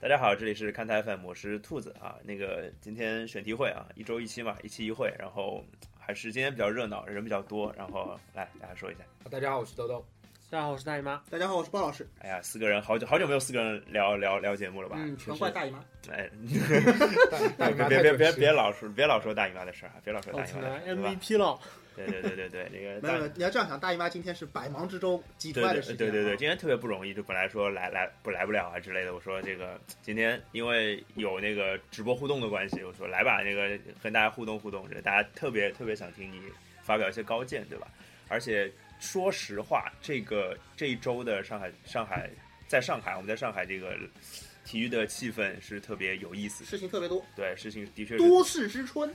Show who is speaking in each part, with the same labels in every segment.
Speaker 1: 大家好，这里是看台 FM，我是兔子啊。那个今天选题会啊，一周一期嘛，一期一会，然后还是今天比较热闹，人比较多，然后来大家说一下。
Speaker 2: 啊大家好，我是豆豆。
Speaker 3: 大家好，我是大姨妈。
Speaker 4: 大家好，我是包老师。
Speaker 1: 哎呀，四个人好久好久没有四个人聊聊聊节目了吧？
Speaker 3: 嗯，
Speaker 4: 全怪大姨妈。
Speaker 1: 哎，
Speaker 2: 大大 姨 妈
Speaker 1: 别别别别别
Speaker 2: 太准时了
Speaker 1: 老说别老说大姨妈的事儿啊，别老说
Speaker 3: 我
Speaker 1: 大姨
Speaker 3: 操
Speaker 1: 妈的事儿，对吧？
Speaker 3: ，MVP 了，
Speaker 1: 对对对对对，那个
Speaker 4: 没有，没有
Speaker 1: 哎大。
Speaker 4: 你要这样想，大姨妈今天是百忙之中挤出
Speaker 1: 对
Speaker 4: 来
Speaker 1: 对
Speaker 4: 的时间。啊
Speaker 1: 对对对，，今天特别不容易，就本来说来来不来不了啊之类的，我说这个今天因为有那个直播互动的关系，我说来吧，那个跟大家互动互动，这个大家特别特别想听你发表一些高见，对吧？而且说实话，这个这一周的上海上海在上海，我们在上海这个体育的气氛是特别有意思的，
Speaker 4: 事情特别多，
Speaker 1: 对事情的确是
Speaker 4: 都市之春，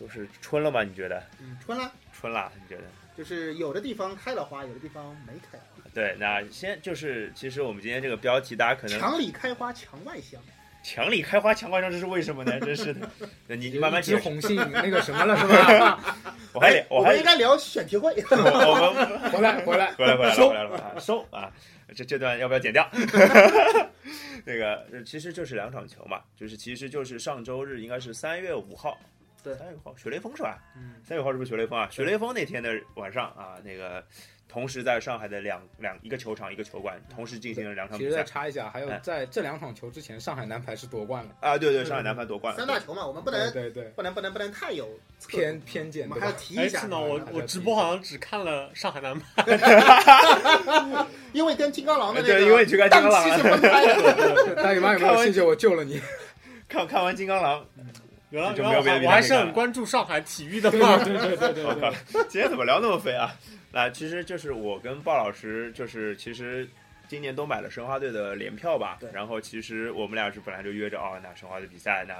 Speaker 1: 都是春了吗？你觉得
Speaker 4: 嗯，春啦，
Speaker 1: 春啦？你觉得？
Speaker 4: 就是有的地方开了花，有的地方没开。
Speaker 1: 对，那先就是，其实我们今天这个标题，大家可能
Speaker 4: 墙里开花墙外香，
Speaker 1: 墙里开花墙外香，这是为什么呢？真是的，那你你慢慢
Speaker 2: 一枝
Speaker 1: 解释。
Speaker 2: 红杏那个什么了是 吧？
Speaker 1: 我还得
Speaker 4: 哎我
Speaker 1: 还
Speaker 4: 们应该聊选题 会。
Speaker 1: 我我们
Speaker 2: 回来回 来，
Speaker 1: 回来回来了
Speaker 2: 收
Speaker 1: 回来了回来了收啊！这这段要不要剪掉？ 那个呃其实就是两场球嘛，就是其实就是上周日应该是三月五号，
Speaker 3: 对
Speaker 1: 三月五号雪雷锋是吧？
Speaker 2: 嗯，
Speaker 1: 三月五号是不是雪雷锋啊？雪雷锋那天的晚上啊，那个同时在上海的两两一个球场一个球馆同时进行了两场
Speaker 2: 其
Speaker 1: 比
Speaker 2: 实再
Speaker 1: 赛
Speaker 2: 插一下，还
Speaker 1: 哎
Speaker 2: 有在这两场球之前，上海男排是夺冠了。
Speaker 1: 啊！对对，上海男排夺冠了，
Speaker 4: 三 大球嘛，我们不能
Speaker 2: 对对对，
Speaker 4: 不能不能不能太有侧重
Speaker 2: 偏偏见
Speaker 4: 我们
Speaker 2: 对
Speaker 4: 还
Speaker 2: 吧
Speaker 4: 要提一下
Speaker 2: 哎
Speaker 3: 是，呢，我
Speaker 2: 大家
Speaker 3: 我直播好像只看了上海男排，
Speaker 4: 因为跟金刚狼的那
Speaker 1: 哎对，因为
Speaker 4: 个
Speaker 1: 你去看金
Speaker 4: 档
Speaker 1: 刚狼啊
Speaker 4: 期
Speaker 1: 了
Speaker 4: 是。分开 的。
Speaker 2: 大姨妈有没有谢谢我救了你？
Speaker 1: 看看完金刚狼，
Speaker 3: 原来
Speaker 1: 就
Speaker 3: 原
Speaker 1: 没
Speaker 3: 来
Speaker 1: 有
Speaker 3: 我
Speaker 1: 别的
Speaker 3: 还
Speaker 1: 比
Speaker 3: 我
Speaker 1: 赛可以
Speaker 3: 还是
Speaker 1: 看
Speaker 3: 很
Speaker 1: 了
Speaker 3: 关注上海体育的嘛。
Speaker 2: 对对对 对
Speaker 1: 我 靠，今天怎么聊那么飞啊？ 那其实就是我跟鲍老师，就是其实今年都买了申花队的联票吧。
Speaker 4: 对
Speaker 1: 然后其实我们俩是本来就约着哦，那申花队比赛，那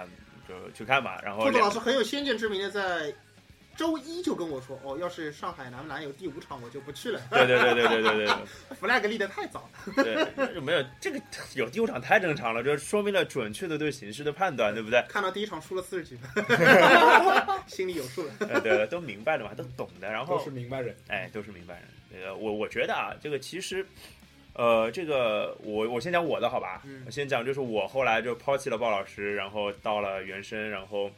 Speaker 1: 就去看吧。然后
Speaker 4: 兔子
Speaker 1: 两
Speaker 4: 老师很有先见之明的，在周一就跟我说，哦，要是上海男篮有第五场，我就不去了。
Speaker 1: 对对对对对对对
Speaker 4: flag 立得太早了。
Speaker 1: 对对，没有这个有第五场太正常了，这说明了准确的对形势的判断，对不对？
Speaker 4: 看到第一场输了四十几 分，心里有数了。
Speaker 1: 呃对对，都明白的嘛，都懂的。然后
Speaker 2: 都是明白人。
Speaker 1: 哎，都是明白人。那个我我觉得啊，这个其实，呃，这个我我先讲我的好吧，
Speaker 4: 嗯
Speaker 1: 我先讲就是我后来就抛弃了鲍老师，然后到了原声，然后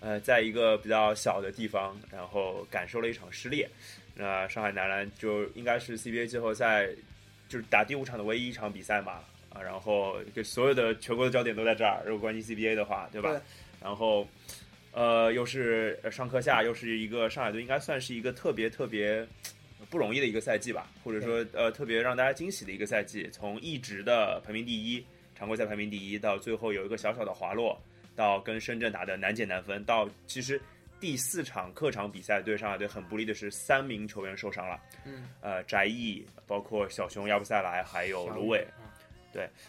Speaker 1: 呃，在一个比较小的地方，然后感受了一场失恋。那上海男篮就应该是 CBA 季后赛就是打第五场的唯一一场比赛嘛。啊，然后就所有的全国的焦点都在这儿，如果关心 CBA 的话，对吧？
Speaker 4: 对
Speaker 1: 然后，呃，又是呃上课下，又是一个上海队，应该算是一个特别特别呃不容易的一个赛季吧，或者说呃特别让大家惊喜的一个赛季。从一直的排名第一，常规赛排名第一，到最后有一个小小的滑落，到跟深圳打的难解难分，到其实第四场客场比赛对上海队很不利的是三名球员受伤了，
Speaker 2: 嗯，
Speaker 1: 呃，翟毅，包括小熊亚布塞莱，还有芦苇，
Speaker 2: 啊，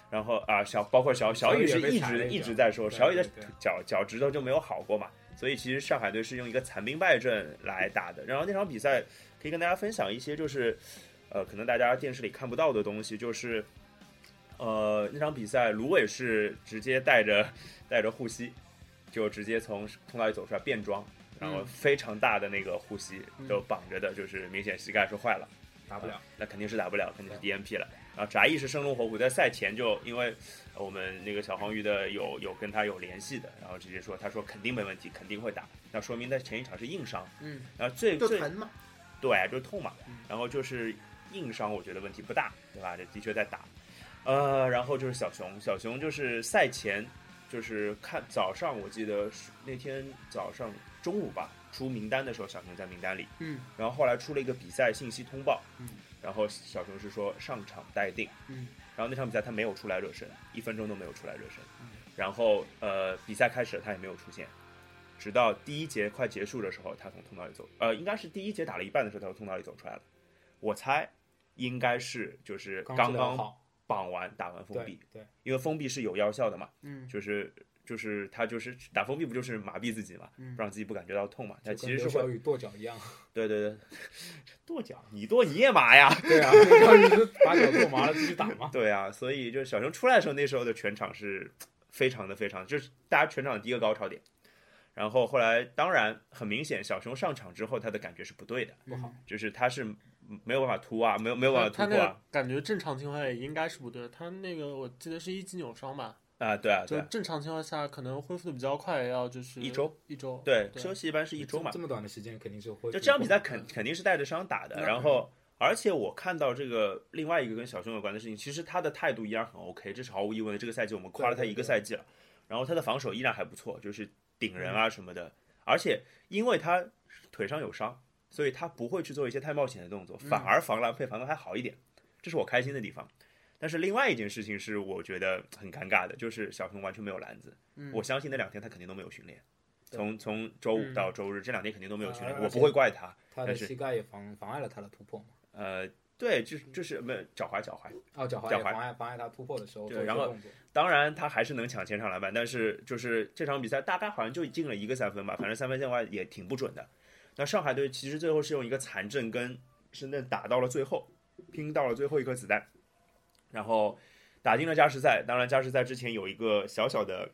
Speaker 1: 然后啊、小包括小
Speaker 2: 小
Speaker 1: 小
Speaker 2: 雨
Speaker 1: 雨是
Speaker 2: 也被
Speaker 1: 一
Speaker 2: 踩了
Speaker 1: 直
Speaker 2: 一脚
Speaker 1: 一直在说，
Speaker 2: 对
Speaker 1: 小雨的
Speaker 2: 对对
Speaker 1: 脚脚趾头就没有好过嘛，所以其实上海队是用一个残兵败阵来打的。然后那场比赛可以跟大家分享一些就是，呃，可能大家电视里看不到的东西，就是，呃，那场比赛芦苇是直接带着带着护膝，就直接从通道里走出来变装。然后非常大的那个护膝
Speaker 2: 嗯
Speaker 1: 都绑着的，就是明显膝盖是坏了。
Speaker 2: 打不了。
Speaker 1: 那肯定是打不了，肯定是 DNP 了。然后翟毅是生龙活虎，在赛前就因为呃我们那个小黄鱼的有有跟他有联系的，然后直接说他说肯定没问题，肯定会打。那说明他前一场是硬伤，
Speaker 2: 嗯，
Speaker 1: 然后最
Speaker 4: 就
Speaker 1: 最
Speaker 4: 疼嘛，
Speaker 1: 对就痛嘛
Speaker 2: 嗯，
Speaker 1: 然后就是硬伤，我觉得问题不大，对吧？这的确在打。呃，然后就是小熊，小熊就是赛前就是看早上，我记得是那天早上中午吧出名单的时候，小熊在名单里。
Speaker 2: 嗯，
Speaker 1: 然后后来出了一个比赛信息通报，
Speaker 2: 嗯，
Speaker 1: 然后小熊是说上场待定，
Speaker 2: 嗯，
Speaker 1: 然后那场比赛他没有出来热身，一分钟都没有出来热身，
Speaker 2: 嗯
Speaker 1: 然后呃比赛开始了他也没有出现，直到第一节快结束的时候，他从通道里走，呃应该是第一节打了一半的时候，他从通道里走出来了，我猜应该是就是刚
Speaker 2: 治疗
Speaker 1: 刚
Speaker 2: 好。
Speaker 1: 绑完打完封闭
Speaker 2: 对，对，
Speaker 1: 因为封闭是有药效的嘛，
Speaker 2: 嗯，
Speaker 1: 就是。就是他就是打封闭不就是麻痹自己嘛，
Speaker 2: 嗯
Speaker 1: 让自己不感觉到痛嘛。
Speaker 2: 就
Speaker 1: 但
Speaker 2: 跟
Speaker 1: 其实是
Speaker 2: 刘
Speaker 1: 会
Speaker 2: 小雨跺脚一 样。
Speaker 1: 对对对，跺脚，你跺你也麻 呀。
Speaker 2: 对 啊，刘小雨是把脚跺麻了继续打嘛。
Speaker 1: 对啊，所以就是小熊出来的时候，那时候的全场是非常的非常，就是大家全场的第一个高潮点。然后后来，当然很明显，小熊上场之后，他的感觉是不对的，
Speaker 2: 不好，
Speaker 1: 就是他是没有办法突啊，没有没有办法
Speaker 3: 他他
Speaker 1: 突
Speaker 3: 那
Speaker 1: 破啊
Speaker 3: 个。感觉正常情况下也应该是不对的，他那个我记得是一级扭伤吧？
Speaker 1: 啊，对啊，对
Speaker 3: 就
Speaker 1: 啊，
Speaker 3: 正常情况下可能恢复的比较快，要就是
Speaker 1: 一周，
Speaker 3: 一周，
Speaker 1: 对，
Speaker 3: 对
Speaker 1: 休息一 般是一周嘛
Speaker 2: 这。么短的时间肯定是会嗯
Speaker 1: 就这场比赛肯肯定是带着伤打的，
Speaker 2: 那
Speaker 1: 然后而且我看到这个另外一个跟小熊有关的事情，其实他的态度依然很 OK，这是毫无疑问的。这个赛季我们夸了他一个赛季了，然后他的防守依然还不错，就是顶人
Speaker 2: 嗯
Speaker 1: 啊什么的，而且因为他腿上有伤，所以他不会去做一些太冒险的动作，
Speaker 2: 嗯
Speaker 1: 反而防篮配防的还好一点，这是我开心的地方。但是另外一件事情是我觉得很尴尬的，就是小熊完全没有篮子。
Speaker 2: 嗯
Speaker 1: 我相信那两天他肯定都没有训练，从从周
Speaker 2: 嗯
Speaker 1: 五到周日、这两天肯定都没有训练，
Speaker 2: 而
Speaker 1: 我不会怪他。
Speaker 2: 他的
Speaker 1: 但是
Speaker 2: 膝盖也妨妨碍了他的突破嘛，
Speaker 1: 呃，对，就是就是没有脚踝脚踝，
Speaker 2: 哦，脚踝
Speaker 1: 脚踝
Speaker 2: 也妨碍妨碍他突破的时候
Speaker 1: 对
Speaker 2: 做一
Speaker 1: 然
Speaker 2: 些
Speaker 1: 后
Speaker 2: 动作。
Speaker 1: 当然他还是能抢前场篮板，但是就是这场比赛大概好像就进了一个三分吧，反正三分线外也挺不准的。那上海队其实最后是用一个残阵跟深圳打到了最后，拼到了最后一颗子弹，然后打进了加时赛。当然加时赛之前有一个小小的，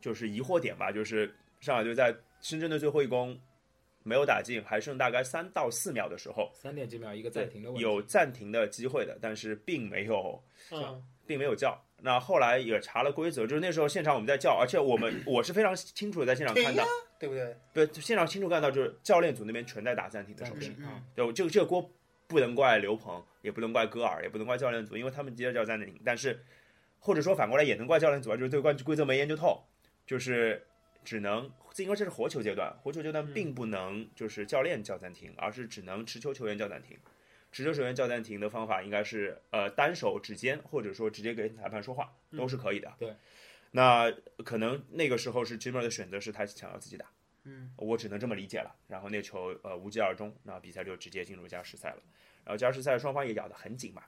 Speaker 1: 就是疑惑点吧，就是上海队在深圳的最后一攻没有打进，还剩大概三到四秒的时候，
Speaker 2: 三点几秒一个
Speaker 1: 对
Speaker 2: 暂停的问题，
Speaker 1: 有暂停的机会的，但是并没有。
Speaker 3: 嗯，
Speaker 1: 并没有叫。那后来也查了规则，就是那时候现场我们在叫，而且我们 我是非常清楚的在现场看到，
Speaker 4: 对不对？
Speaker 1: 对，现场清楚看到就是教练组那边全在打暂停的手
Speaker 2: 暂
Speaker 1: 势。
Speaker 2: 停啊，
Speaker 1: 对，我这个这个锅不能怪刘鹏，也不能怪戈尔，也不能怪教练组，因为他们接着叫暂停。但是或者说反过来也能怪教练组啊，就是对规规则没研究透，就是只能因为这是活球阶段，活球阶段并不能就是教练叫暂停，而是只能持球球员叫暂停。持球球员叫暂停的方法应该是呃单手指尖，或者说直接给裁判说话都是可以的。
Speaker 2: 对，
Speaker 1: 那可能那个时候是 Jimmer 的选择是他想要自己打，
Speaker 3: 嗯，
Speaker 1: 我只能这么理解了。然后那球呃无疾而终，那比赛就直接进入加时赛了。然后加时赛双方也咬得很紧嘛，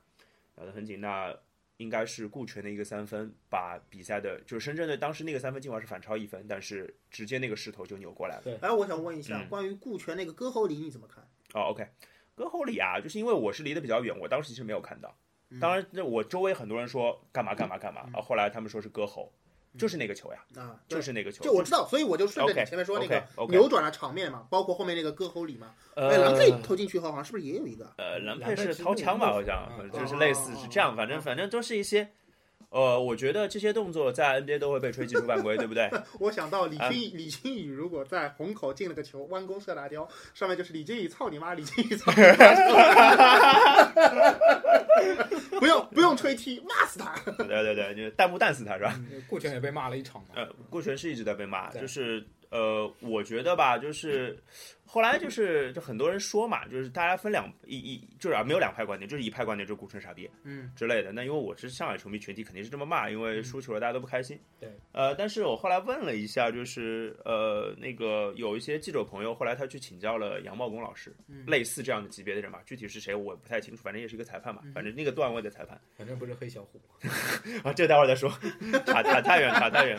Speaker 1: 咬得很紧。那应该是顾全的一个三分，把比赛的就是深圳队当时那个三分进完是反超一分，但是直接那个势头就扭过来了。
Speaker 4: 哎，我想问一下，
Speaker 1: 嗯
Speaker 4: 关于顾全那个割喉离你怎么看？
Speaker 1: 哦，OK，跟后里啊，就是因为我是离得比较远，我当时其实没有看到。
Speaker 4: 嗯
Speaker 1: 当然，那我周围很多人说干嘛干嘛干嘛，啊，后来他们说是割喉，就是那个球呀，
Speaker 4: 啊，嗯对
Speaker 1: 就是那个球。
Speaker 4: 就我知道，所以我就顺着
Speaker 1: OK，
Speaker 4: 你前面说那个
Speaker 1: OK，OK
Speaker 4: 扭转了场面嘛，包括后面那个割喉里嘛。哎，
Speaker 1: 呃
Speaker 4: 兰佩投进去后好像是不是也有一个？
Speaker 1: 呃，蓝
Speaker 2: 蓝
Speaker 1: 佩
Speaker 2: 佩
Speaker 1: 是
Speaker 2: 是
Speaker 1: 掏
Speaker 2: 那个
Speaker 1: 枪吧，
Speaker 2: 右
Speaker 1: 好
Speaker 2: 手
Speaker 1: 像
Speaker 2: 啊
Speaker 1: 反正
Speaker 2: 对
Speaker 1: 就是
Speaker 4: 哦
Speaker 1: 类似是这样，反
Speaker 4: 哦
Speaker 1: 正反正都是一些。呃，我觉得这些动作在 NBA 都会被吹技术犯规，对不 对？
Speaker 4: 我想到李
Speaker 1: 啊
Speaker 4: 俊李俊宇如果在虹口进了个球，弯弓射大雕，上面就是李俊宇操你妈，李俊宇操你 妈，不用不用吹踢，骂死他。
Speaker 1: 对对对，就是弹幕弹死他是吧？
Speaker 2: 顾全也被骂了一场嘛，
Speaker 1: 呃，顾全是一直在被骂，
Speaker 2: 对
Speaker 1: 就是呃，我觉得吧，就是后来就是就很多人说嘛，就是大家分两一一就是啊，没有两派观点，就是一派观点就是顾全傻逼，
Speaker 4: 嗯
Speaker 1: 之类的。那因为我是上海球迷群体，肯定是这么骂，因为输球了大家都不开心。
Speaker 2: 对，
Speaker 1: 呃，但是我后来问了一下，就是呃，那个有一些记者朋友，后来他去请教了杨茂功老师，
Speaker 4: 嗯
Speaker 1: 类似这样的级别的人吧，具体是谁我也不太清楚，反正也是一个裁判吧，反正那个段位的裁判。
Speaker 2: 反正不是黑小虎，
Speaker 1: 啊，这待会儿再说，差差太远，差太远。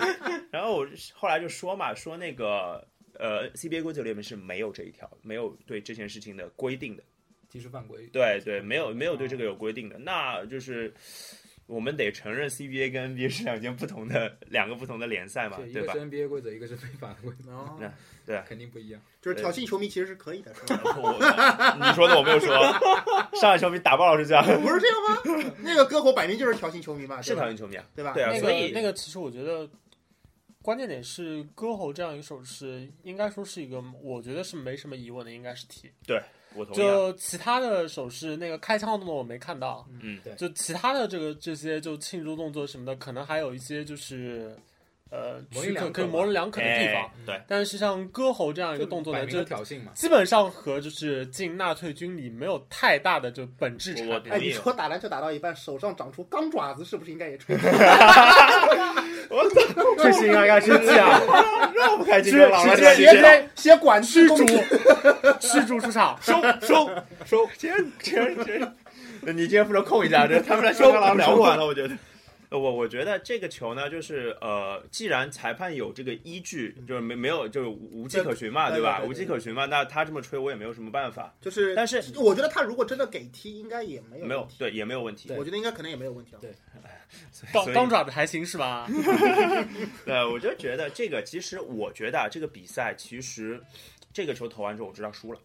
Speaker 1: 然后我后来就说嘛，说那个呃，CBA 规则里面是没有这一条，没有对这件事情的规定的。
Speaker 2: 技术犯规。
Speaker 1: 对对，没有没有对这个有规定的，那就是我们得承认 CBA 跟 NBA 是两件不同的两个不同的联赛嘛
Speaker 2: 对，一
Speaker 1: 对
Speaker 2: 个
Speaker 1: 吧
Speaker 2: 是？NBA 规则，一个是非法规则，
Speaker 4: 哦
Speaker 1: 那对
Speaker 2: 肯定不一样。
Speaker 4: 就是挑衅球迷其实是可以的，是吧？
Speaker 1: 我你说的我没有说，上海球迷打爆老师这样，
Speaker 4: 不是这样吗？那个割喉摆明就是挑衅球迷嘛，
Speaker 1: 是
Speaker 4: 对
Speaker 1: 讨
Speaker 4: 吧？
Speaker 1: 厌球迷啊。
Speaker 4: 对吧？
Speaker 1: 对啊
Speaker 3: 那
Speaker 1: 所
Speaker 3: 个
Speaker 1: 以
Speaker 3: 那个，其实我觉得关键点是割喉这样一个手势，应该说是一个，我觉得是没什么疑问的，应该是踢。
Speaker 1: 我同意啊。
Speaker 3: 就其他的手势，那个开枪的动作我没看到。
Speaker 1: 嗯
Speaker 2: 对
Speaker 3: 就其他的这个这些就庆祝动作什么的，可能还有一些就是呃，
Speaker 2: 模棱两
Speaker 3: 许可
Speaker 2: 可
Speaker 3: 可以
Speaker 2: 吧
Speaker 3: 模棱两可的地方。
Speaker 1: 哎对，
Speaker 3: 但是像割喉这样一个动作
Speaker 2: 摆
Speaker 3: 呢，
Speaker 2: 明了
Speaker 3: 就
Speaker 2: 挑衅嘛，
Speaker 3: 基本上和就是进纳粹军礼没有太大的就本质差
Speaker 1: 我
Speaker 3: 别。
Speaker 1: 我
Speaker 4: 哎，你说打篮球打到一半，手上长出钢爪子，是不是应该也吹？
Speaker 1: 这是应该该生气啊， 让不开
Speaker 3: 直
Speaker 1: 金刚狼了，
Speaker 3: 直接
Speaker 1: 这样
Speaker 4: 接接管
Speaker 3: 驱
Speaker 4: 制
Speaker 3: 逐
Speaker 4: 攻击，
Speaker 3: 驱逐出场，
Speaker 1: 收收 收，这这 这，你今天负责控一下，这他们俩收狼聊不完了，我觉得。我我觉得这个球呢，就是呃，既然裁判有这个依据，就是没没有就是无迹可寻嘛，
Speaker 4: 对
Speaker 1: 吧？
Speaker 4: 对对对
Speaker 1: 无迹可寻嘛，那他这么吹我也没有什么办法，
Speaker 4: 就是。
Speaker 1: 但是
Speaker 4: 我觉得他如果真的给踢，应该也没有
Speaker 1: 没有
Speaker 4: 问题。
Speaker 1: 对也没有问题
Speaker 2: 对。
Speaker 4: 我觉得应该可能也没有问题啊。
Speaker 2: 对
Speaker 1: 所以
Speaker 3: 钢
Speaker 1: 所以
Speaker 3: 钢爪子还行是吧？
Speaker 1: 对，我就觉得这个其实我觉得啊，这个比赛其实这个球投完之后我知道输了，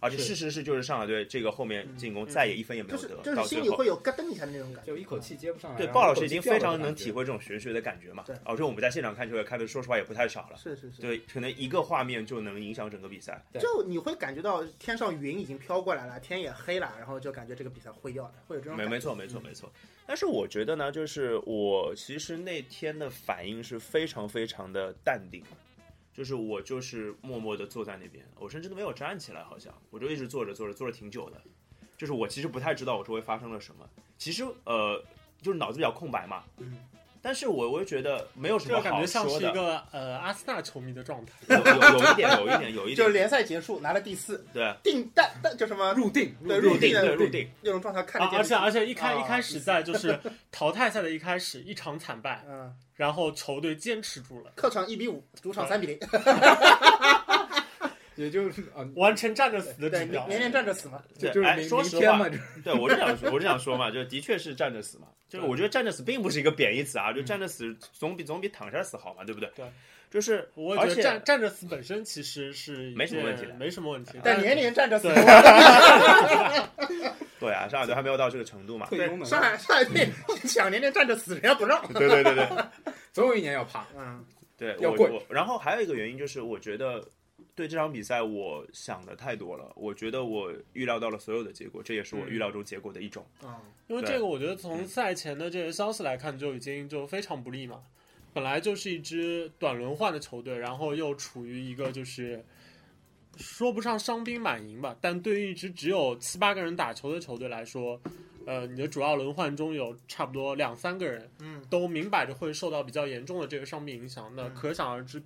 Speaker 1: 而且
Speaker 2: 是
Speaker 1: 事实是，就是上海队这个后面进攻
Speaker 3: 嗯
Speaker 1: 再也一分也没
Speaker 4: 就
Speaker 1: 有
Speaker 4: 是
Speaker 1: 得，
Speaker 4: 就是
Speaker 1: 到
Speaker 4: 心
Speaker 1: 最
Speaker 4: 里
Speaker 1: 后
Speaker 4: 会。有咯噔一下的那种感觉，
Speaker 2: 就一口气接不上来。
Speaker 1: 对，
Speaker 2: 然后
Speaker 1: 鲍老师已
Speaker 2: 一口
Speaker 1: 经
Speaker 2: 气掉
Speaker 1: 非
Speaker 2: 了的
Speaker 1: 常
Speaker 2: 感
Speaker 1: 能
Speaker 2: 觉
Speaker 1: 体会这种玄学的感觉嘛
Speaker 4: 对。
Speaker 1: 而且我们在现场看球也看的，说实话也不太少了。
Speaker 4: 是是是。
Speaker 1: 对，可能一个画面就能影响整个比赛。
Speaker 2: 对
Speaker 4: 就你会感觉到天上云已经飘过来了，天也黑了，然后就感觉这个比赛会掉的，会有这种
Speaker 1: 没
Speaker 4: 感觉。
Speaker 1: 没错没错没错。但是我觉得呢，就是我其实那天的反应是非常非常的淡定，就是我就是默默的坐在那边，我甚至都没有站起来，好像我就一直坐着坐着坐着挺久的。就是我其实不太知道我周围发生了什么，其实呃，就是脑子比较空白嘛。
Speaker 4: 嗯。
Speaker 1: 但是我我又觉得没有什
Speaker 3: 这
Speaker 1: 么
Speaker 3: 个感
Speaker 1: 好
Speaker 3: 觉像
Speaker 1: 说
Speaker 3: 是一
Speaker 1: 的，
Speaker 3: 个呃阿森纳球迷的状态。
Speaker 1: 有有有一点有一点有一
Speaker 4: 就是
Speaker 1: 点，
Speaker 4: 联赛结束拿了第四，
Speaker 1: 对
Speaker 4: 定但但就什么
Speaker 2: 入定，
Speaker 4: 对
Speaker 1: 入
Speaker 4: 定
Speaker 1: 定
Speaker 4: 的
Speaker 1: 对入定，
Speaker 4: 那种状态看
Speaker 3: 啊
Speaker 4: 得，见。
Speaker 3: 而且而且一开、
Speaker 4: 啊
Speaker 3: 一开始在就是淘汰赛的一开始一场惨败，
Speaker 4: 嗯，
Speaker 3: 然后球队坚持住了，
Speaker 4: 客场一比五，主
Speaker 1: 嗯
Speaker 4: 场
Speaker 3: 对
Speaker 4: 三比零，
Speaker 2: 也就是啊，
Speaker 3: 完成站着死的
Speaker 4: 对，
Speaker 3: 指
Speaker 4: 年
Speaker 3: 标。
Speaker 4: 年站着死嘛。
Speaker 2: 就
Speaker 1: 对
Speaker 2: 就是
Speaker 1: 哎
Speaker 2: 明
Speaker 1: 说
Speaker 2: 明
Speaker 1: 实
Speaker 2: 天
Speaker 1: 话
Speaker 2: 嘛，就是
Speaker 1: 对，我是想，我是想说嘛，就的确是站着死嘛，就是我觉得站着死并不是一个贬义词
Speaker 2: 嗯
Speaker 1: 啊，就站着死总比总比躺下死好嘛，对不对？
Speaker 3: 对，
Speaker 1: 就是
Speaker 3: 我
Speaker 1: 而
Speaker 3: 觉得
Speaker 1: 且
Speaker 3: 站站着死本身其实是一
Speaker 1: 没什么
Speaker 3: 件
Speaker 1: 问题的
Speaker 3: 没什么问题。
Speaker 4: 但年年站着死，
Speaker 3: 对
Speaker 1: 对啊，上海队还没有到这个程度嘛。
Speaker 2: 退
Speaker 4: 对
Speaker 2: 攻的
Speaker 4: 上海上海队想年年站着死，人家不让。
Speaker 1: 对对对对
Speaker 2: 总有一年要爬。
Speaker 4: 嗯，
Speaker 1: 对，
Speaker 2: 要
Speaker 1: 我
Speaker 2: 跪
Speaker 1: 我然后还有一个原因就是，我觉得对这场比赛我想的太多了，我觉得我预料到了所有的结果，这也是我
Speaker 3: 嗯
Speaker 1: 预料中结果的一种。
Speaker 4: 嗯，
Speaker 3: 因为
Speaker 1: 对嗯
Speaker 3: 这个，我觉得从赛前的这个消息来看，就已经就非常不利嘛。本来就是一支短轮换的球队，然后又处于一个就是说不上伤兵满营吧，但对于一支只有七八个人打球的球队来说，呃，你的主要轮换中有差不多两三个人，
Speaker 4: 嗯，
Speaker 3: 都明摆着会受到比较严重的这个伤病影响，那
Speaker 4: 嗯
Speaker 3: 可想而知，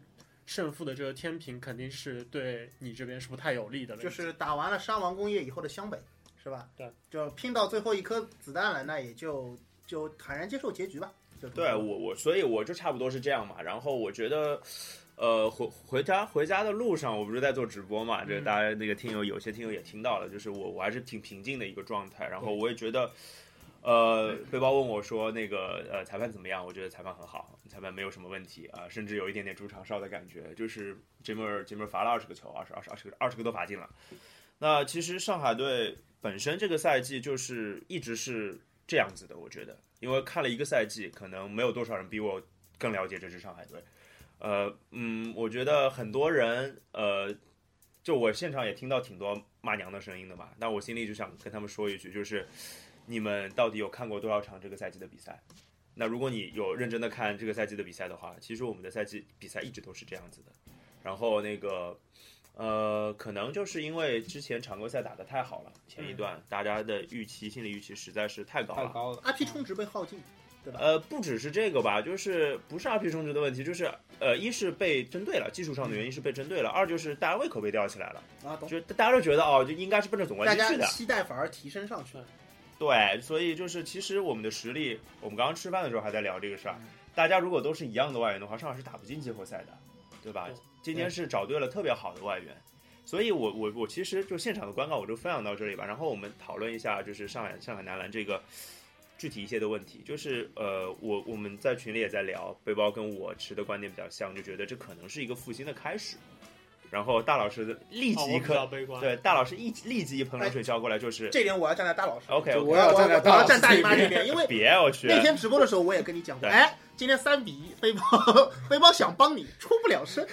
Speaker 3: 胜负的这个天平肯定是对你这边是不太有利的了。
Speaker 4: 就是打完了伤亡工业以后的湘北，是吧？
Speaker 3: 对，
Speaker 4: 就拼到最后一颗子弹了，那也就就坦然接受结局吧。就这么
Speaker 1: 对
Speaker 4: 说
Speaker 1: 我我，所以我就差不多是这样嘛。然后我觉得，呃，回回家回家的路上，我不是在做直播嘛，这
Speaker 4: 嗯
Speaker 1: 大家那个听友有些听友也听到了，就是我我还是挺平静的一个状态。然后我也觉得，呃，背包问我说那个呃裁判怎么样？我觉得裁判很好，裁判没有什么问题啊、甚至有一点点主场哨的感觉，就是这门这门罚了二十个球，二十二十二十个二十个都罚进了。那其实上海队本身这个赛季就是一直是这样子的，我觉得，因为看了一个赛季，可能没有多少人比我更了解这支上海队。呃，嗯，我觉得很多人，呃，就我现场也听到挺多骂娘的声音的嘛，那我心里就想跟他们说一句，就是你们到底有看过多少场这个赛季的比赛？那如果你有认真的看这个赛季的比赛的话，其实我们的赛季比赛一直都是这样子的。然后那个，呃，可能就是因为之前常规赛打得太好了，前一段大家的预期心理预期实在是太高
Speaker 2: 太
Speaker 1: 了，
Speaker 2: 高了。
Speaker 4: ，IP 充值被耗尽，
Speaker 1: 呃，不只是这个吧，就是不是 RP 充值的问题，就是呃，一是被针对了，技术上的原因是被针对了；二就是大家胃口被吊起来了，
Speaker 4: 啊，懂。
Speaker 1: 就大家都觉得哦，就应该是奔着总冠
Speaker 4: 大
Speaker 1: 军
Speaker 4: 家
Speaker 1: 去的。
Speaker 4: 期待反而提升上去了。
Speaker 1: 对，所以就是其实我们的实力，我们刚刚吃饭的时候还在聊这个事
Speaker 3: 嗯
Speaker 1: 儿。大家如果都是一样的外援的话，上海是打不进季后赛的，对吧
Speaker 3: 对？
Speaker 1: 今天是找对了特别好的外援，所以我我我其实就现场的观感我就分享到这里吧。然后我们讨论一下就是上海上海男篮这个具体一些的问题，就是呃，我我们在群里也在聊，背包跟我持的观点比较像，就觉得这可能是一个复兴的开始。然后大老师立
Speaker 3: 啊
Speaker 1: 即
Speaker 3: 我
Speaker 1: 一
Speaker 3: 比
Speaker 1: 颗、
Speaker 3: 较悲观。
Speaker 1: 对大老师一立即一盆冷
Speaker 3: 哎
Speaker 1: 水浇过来，就是
Speaker 4: 这点我要站在大老师。
Speaker 1: OK
Speaker 2: 就
Speaker 1: OK，
Speaker 2: 我要
Speaker 4: 我
Speaker 2: 站在
Speaker 4: 我
Speaker 2: 大
Speaker 4: 要
Speaker 2: 老师
Speaker 4: 站大姨妈
Speaker 2: 这
Speaker 4: 这
Speaker 2: 边。
Speaker 4: 边，因 为
Speaker 1: 别我去，
Speaker 4: 那天直播的时候我也跟你讲过，
Speaker 1: 对
Speaker 4: 哎，今天三比一，背包 背包想帮你出不了声。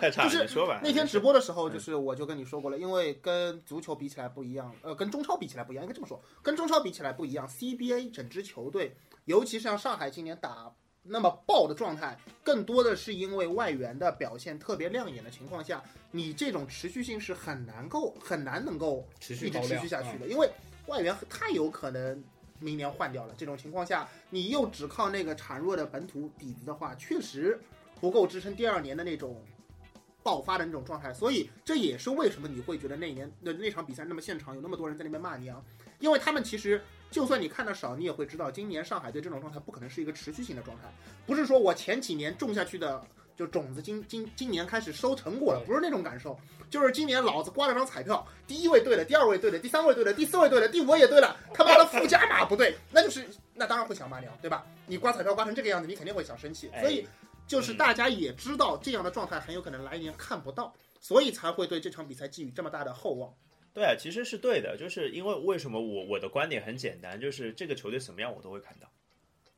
Speaker 1: 太差了，
Speaker 4: 就是嗯
Speaker 1: 你说吧。
Speaker 4: 那天直播的时候，就是是我就跟你说过了，因为跟足球比起来不一样，呃，跟中超比起来不一样，应该这么说，跟中超比起来不一样。CBA 整支球队，尤其像上海今年打那么爆的状态，更多的是因为外援的表现特别亮眼的情况下，你这种持续性是很难够很难能够
Speaker 2: 持续嗯
Speaker 4: 一直
Speaker 2: 爆
Speaker 4: 持
Speaker 2: 料
Speaker 4: 续下去的，因为外援太有可能明年换掉了。这种情况下，你又只靠那个孱弱的本土底子的话，确实不够支撑第二年的那种爆发的那种状态。所以这也是为什么你会觉得那年呃那那场比赛那么现场有那么多人在那边骂娘，因为他们其实。就算你看的少，你也会知道，今年上海队这种状态不可能是一个持续性的状态，不是说我前几年种下去的就种子今今今年开始收成果了，
Speaker 2: 对
Speaker 4: 不是那种感受，就是今年老子刮了张彩票，第一位对了，第二位对了，第三位对了，第四位对了，第五位也对了，他妈的附加码不对，那就是那当然会想骂娘，对吧？你刮彩票刮成这个样子，你肯定会想生气，所
Speaker 2: 哎
Speaker 4: 以就是
Speaker 2: 嗯
Speaker 4: 大家也知道这样的状态很有可能来年看不到，所以才会对这场比赛寄予这么大的厚望。
Speaker 1: 对，啊其实是对的，就是因为为什么我我的观点很简单，就是这个球队什么样我都会看到，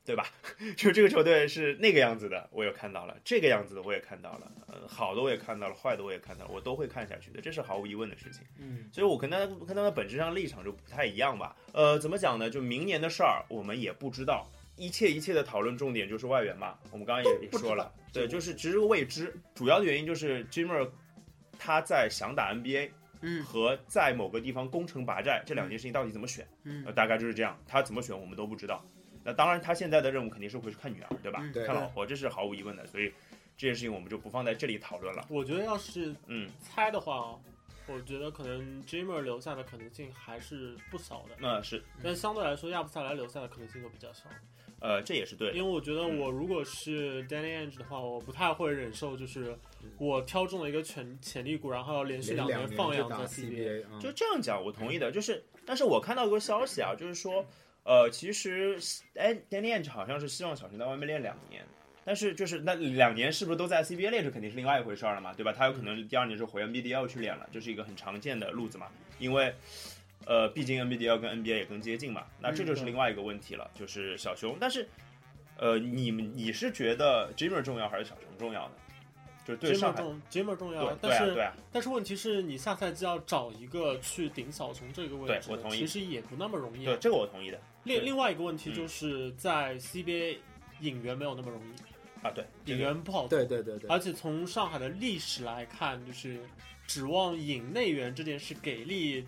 Speaker 1: 对吧？ 就这个球队是那个样子的，我也看到了；这个样子的我也看到了，呃，好的我也看到了，坏的我也看到了，我都会看下去的，这是毫无疑问的事情。
Speaker 2: 嗯，
Speaker 1: 所以我跟他跟他们本质上立场就不太一样吧。呃，怎么讲呢？就明年的事儿我们也不知道，一切一切的讨论重点就是外援嘛。我们刚刚也也
Speaker 4: 不知道
Speaker 1: 说了，对，
Speaker 4: 这个
Speaker 1: 就是只是未知。主要的原因就是 Jimmer 他在想打 NBA，
Speaker 4: 嗯
Speaker 1: 和在某个地方攻城拔寨这两件事情到底怎么选？
Speaker 4: 嗯
Speaker 1: 呃，大概就是这样。他怎么选我们都不知道。那当然，他现在的任务肯定是回去看女儿，对吧？
Speaker 4: 嗯
Speaker 2: 对
Speaker 1: 看老婆，这是毫无疑问的。所以这件事情我们就不放在这里讨论了。
Speaker 3: 我觉得要是
Speaker 1: 嗯，
Speaker 3: 猜的话，我觉得可能 Jimmer 留下的可能性还是不少的，
Speaker 1: 那是
Speaker 3: 但相对来说亚布萨莱留下的可能性就比较少。
Speaker 1: 呃，这也是对的。
Speaker 3: 因为我觉得我如果是 Danny Ainge 的话，我不太会忍受，就是我挑中了一个潜潜力股，然后要连续
Speaker 2: 连
Speaker 3: 年
Speaker 2: 年
Speaker 3: 放
Speaker 2: 就
Speaker 3: 养
Speaker 2: 打
Speaker 3: 在 CBA。
Speaker 2: CBA 啊，
Speaker 1: 就这样讲，我同意
Speaker 3: 嗯
Speaker 1: 的。就是，但是我看到一个消息啊，就是说，呃，其实哎，Danny Ainge 好像是希望小陈在外面练两年，但是就是那两年是不是都在 CBA 练，这肯定是另外一回事儿了嘛，对吧？他有可能第二年就回 NBDL 去练了，这是一个很常见的路子嘛，因为。呃，毕竟 NBDL 跟 NBA 也更接近嘛，那这
Speaker 3: 嗯
Speaker 1: 就是另外一个问题了，就是小熊。但是，呃，你们你是觉得 Jimmer 重要还是小熊重要呢？就是对
Speaker 3: Jimmer
Speaker 1: 上海，
Speaker 3: 重 Jimmer 重
Speaker 1: 对
Speaker 3: 要，
Speaker 1: 对啊
Speaker 3: 但是
Speaker 1: 对啊，
Speaker 3: 但是问题是你下赛季要找一个去顶小熊这个位置，
Speaker 1: 对我同意
Speaker 3: 其实也不那么容易啊
Speaker 1: 对。这个我同意的对
Speaker 3: 另另外一个问题
Speaker 1: 嗯
Speaker 3: 就是在 CBA 引援没有那么容易，
Speaker 1: 啊，对，这
Speaker 3: 引
Speaker 1: 个
Speaker 3: 援不好做
Speaker 2: 对对对对，
Speaker 3: 而且从上海的历史来看，就是指望引内援这件事给力，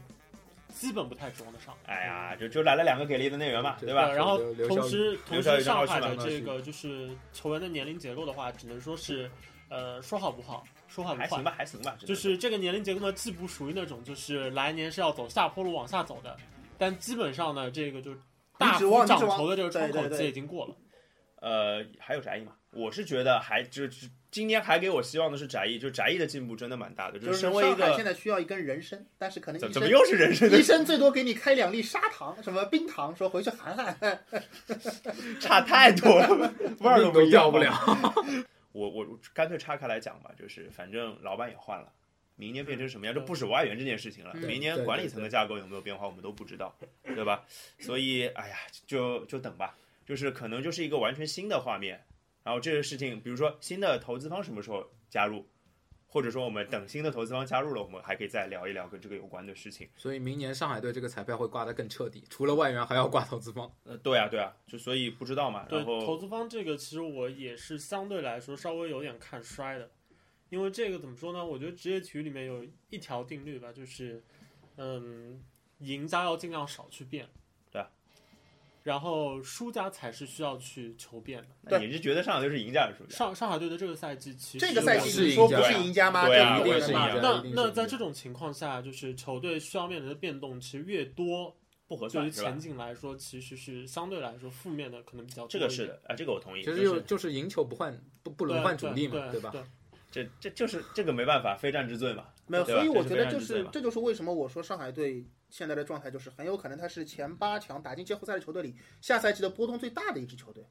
Speaker 3: 基本不太指望得上。
Speaker 1: 哎呀，就就来了两个给力的内援嘛，对吧？
Speaker 3: 对然后
Speaker 2: 刘刘
Speaker 3: 同
Speaker 2: 少宇
Speaker 3: 时，
Speaker 1: 刘
Speaker 3: 同
Speaker 1: 少宇
Speaker 3: 时
Speaker 1: 跟奥
Speaker 3: 上
Speaker 1: 斯
Speaker 3: 海
Speaker 1: 曼
Speaker 3: 的
Speaker 2: 纳
Speaker 3: 这
Speaker 2: 西
Speaker 3: 个就是球员的年龄结构的话，只能说是，呃，说好不好，说好不
Speaker 1: 还行
Speaker 3: 坏。
Speaker 1: 吧，还行吧，
Speaker 3: 就
Speaker 1: 只能
Speaker 3: 是这个年龄结构呢，既不属于那种就是来年是要走下坡路往下走的，但基本上呢，这个就大
Speaker 4: 指
Speaker 3: 幅
Speaker 4: 望
Speaker 3: 涨
Speaker 4: 指望
Speaker 3: 头的这个窗口
Speaker 4: 对对
Speaker 3: 期
Speaker 4: 对
Speaker 3: 已经过了。
Speaker 1: 呃，还有翟毅嘛，我是觉得还就就今年还给我希望的是翟毅，就翟毅的进步真的蛮大的，
Speaker 4: 就是
Speaker 1: 身为一
Speaker 4: 上海现
Speaker 1: 个
Speaker 4: 在需要一根人参，但是可能
Speaker 1: 怎
Speaker 4: 医
Speaker 1: 怎么
Speaker 4: 生
Speaker 1: 又 是人生的
Speaker 4: 医生最多给你开两粒砂糖，什么冰糖，说回去含含。
Speaker 1: 差太多了，味儿
Speaker 2: 命
Speaker 1: 不
Speaker 2: 都
Speaker 1: 一样
Speaker 2: 掉不
Speaker 1: 嘛
Speaker 2: 了。。
Speaker 1: 我我干脆岔开来讲吧，就是反正老板也换了。明年变成什么样，就
Speaker 3: 嗯
Speaker 1: 不止外援这件事情了。
Speaker 4: 嗯
Speaker 1: 明年
Speaker 2: 对
Speaker 1: 管理
Speaker 2: 对
Speaker 1: 层的架构有没有变化，我们都不知道，对吧？所以，哎呀，就就等吧。就是可能就是一个完全新的画面。然后这个事情，比如说新的投资方什么时候加入，或者说我们等新的投资方加入了，我们还可以再聊一聊跟这个有关的事情。
Speaker 2: 所以明年上海队这个彩票会挂得更彻底，除了外援还要挂投资方。
Speaker 1: 呃，对啊，对啊，就所以不知道嘛。
Speaker 3: 对
Speaker 1: 然
Speaker 3: 投
Speaker 1: 后，
Speaker 3: 资方这个，其实我也是相对来说稍微有点看衰的，因为这个怎么说呢？我觉得职业体育里面有一条定律吧，就是，嗯，赢家要尽量少去变，
Speaker 1: 对啊，
Speaker 3: 然后输家才是需要去求变的。
Speaker 1: 那你是觉得上海队是赢家还是输家？
Speaker 3: 上上海队的这个赛季其实
Speaker 4: 这个赛
Speaker 2: 是
Speaker 4: 季
Speaker 2: 赢
Speaker 4: 你说
Speaker 2: 家
Speaker 4: 不是赢家吗？
Speaker 1: 对啊
Speaker 4: 这
Speaker 1: 我也
Speaker 4: 个
Speaker 1: 是
Speaker 4: 嘛
Speaker 1: 赢家
Speaker 3: 那
Speaker 2: 一定是
Speaker 3: 那
Speaker 2: 赢
Speaker 3: 在
Speaker 2: 家
Speaker 3: 这种情况下，就是球队需要面临的变动其实越多，
Speaker 1: 不合
Speaker 3: 对
Speaker 1: 算
Speaker 3: 于
Speaker 1: 是吧
Speaker 3: 前？景来说，其实是相对来说负面的可能比较多。
Speaker 1: 这个是的，啊，这个我同意。
Speaker 2: 其
Speaker 1: 就
Speaker 2: 实
Speaker 1: 是
Speaker 2: 就就是赢球不换不不
Speaker 3: 对，
Speaker 2: 轮换主力嘛，
Speaker 3: 对
Speaker 2: 对吧？
Speaker 3: 对
Speaker 1: 这这就是这个没办法，非战之罪嘛。
Speaker 4: 没有，
Speaker 1: 对吧啊
Speaker 4: 所以我
Speaker 1: 这是
Speaker 4: 觉
Speaker 1: 非
Speaker 4: 得就
Speaker 1: 常之罪
Speaker 4: 是
Speaker 1: 嘛
Speaker 4: 这就是为什么我说上海队现在的状态就是很有可能他是前八强打进季后赛的球队里下赛季的波动最大的一支球队，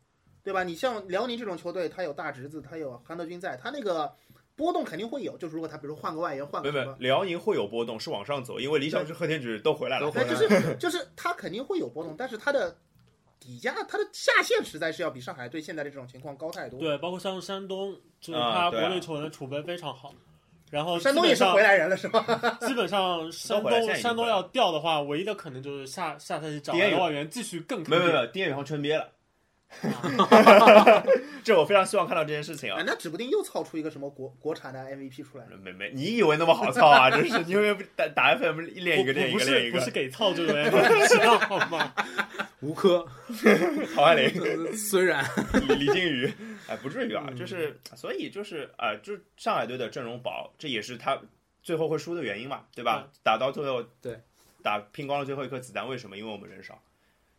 Speaker 4: 对吧？你像辽宁这种球队，他有大侄子，他有韩德君在，他那个波动肯定会有。就是如果他比如换个外援，
Speaker 3: 啊
Speaker 4: 换
Speaker 1: 没
Speaker 4: 个
Speaker 1: 有没
Speaker 4: 什
Speaker 1: 有
Speaker 4: 么，，
Speaker 1: 辽宁会有波动，是往上走，因为理想是贺天举都回来了
Speaker 2: 都。回
Speaker 4: 对，
Speaker 2: 来
Speaker 4: 就
Speaker 2: 了
Speaker 4: 是就是他肯定会有波动，但是他的底价他的下限实在是要比上海队现在的这种情况高太多。
Speaker 3: 对，包括像山东，就是
Speaker 1: 啊
Speaker 3: 他
Speaker 1: 对
Speaker 3: 国
Speaker 1: 啊
Speaker 3: 内球员的储备非常好。然后
Speaker 4: 山东也是回
Speaker 3: 来，
Speaker 4: 来人了是吧？
Speaker 3: 基本上山
Speaker 1: 都回来现
Speaker 3: 东
Speaker 1: 在已经
Speaker 3: 山东
Speaker 1: 回来
Speaker 3: 要掉的话，唯一的可能就是下下赛季找
Speaker 1: 边
Speaker 3: 来
Speaker 1: 缘
Speaker 3: 外援继续更
Speaker 1: 没
Speaker 3: 坑
Speaker 1: 有没有没
Speaker 3: 爹。
Speaker 1: 有，丁彦雨航春憋了， 这我非常希望看到这件事情
Speaker 4: 哎
Speaker 1: 啊。
Speaker 4: 那指不定又操出一个什么国国产的 MVP 出来。
Speaker 3: 哎
Speaker 1: 没没，你以为那么好操啊？真是，你以为打打 FM 练一个
Speaker 3: 我
Speaker 1: 练
Speaker 3: 我
Speaker 1: 一
Speaker 3: 不
Speaker 1: 个练一
Speaker 3: 是
Speaker 1: 个
Speaker 3: 不，是给操这个 人，你知道吗？
Speaker 2: 吴科
Speaker 1: 郝爱玲、
Speaker 2: 虽然
Speaker 1: 李李金羽，哎，不至于啊。
Speaker 2: 嗯
Speaker 1: 就是，所以就是啊、就上海队的阵容薄，这也是他最后会输的原因嘛，对吧？打到最后，
Speaker 2: 嗯对，
Speaker 1: 打拼光了最后一颗子弹，为什么？因为我们人少。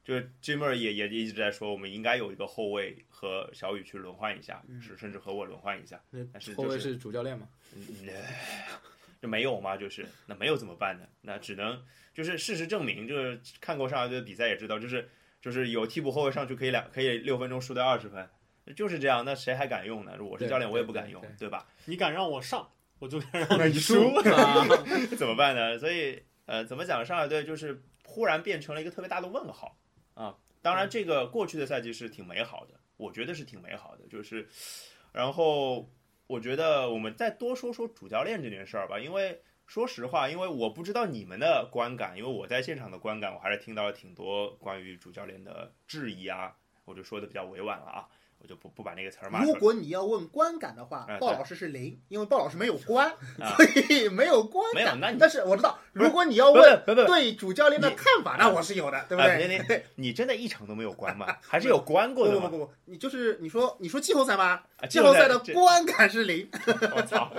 Speaker 1: 就是 Jimmer 也也一直在说，我们应该有一个后卫和小雨去轮换一下，是、甚至和我轮换一下。但是
Speaker 2: 嗯后
Speaker 1: 就
Speaker 2: 卫
Speaker 1: 是
Speaker 2: 是主教练嘛，
Speaker 1: 嗯，哎这没有嘛，就是那没有怎么办呢？那只能就是事实证明，就是看过上海队的比赛也知道，就是就是有替补后卫上去可以两可以六分钟输掉二十分，就是这样。那谁还敢用呢？我是
Speaker 2: 对
Speaker 1: 教练，我也
Speaker 2: 对
Speaker 1: 不敢
Speaker 2: 对
Speaker 1: 用，
Speaker 2: 对
Speaker 1: 对吧？
Speaker 3: 你敢让我上，我就敢让
Speaker 1: 那
Speaker 3: 你输。
Speaker 2: 啊
Speaker 1: 怎么办呢？所以呃，怎么讲，上海队就是忽然变成了一个特别大的问号啊。当然，这个过去的赛季是挺美好的，我觉得是挺美好的。就是，然后我觉得我们再多说说主教练这件事儿吧，因为说实话，因为我不知道你们的观感，因为我在现场的观感，我还是听到了挺多关于主教练的质疑啊，我就说的比较委婉了啊，我就不不把那个词儿骂出
Speaker 4: 如
Speaker 1: 来。
Speaker 4: 果你要问观感的话
Speaker 1: 哎，
Speaker 4: 鲍老师是零，因为鲍老师没有观，
Speaker 1: 啊
Speaker 4: 所以没有观
Speaker 1: 没有
Speaker 4: 感。
Speaker 1: 那你
Speaker 4: 但是我知道，
Speaker 1: 不是
Speaker 4: 如果你要
Speaker 1: 不
Speaker 4: 问
Speaker 1: 不不不，
Speaker 4: 对主教练的看法，那我是有的，对不
Speaker 1: 啊，
Speaker 4: 对？
Speaker 1: 别别， 你真的一场都没有关吗？还是有关过
Speaker 4: 不
Speaker 1: 的
Speaker 4: 不不
Speaker 1: 吗？
Speaker 4: 不，你就是你说你说季后赛吧，
Speaker 1: 啊
Speaker 4: 季后赛的
Speaker 1: 这
Speaker 4: 观感是零。
Speaker 1: 我操！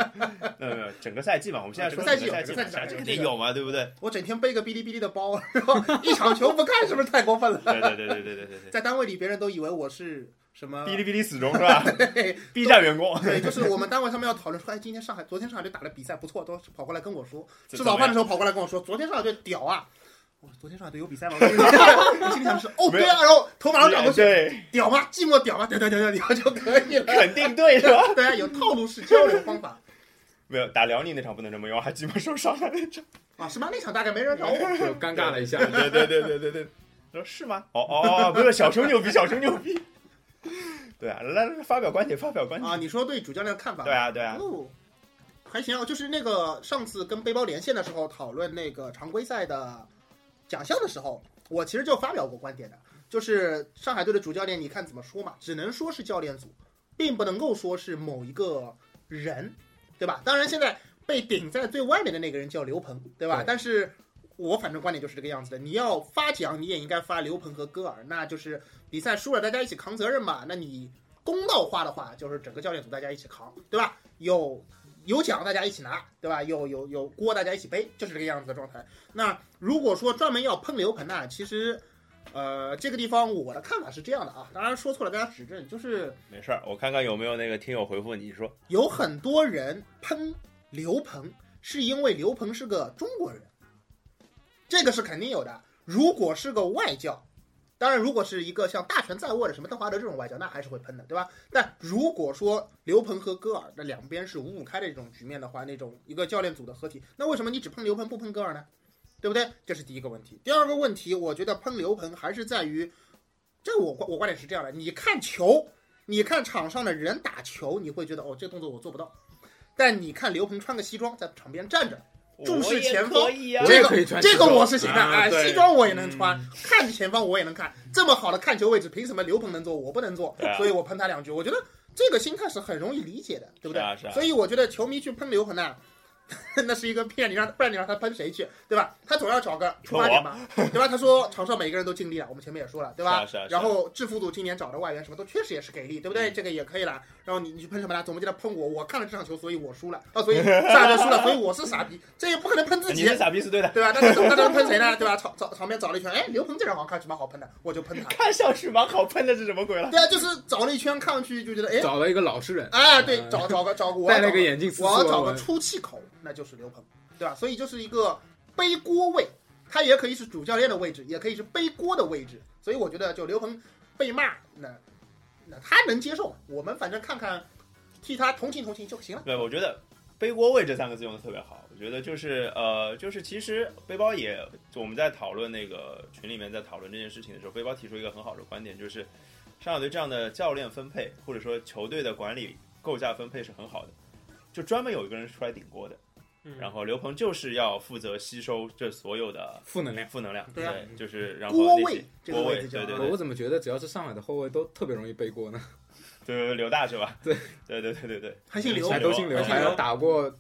Speaker 1: 没有没有，整个赛季嘛，我们现在说
Speaker 4: 整个
Speaker 1: 整个
Speaker 4: 赛
Speaker 1: 赛季嘛，
Speaker 4: 季有整个赛季有
Speaker 1: 肯定有嘛，对不 对？
Speaker 4: 我整天背个哔哩哔哩的包， 然后一场球不看，是不是太过分了？
Speaker 1: 对对对对对对对对。
Speaker 4: 在单位里，别人都以为我是什么？
Speaker 1: 哔哩哔哩死忠是吧？B 站员工
Speaker 4: 对，就是我们单位上面要讨论说，哎，今天上海，昨天上海队打的比赛不错，都跑过来跟我说，吃早饭的时候跑过来跟我说，昨天上海队屌啊！我说昨天上海队有比赛 吗？我心里想的是，哦，对啊，然后头马上转过去，
Speaker 1: 对，
Speaker 4: 屌吗？寂寞屌吗？屌屌屌屌屌就可以了。
Speaker 1: 肯定啊对是吧？
Speaker 4: 大家有套路式交流方法
Speaker 1: 没有打辽宁那场不能这么用，还鸡巴受伤了那场。
Speaker 4: 啊，是吗？那场大概没人找我，
Speaker 2: 就尴尬了一下。
Speaker 1: 对对对对对对，他说是吗？哦哦哦，不是小熊牛逼，小熊牛逼。对啊，来来来发表观点，发表观
Speaker 4: 啊，
Speaker 1: 点。
Speaker 4: 你说对主教练的看法？
Speaker 1: 对啊对啊，
Speaker 4: 哦，还行啊，就是那个上次跟背包连线的时候讨论那个常规赛的奖项的时候，我其实就发表过观点的，就是上海队的主教练，你看怎么说嘛？只能说是教练组，并不能够说是某一个人，对吧？当然现在被顶在最外面的那个人叫刘鹏，对吧？
Speaker 2: 对
Speaker 4: 但是。我反正观点就是这个样子的，你要发奖，你也应该发刘鹏和戈尔，那就是比赛输了大家一起扛责任嘛。那你公道化的话，就是整个教练组大家一起扛，对吧？有有奖大家一起拿，对吧？有有有锅大家一起背，就是这个样子的状态。那如果说专门要喷刘鹏呢，其实，呃，这个地方我的看法是这样的啊，当然说错了大家指正，就是
Speaker 1: 没事儿，我看看有没有那个听友回复你说。
Speaker 4: 有很多人喷刘鹏，是因为刘鹏是个中国人，这个是肯定有的。如果是个外教，当然如果是一个像大权在握的什么邓华德这种外教，那还是会喷的，对吧？但如果说刘鹏和戈尔那两边是五五开的这种局面的话，那种一个教练组的合体，那为什么你只喷刘鹏不喷戈尔呢？对不对？这是第一个问题。第二个问题，我觉得喷刘鹏还是在于，这个我观我观点是这样的：你看球，你看场上的人打球，你会觉得哦，这个动作我做不到。但你看刘鹏穿个西装在场边站着，注视前方
Speaker 1: 我也可以呀
Speaker 3: 啊
Speaker 2: 我
Speaker 4: 这
Speaker 2: 也
Speaker 4: 个
Speaker 2: 可以穿
Speaker 4: 这
Speaker 2: 西
Speaker 4: 个
Speaker 2: 装
Speaker 4: 我是行的，
Speaker 2: 啊
Speaker 4: 哎，
Speaker 2: 对
Speaker 4: 西装我也能穿，看前方我也能看。这么好的看球位置，凭什么刘鹏能做，我不能做
Speaker 1: 对？啊
Speaker 4: 所以我喷他两句，我觉得这个心态是很容易理解的，对不对
Speaker 1: 是啊是？啊
Speaker 4: 所以我觉得球迷去喷刘鹏呢。 那是一个骗你让，不然你让他喷谁去，对吧？他总要找个出发点吧，对吧？他说场上每个人都尽力了，我们前面也说了，对吧？
Speaker 1: 是啊是啊是啊
Speaker 4: 然后制服组今年找的外援什么都确实也是给力，对不对？这个也可以了。然后你你去喷什么呢？总不记得喷我，我看了这场球，所以我输了啊，所以上海队输了，所以我是傻逼，这也不可能喷自
Speaker 1: 你
Speaker 4: 己
Speaker 1: 是，傻逼是对的，
Speaker 4: 对吧？那他那他喷谁呢？对吧？场场场边找了一圈，哎，刘鹏这人好像看，什么好喷的，我就喷 他。
Speaker 1: 看上去蛮好喷的是什么鬼了？
Speaker 4: 对啊，就是找了一圈，看上去就觉得哎，
Speaker 2: 找了一个老实人，
Speaker 4: 啊，对，找找个找个，我要
Speaker 2: 戴了
Speaker 4: 找
Speaker 2: 一个眼镜，斯斯
Speaker 4: 我要找
Speaker 2: 文
Speaker 4: 个
Speaker 2: 文。
Speaker 4: 出气口，那就是刘鹏，对吧？所以就是一个背锅位，他也可以是主教练的位置，也可以是背锅的位置。所以我觉得，就刘鹏被骂，那那他能接受，我们反正看看，替他同情同情就行了。
Speaker 1: 对，我觉得“背锅位”这三个字用的特别好。我觉得就是呃，就是其实背包也，就我们在讨论那个群里面在讨论这件事情的时候，背包提出一个很好的观点，就是上海队这样的教练分配或者说球队的管理构架分配是很好的，就专门有一个人出来顶锅的。
Speaker 3: 嗯
Speaker 1: 然后刘鹏就是要负责吸收这所有的
Speaker 2: 负能量。
Speaker 1: 负能量，
Speaker 4: 对啊
Speaker 1: 就是然后
Speaker 4: 锅
Speaker 1: 那些
Speaker 4: 位这个
Speaker 1: 锅
Speaker 4: 位
Speaker 1: 位
Speaker 4: 置叫
Speaker 1: 对对
Speaker 2: 我怎么觉得只要是上海的后卫都特别容易背锅呢？
Speaker 1: 就是刘大是吧？
Speaker 2: 对
Speaker 1: 对对对对对。
Speaker 4: 还姓刘
Speaker 1: 刘
Speaker 2: 还，都姓刘，
Speaker 1: 还姓
Speaker 2: 还
Speaker 1: 刘
Speaker 2: 有打过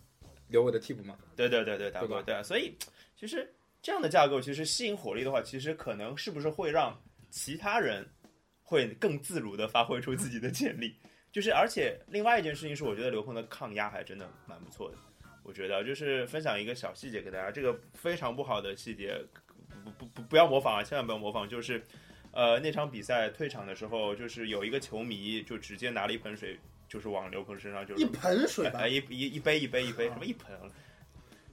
Speaker 2: 刘伟的替补吗？
Speaker 1: 对对对对，打
Speaker 2: 对吧
Speaker 1: 过对啊，所以其实这样的架构，其实吸引火力的话，其实可能是不是会让其他人会更自如的发挥出自己的潜力？就是而且另外一件事情是，我觉得刘鹏的抗压还真的蛮不错的。我觉得就是分享一个小细节给大家，这个非常不好的细节，不不不不要模仿啊，千万不要模仿。就是，呃，那场比赛退场的时候，就是有一个球迷就直接拿了一盆水，就是往刘鹏身上就是
Speaker 4: 一盆水吧
Speaker 1: 哎，，一一一杯一杯一杯，什么一盆，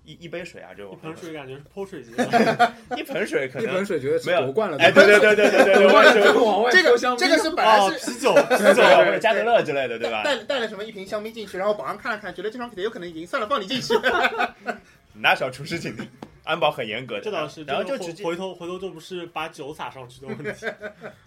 Speaker 1: 一一杯水啊，这种
Speaker 3: 一盆水感觉是泼水节，
Speaker 1: 一盆水可
Speaker 2: 一
Speaker 1: 能
Speaker 2: 盆，水觉得
Speaker 1: 没有
Speaker 2: 夺冠了，
Speaker 1: 哎，对 对对对对对对，万
Speaker 2: 就
Speaker 1: 寿
Speaker 2: 往外
Speaker 4: 这
Speaker 2: 飘
Speaker 4: 个
Speaker 2: 香槟
Speaker 4: 这个是本来
Speaker 3: 哦，
Speaker 4: 是。
Speaker 3: 啤 酒，
Speaker 1: 啤酒或者加德乐之类的，对吧？
Speaker 4: 带带了什么一瓶香槟进去，然后保安看了看，觉得这场比赛有可能赢，算了，放你进去。
Speaker 1: 拿小厨师请的，安保很严格的，
Speaker 3: 这倒是。
Speaker 1: 然后
Speaker 3: 这
Speaker 1: 就
Speaker 3: 个
Speaker 1: 直
Speaker 3: 回
Speaker 1: 接
Speaker 3: 回头回头就不是把酒洒上去的问 题，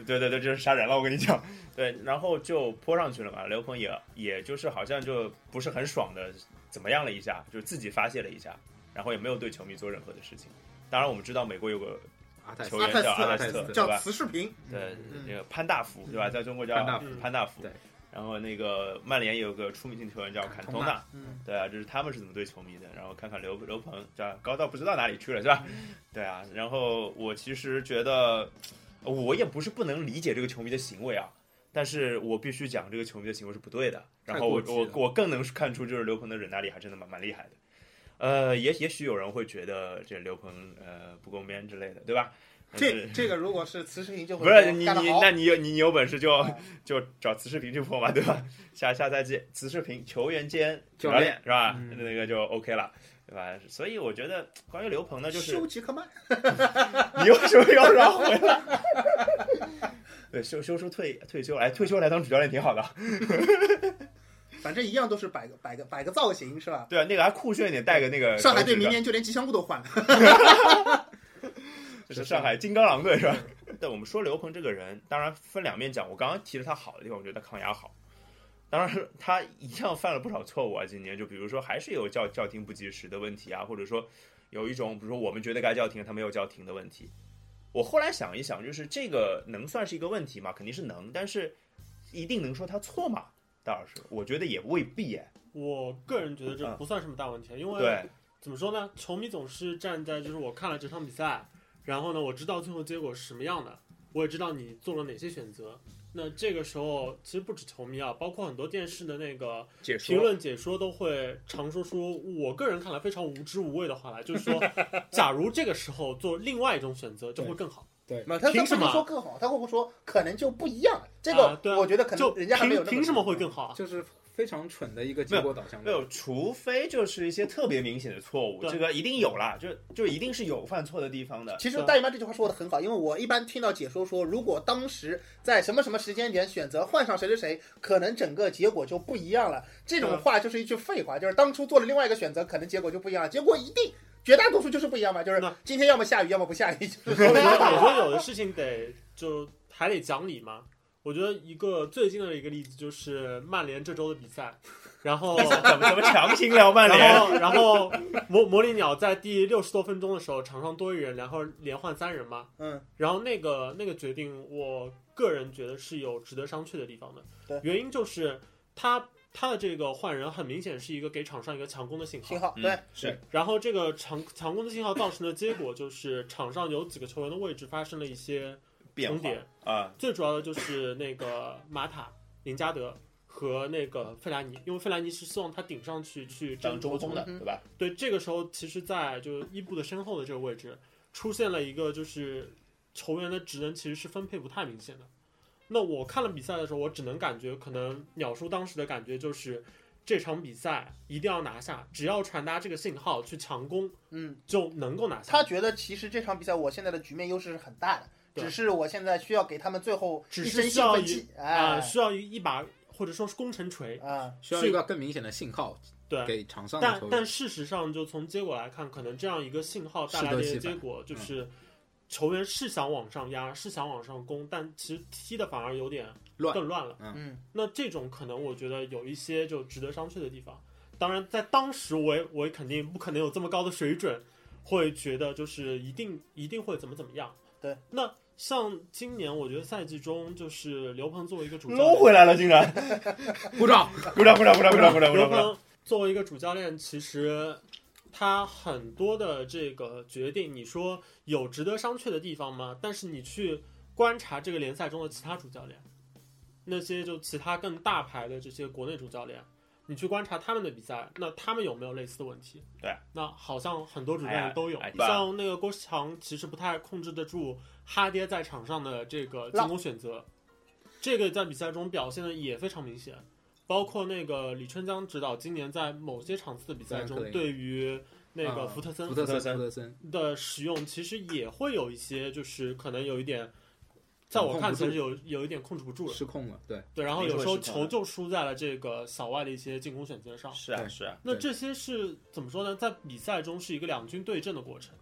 Speaker 1: 对对对，就是杀人了，我跟你讲。对，然后就泼上去了嘛。刘鹏也也就是好像就不是很爽的，怎么样了一下，就是自己发泄了一下，然后也没有对球迷做任何的事情。当然，我们知道美国有个
Speaker 5: 阿泰斯
Speaker 1: 球员叫阿
Speaker 4: 阿
Speaker 1: 拉
Speaker 4: 泰
Speaker 1: 斯特，对
Speaker 4: 叫
Speaker 1: 吧？
Speaker 4: 慈世平，
Speaker 1: 对
Speaker 4: 嗯，
Speaker 1: 那个潘大福，对吧？在中国叫
Speaker 5: 潘大
Speaker 3: 嗯
Speaker 1: 潘大福
Speaker 5: 对。
Speaker 1: 然后那个曼联也有个出名性球员叫坎
Speaker 5: 坎
Speaker 1: 通
Speaker 5: 通
Speaker 1: 纳，
Speaker 4: 嗯，
Speaker 1: 对啊，就是他们是怎么对球迷的。然后看看刘刘鹏，对吧？高到不知道哪里去了，是吧？对啊。然后我其实觉得，呃我也不是不能理解这个球迷的行为啊，但是我必须讲这个球迷的行为是不对的。然后我
Speaker 5: 太过
Speaker 1: 我
Speaker 5: 激了
Speaker 1: 我更能看出，就是刘鹏的忍耐力还真的蛮蛮厉害的。呃，也也许有人会觉得这刘鹏呃不够 man 之类的，对吧？但
Speaker 4: 这
Speaker 1: 是
Speaker 4: 这个如果是慈世平就会
Speaker 1: 不是你
Speaker 4: 干得
Speaker 1: 你
Speaker 4: 好
Speaker 1: 那你有你你有本事就
Speaker 4: 哎
Speaker 1: 就找慈世平去破嘛，对吧？下下赛季慈世平球员兼
Speaker 5: 教
Speaker 1: 练
Speaker 5: 练
Speaker 1: 是吧？
Speaker 3: 嗯
Speaker 1: 那个就 OK 了，对吧？所以我觉得关于刘鹏呢，就是
Speaker 4: 休杰克曼，
Speaker 1: 你为什么要让他回来？ 对，休休出退退休，哎，退休来当主教练挺好的。
Speaker 4: 反正一样都是摆个摆个摆个造型是吧？
Speaker 1: 对啊，那个还酷炫一点，带个那
Speaker 3: 呃
Speaker 1: 个
Speaker 4: 上海队
Speaker 1: 手指
Speaker 4: 明
Speaker 1: 的
Speaker 4: 年就连吉祥物都换了，
Speaker 1: 就是上海金刚狼队是吧？ 对，我们说刘鹏这个人，当然分两面讲。我刚刚提了他好的地方，我觉得他抗压好。当然，他一样犯了不少错误啊。今年就比如说，还是有叫叫停不及时的问题啊，或者说有一种，比如说我们觉得该叫停，他没有叫停的问题。我后来想一想，就是这个能算是一个问题吗？肯定是能，但是一定能说他错吗？戴老师，我觉得也未必耶。
Speaker 3: 我个人觉得
Speaker 4: 嗯
Speaker 3: 这不算什么大问题，因为
Speaker 1: 对，
Speaker 3: 怎么说呢？球迷总是站在就是我看了这场比赛，然后呢，我知道最后结果是什么样的，我也知道你做了哪些选择。那这个时候，其实不止球迷啊，包括很多电视的那个
Speaker 1: 解
Speaker 3: 评论解说都会常说出我个人看来非常无知无畏的话来，就是 说，假如这个时候做另外一种选择，就会更好。
Speaker 4: 没有他他
Speaker 3: 凭
Speaker 4: 不
Speaker 3: 什
Speaker 4: 是
Speaker 3: 么
Speaker 4: 说更好，他会不会说可能就不一样？这
Speaker 3: 啊
Speaker 4: 个
Speaker 3: 对啊
Speaker 4: 我觉得可
Speaker 3: 就
Speaker 4: 能人家还没有
Speaker 3: 凭
Speaker 4: 那嗯
Speaker 3: 凭什么会更好啊？
Speaker 2: 就是非常蠢的一个结果导向
Speaker 1: 没
Speaker 2: 的。
Speaker 1: 有，除非就是一些特别明显的错误，
Speaker 3: 对
Speaker 1: 这个一定有啦，就就一定是有犯错的地方 的。
Speaker 4: 其实
Speaker 3: 对
Speaker 4: 大姨妈这句话说的很好，因为我一般听到解说说，如果当时在什么什么时间点选择换上谁谁谁，可能整个结果就不一样了。这
Speaker 3: 啊
Speaker 4: 种话就是一句废话，就是当初做了另外一个选择，可能结果就不一样了。结果一定绝大多数就是不一样嘛，就是
Speaker 3: 那
Speaker 4: 今天要么下雨，要么不下雨， 就 是
Speaker 3: 我
Speaker 4: 说
Speaker 3: 觉得我觉得有的事情得就还得讲理嘛。我觉得一个最近的一个例子就是曼联这周的比赛，然后
Speaker 1: 怎么怎么强行聊曼
Speaker 3: 然
Speaker 1: 联？
Speaker 3: 后然后魔魔力鸟在第六十多分钟的时候，场上多一人，然后连换三人嘛。
Speaker 4: 嗯，
Speaker 3: 然后那个那个决定，我个人觉得是有值得商榷的地方的。
Speaker 4: 对
Speaker 3: 原因就是他他的这个换人很明显是一个给场上一个强攻的信号
Speaker 4: 挺。好。
Speaker 1: 嗯
Speaker 4: 对，
Speaker 1: 是
Speaker 3: 然后这个强强攻的信号造成的结果就是场上有几个球员的位置发生了一些
Speaker 1: 变
Speaker 3: 重
Speaker 1: 化
Speaker 3: 叠。
Speaker 1: 啊，
Speaker 3: 最主要的就是那个马塔、林加德和那个费莱尼，因为费莱尼是希望他顶上去去
Speaker 1: 当
Speaker 3: 争
Speaker 1: 中锋的
Speaker 4: 嗯
Speaker 1: 对吧？
Speaker 3: 对，这个时候其实，在就是伊布的身后的这个位置，出现了一个就是球员的职能其实是分配不太明显的。那我看了比赛的时候，我只能感觉，可能鸟叔当时的感觉就是，这场比赛一定要拿下，只要传达这个信号去强攻
Speaker 4: 嗯，
Speaker 3: 就能够拿下。啊
Speaker 4: 他觉得其实这场比赛我现在的局面优势是很大的，
Speaker 3: 对
Speaker 4: 只是我现在需要给他们最后
Speaker 3: 只
Speaker 4: 一
Speaker 3: 是
Speaker 4: 针
Speaker 3: 需
Speaker 4: 兴
Speaker 3: 要
Speaker 4: 奋
Speaker 3: 一
Speaker 4: 剂，
Speaker 3: 啊、
Speaker 4: 哎，
Speaker 3: 需要一一把或者说是攻城锤，
Speaker 4: 啊，
Speaker 2: 需要一个更明显的信号
Speaker 3: 对，
Speaker 2: 给场上的
Speaker 3: 但
Speaker 2: 球员
Speaker 3: 但。事实上，就从结果来看，可能这样一个信号带
Speaker 2: 适
Speaker 3: 来
Speaker 2: 得
Speaker 3: 的一嗯
Speaker 2: 其
Speaker 3: 个结
Speaker 2: 反
Speaker 3: 果就是，球员是想往上压，是想往上攻，但其实踢的反而有点
Speaker 2: 乱
Speaker 3: 更乱了。
Speaker 4: 嗯，
Speaker 3: 那这种可能我觉得有一些就值得商榷的地方。当然，在当时我也我也肯定不可能有这么高的水准，会觉得就是一定一定会怎么怎么样。
Speaker 4: 对，
Speaker 3: 那像今年我觉得赛季中就是刘鹏作为一个主教
Speaker 1: 搂
Speaker 3: 练，
Speaker 1: 回来了，竟然！
Speaker 2: 鼓掌！
Speaker 1: 鼓掌鼓掌鼓掌鼓掌鼓掌鼓
Speaker 3: 刘
Speaker 1: 掌鼓掌！
Speaker 3: 鹏作为一个主教练，其实他很多的这个决定，你说有值得商榷的地方吗？但是你去观察这个联赛中的其他主教练，那些就其他更大牌的这些国内主教练，你去观察他们的比赛，那他们有没有类似的问题？
Speaker 1: 对，
Speaker 3: 那好像很多主教
Speaker 1: 哎呀
Speaker 3: 练都有，
Speaker 1: 哎呀
Speaker 3: 像那个郭士强其实不太控制得住哈爹在场上的这个进攻选择，这个在比赛中表现的也非常明显。包括那个李春江指导今年在某些场次的比赛
Speaker 2: 弗兰克
Speaker 3: 中，
Speaker 2: 林
Speaker 3: 对于那个
Speaker 2: 啊
Speaker 3: 福特森
Speaker 2: 福特
Speaker 1: 福特
Speaker 2: 森，
Speaker 1: 森
Speaker 2: 福特森，
Speaker 3: 的使用，其实也会有一些，就是可能有一点，在我看起来是有有一点控制不住了。
Speaker 2: 失控了，对，
Speaker 3: 对，然后有时
Speaker 1: 你说
Speaker 3: 候
Speaker 1: 的是
Speaker 3: 球就输在了这个小外的一些进攻选择上。
Speaker 1: 是啊
Speaker 2: 对
Speaker 1: 是啊，
Speaker 3: 那
Speaker 2: 对
Speaker 3: 这些是怎么说呢？在比赛中是一个两军对阵的过程。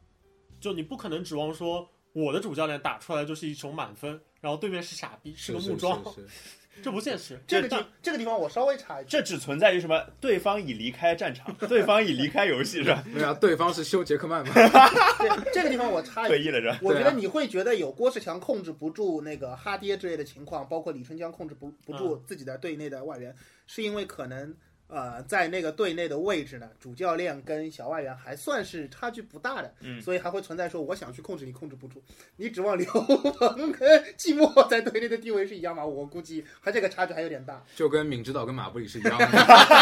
Speaker 3: 就你不可能指望说我的主教练打出来就是一手满分，然后对面是傻逼，个木桩，
Speaker 2: 是是是
Speaker 3: 这不现实。
Speaker 4: 这个
Speaker 3: 但
Speaker 4: 地这个地方我稍微插一句，
Speaker 1: 这只存在于什么？对方已离开战场，对方已离开游戏是吧？
Speaker 2: 没有啊，对方是修杰克曼嘛？
Speaker 4: 对这个地方我插一句，
Speaker 1: 退役了是吧？
Speaker 4: 我觉
Speaker 2: 对
Speaker 4: 得
Speaker 2: 啊
Speaker 4: 你会觉得有郭士强控制不住那个哈爹之类的情况，包括李春江控制不不住自己的队内的外援，是因为可能呃在那个队内的位置呢，主教练跟小外援还算是差距不大的，
Speaker 1: 嗯
Speaker 4: 所以还会存在说我想去控制你控制不住，你指望刘鹏跟季默在队内的地位是一样吗？我估计他这个差距还有点 大。
Speaker 2: 就跟敏指导跟马布里是一样的，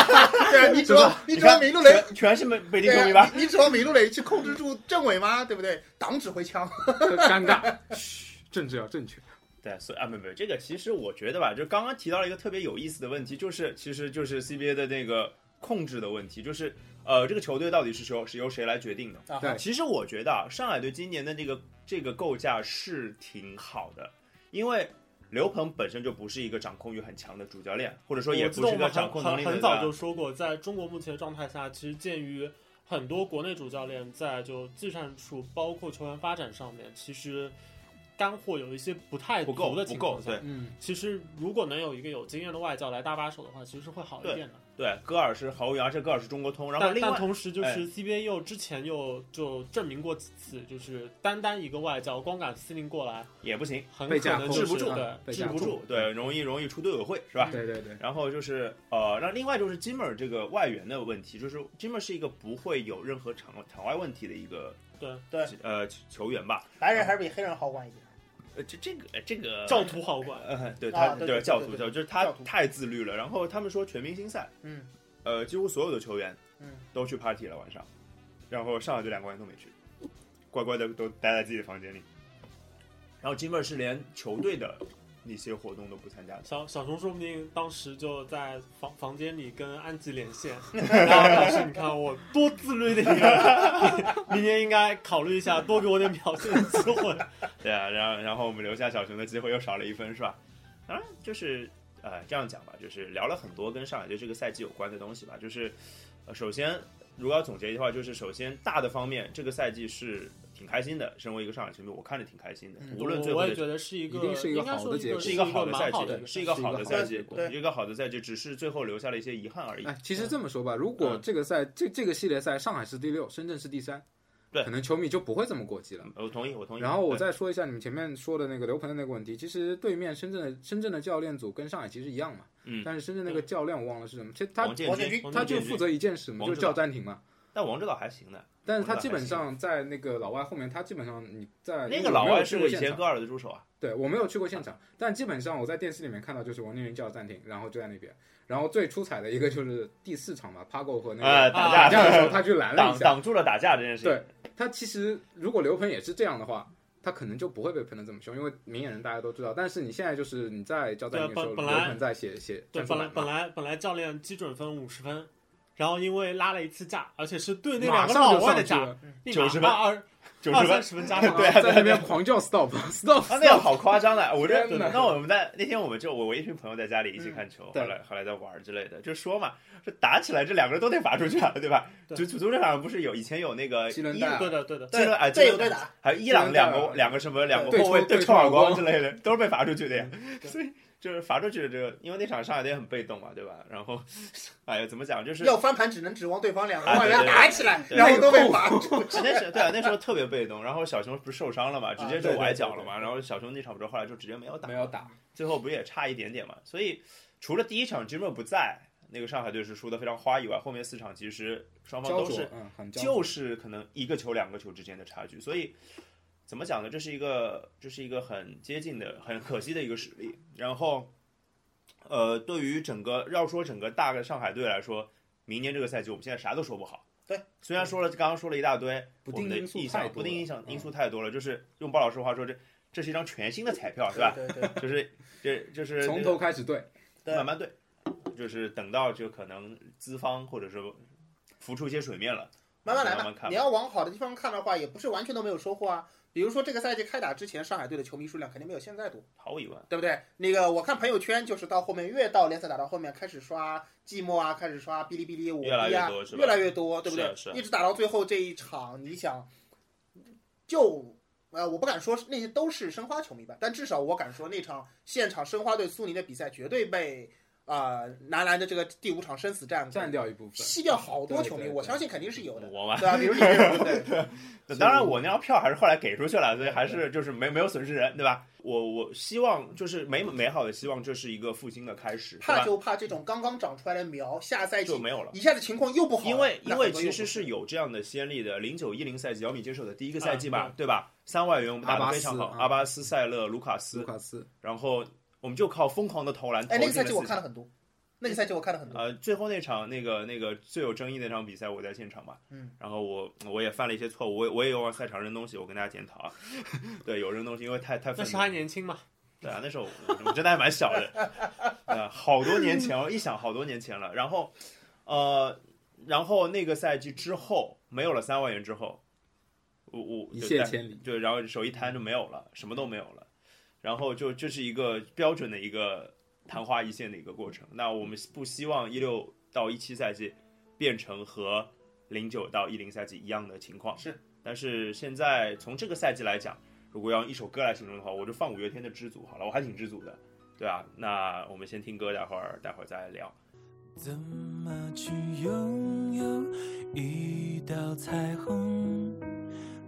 Speaker 4: 对啊，你指望你
Speaker 1: 你
Speaker 4: 指望
Speaker 1: 看，
Speaker 4: 闵鹿蕾。
Speaker 1: 全全是被被定
Speaker 4: 对
Speaker 1: 中
Speaker 4: 啊
Speaker 1: 一吧？
Speaker 4: 你你指望闵鹿蕾去控制住政委吗？对不对？党指挥枪，
Speaker 2: 尴尬。嘘，政治要正确。
Speaker 1: 对，所以啊，没有没有，这个其实我觉得吧，就刚刚提到了一个特别有意思的问题，就是其实就是 CBA 的那个控制的问题，就是呃，这个球队到底是由是由谁来决定的？
Speaker 3: 啊
Speaker 2: 对
Speaker 1: 其实我觉得啊，上海队今年的这个这个构架是挺好的，因为刘鹏本身就不是一个掌控欲很强的主教练，或者说也
Speaker 3: 我记
Speaker 1: 不
Speaker 3: 得
Speaker 1: 是
Speaker 3: 我
Speaker 1: 一个
Speaker 3: 们
Speaker 1: 掌
Speaker 3: 很
Speaker 1: 控能力
Speaker 3: 很
Speaker 1: 的啊
Speaker 3: 很早就说过，在中国目前的状态下，其实鉴于很多国内主教练在就技战术包括球员发展上面，其实干货有一些不太
Speaker 1: 不够
Speaker 3: 足的
Speaker 1: 不
Speaker 3: 情
Speaker 1: 够
Speaker 3: 况，下
Speaker 1: 对，
Speaker 2: 嗯，
Speaker 3: 其实如果能有一个有经验的外教来搭把手的话，其实是会好一点的。
Speaker 1: 对，戈尔是毫无疑问，而且戈尔是中国通，然后
Speaker 3: 但
Speaker 1: 另
Speaker 3: 但
Speaker 1: 外
Speaker 3: 同时，就
Speaker 1: 哎
Speaker 3: 是 CBA 又之前又就证明过几次，就是单单一个外教光杆司令过来，
Speaker 1: 也不行，
Speaker 3: 很
Speaker 2: 被
Speaker 3: 可
Speaker 2: 架
Speaker 3: 能
Speaker 2: 空
Speaker 3: 就是啊
Speaker 1: 治不住
Speaker 3: 对
Speaker 2: 被
Speaker 1: 治
Speaker 2: 架
Speaker 1: 不
Speaker 2: 空
Speaker 1: 住，对，容易容易出队委会是吧？
Speaker 2: 对对对，
Speaker 1: 然后就是呃，那另外就是 Jimmer 这个外援的问题，就是 Jimmer 是一个不会有任何场场外问题的一个
Speaker 3: 对
Speaker 4: 对
Speaker 1: 呃球员吧？
Speaker 4: 白人还是比黑人好管一点。
Speaker 1: 呃，这这个这个
Speaker 3: 教徒好管。
Speaker 1: 呃，对他
Speaker 4: 啊对
Speaker 1: 对
Speaker 4: 对
Speaker 1: 教
Speaker 4: 对
Speaker 1: 徒
Speaker 4: 对
Speaker 1: 教，就是他
Speaker 4: 教徒
Speaker 1: 太自律了。然后他们说全明星赛，
Speaker 4: 嗯
Speaker 1: 呃，几乎所有的球员
Speaker 4: 嗯，
Speaker 1: 都去 party 了晚上，然后上海队两个人都没去，乖乖的都待在自己的房间里。然后 Jimmer 是连球队的那些活动都不参加的。
Speaker 3: 小小熊说不定当时就在房房间里跟安吉连线，然后老师，你看我多自律的一个人，明明年应该考虑一下，多给我点表现的机会。
Speaker 1: 对啊，然后然后我们留下小熊的机会又少了一分，是吧？当然就是呃这样讲吧，就是聊了很多跟上海队这个赛季有关的东西吧。就是、呃、首先如果要总结的话，就是首先大的方面，这个赛季是挺开心的。身为一个上海球迷，我看着挺开心的，
Speaker 4: 嗯
Speaker 1: 无论最
Speaker 3: 我
Speaker 1: 后
Speaker 3: 我
Speaker 1: 的
Speaker 3: 也觉得是一个，
Speaker 2: 一定是一个
Speaker 3: 应该说
Speaker 2: 好的结果
Speaker 1: 是
Speaker 3: 是
Speaker 1: 一
Speaker 3: 一
Speaker 1: 个
Speaker 3: 个
Speaker 1: 好的赛季
Speaker 3: 蛮好的，
Speaker 1: 是一个好的赛季，
Speaker 2: 对
Speaker 4: 对
Speaker 1: 一个好的赛季，只是最后留下了一些遗憾而已。
Speaker 2: 哎，其实这么说吧，如
Speaker 1: 嗯
Speaker 2: 果这个赛这这个系列赛上海是第六，深圳是第三，
Speaker 1: 对
Speaker 2: 可能球迷就不会这么过激了。
Speaker 1: 我同意，我同意。
Speaker 2: 然后我
Speaker 1: 对
Speaker 2: 再说一下你们前面说的那个刘鹏的那个问题，其实对面深圳的深圳的教练组跟上海其实一样嘛，
Speaker 1: 嗯
Speaker 2: 但是深圳那个教练我忘了是什么，其实他
Speaker 1: 王建
Speaker 4: 王建
Speaker 1: 军
Speaker 4: 军，
Speaker 2: 他就
Speaker 1: 建军
Speaker 2: 负责一件事嘛，
Speaker 1: 王
Speaker 2: 就是
Speaker 1: 指导
Speaker 2: 叫暂停嘛。
Speaker 1: 但王指导还行的，
Speaker 2: 但是他基本上在那个老外后面，他基本上你在
Speaker 1: 那
Speaker 2: 因
Speaker 1: 个
Speaker 2: 为
Speaker 1: 老
Speaker 2: 我哎没有
Speaker 1: 外
Speaker 2: 去
Speaker 1: 是
Speaker 2: 过
Speaker 1: 以
Speaker 2: 现
Speaker 1: 前
Speaker 2: 场
Speaker 1: 戈尔的助手啊。
Speaker 2: 对我没有去过现场，但基本上我在电视里面看到就是王健林叫暂停，然后就在那边。然后最出彩的一个就是第四场吧，Pago 和那
Speaker 1: 呃，
Speaker 2: 个
Speaker 1: 打
Speaker 2: 打
Speaker 1: 架
Speaker 2: 架的时候，他去拦了一
Speaker 1: 挡
Speaker 2: 下。
Speaker 1: 挡住了打架这件事情。
Speaker 2: 对 他其实如果刘鹏也是这样的话，他可能就不会被喷的这么凶，因为明眼人大家都知道。但是你现在就是你在叫暂停的时候，
Speaker 3: 对本本
Speaker 2: 刘
Speaker 3: 来
Speaker 2: 鹏在写写
Speaker 3: 对，
Speaker 2: 战术
Speaker 3: 本
Speaker 2: 板嘛
Speaker 3: 来本来本来教练基准分五十分，然后因为拉了一次架，而且是对那
Speaker 2: 马
Speaker 3: 两个
Speaker 2: 上
Speaker 3: 老
Speaker 2: 就
Speaker 3: 外的
Speaker 2: 上
Speaker 3: 啊
Speaker 2: 去
Speaker 3: 架，
Speaker 2: 了，
Speaker 3: 立马
Speaker 1: 90分
Speaker 3: 二二
Speaker 1: 九
Speaker 3: 二
Speaker 1: 十分
Speaker 3: 三，十分加上，
Speaker 2: 对，在那边狂叫 stop stop，
Speaker 1: 啊，那个好夸张的！我这
Speaker 2: 天哪
Speaker 1: 那我们在那天我们就我我一群朋友在家里一起看球，
Speaker 2: 对
Speaker 1: 后来后来在玩儿之类的，就说嘛，说打起来这两个人都得罚出去啊，对吧？
Speaker 3: 对
Speaker 1: 足足球场上不是有以前有那个
Speaker 2: 七轮
Speaker 1: 伊
Speaker 2: 带
Speaker 3: 对的 对的，
Speaker 1: 这个哎，
Speaker 4: 队
Speaker 1: 这
Speaker 4: 友
Speaker 1: 个
Speaker 4: 对打，
Speaker 1: 还有伊朗
Speaker 2: 七轮带
Speaker 1: 两个两个什么两个
Speaker 2: 对
Speaker 1: 后卫对
Speaker 2: 对抽
Speaker 1: 抽耳光
Speaker 2: 耳光
Speaker 1: 之类的，都是被罚出去的呀。
Speaker 4: 对
Speaker 1: 所以就是罚出去的这个，因为那场上海队很被动嘛，对吧？然后， 哎呀，怎么讲就是
Speaker 4: 要翻盘只能指望对方两个
Speaker 1: 啊
Speaker 4: 外
Speaker 1: 对对
Speaker 4: 援
Speaker 1: 对
Speaker 4: 打起来，
Speaker 1: 对
Speaker 4: 然后都被罚住。
Speaker 1: 那时候对啊，那时候特别被动。然后小熊不是受伤了嘛，直接
Speaker 2: 啊对
Speaker 1: 就
Speaker 2: 对
Speaker 1: 崴
Speaker 2: 对
Speaker 1: 脚了
Speaker 2: 对
Speaker 1: 嘛。然后小熊那场不是后来就直接没有打
Speaker 2: 没，有打，
Speaker 1: 最后不也差一点点嘛？所以除了第一场 Jimmer 不在，那个上海队是输的非常花以外，后面四场其实双方
Speaker 2: 焦
Speaker 1: 都
Speaker 2: 灼
Speaker 1: 是，
Speaker 2: 嗯，很焦灼。
Speaker 1: 就是可能一个球两个球之间的差距，所以。怎么讲呢？这是一个，这是一个很接近的、很可惜的一个实力。然后，呃，对于整个要说整个大的上海队来说，明年这个赛季我们现在啥都说不好。
Speaker 4: 对，
Speaker 1: 虽然说了刚刚说了一大堆，
Speaker 2: 不定
Speaker 1: 我们的
Speaker 2: 因素
Speaker 1: 意
Speaker 2: 太
Speaker 1: 向
Speaker 2: 多
Speaker 1: 不定
Speaker 2: 了
Speaker 1: 影响因
Speaker 2: 嗯
Speaker 1: 素太多了。就是用鲍老师的话说，这这是一张全新的彩 票，是吧？
Speaker 4: 对对
Speaker 1: 就是这就是
Speaker 2: 从头开始对，
Speaker 4: 对
Speaker 1: 慢慢对，就是等到就可能资方或者说浮出一些水面了，
Speaker 4: 慢慢来
Speaker 1: 慢慢
Speaker 4: 吧。
Speaker 1: 看吧
Speaker 4: 你要往好的地方看的话，也不是完全都没有收获啊。比如说这个赛季开打之前，上海队的球迷数量肯定没有现在多，
Speaker 1: 毫无疑问。
Speaker 4: 对不对？那个我看朋友圈，就是到后面越到联赛打到后面，开始刷寂寞啊，开始刷哔哩哔哩、我
Speaker 1: 越来
Speaker 4: 逼
Speaker 1: 越
Speaker 4: 啊
Speaker 1: 多是，吧
Speaker 4: 越来越多，对不对
Speaker 1: 是是？
Speaker 4: 一直打到最后这一场，你想就呃，我不敢说那些都是申花球迷吧，但至少我敢说那场现场申花对苏宁的比赛绝对被啊、呃男篮的这个第五场生死战
Speaker 2: 占掉一部分。
Speaker 4: 吸掉好多
Speaker 2: 对
Speaker 4: 球迷，
Speaker 2: 对
Speaker 4: 我
Speaker 2: 对
Speaker 4: 相信肯定是有的，
Speaker 1: 我嗯吧，
Speaker 4: 对吧、比如李志，对，
Speaker 1: 那当然，我那张票还是后来给出去了，所以还是就是没没有损失人，对吧？我我希望就是美美好的希望，这是一个复兴的开始，对
Speaker 4: 怕
Speaker 1: 吧？
Speaker 4: 就怕这种刚刚长出来的苗，下赛
Speaker 1: 就
Speaker 4: 季
Speaker 1: 没有了。
Speaker 4: 一下子情况又不好了，
Speaker 1: 因为
Speaker 4: 那
Speaker 1: 因为
Speaker 4: 很多
Speaker 1: 其
Speaker 4: 又不
Speaker 1: 实是有这样的先例的，零九一零赛季姚米接手的第一个赛季吧，
Speaker 3: 啊
Speaker 1: 对吧？三外援我们打
Speaker 2: 阿
Speaker 1: 得
Speaker 2: 巴
Speaker 1: 非常
Speaker 2: 斯
Speaker 1: 好，
Speaker 2: 啊
Speaker 1: 阿巴斯、塞勒、卢卡斯
Speaker 2: 卢，卡斯
Speaker 1: 然后我们就靠疯狂的投篮投
Speaker 4: 哎，
Speaker 1: 进
Speaker 4: 那
Speaker 1: 了
Speaker 4: 个赛季我
Speaker 1: 四
Speaker 4: 看了很多，那个赛季我看了很多，
Speaker 1: 呃，最后那场那个那个最有争议那场比赛，我在现场嘛，
Speaker 4: 嗯，
Speaker 1: 然后我我也犯了一些错误，我也我也有往赛场扔东西，我跟大家检讨啊， 对，有扔东西，因为太太
Speaker 3: 那
Speaker 1: 愤
Speaker 3: 时
Speaker 1: 怒
Speaker 3: 候还
Speaker 1: 了，
Speaker 3: 年轻嘛，
Speaker 1: 对啊，那时候我我真的还蛮小的，啊，好多年前，我一想好多年前了，然后呃，然后那个赛季之后没有了三万元之后，我我
Speaker 2: 一
Speaker 1: 就
Speaker 2: 泻
Speaker 1: 带
Speaker 2: 千里
Speaker 1: 就然后手一摊就没有了，什么都没有了，然后就这是一个标准的一个昙花一现的一个过程。那我们不希望一六到一七赛季变成和零九到一零赛季一样的情况，
Speaker 4: 是。
Speaker 1: 但是现在从这个赛季来讲，如果要用一首歌来形容的话，我就放五月天的《知足》好了，我还挺知足的，对啊。那我们先听歌，待会儿待会儿再聊。
Speaker 5: 怎么去拥有一道彩虹？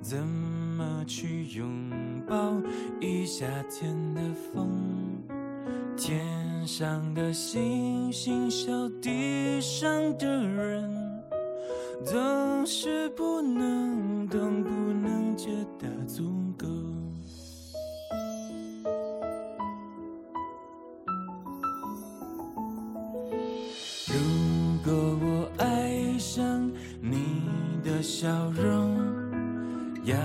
Speaker 5: 怎么去拥抱一夏天的风？天上的星星笑地上的人，总是不能懂，不能觉得足够。如果我爱上你的笑容，要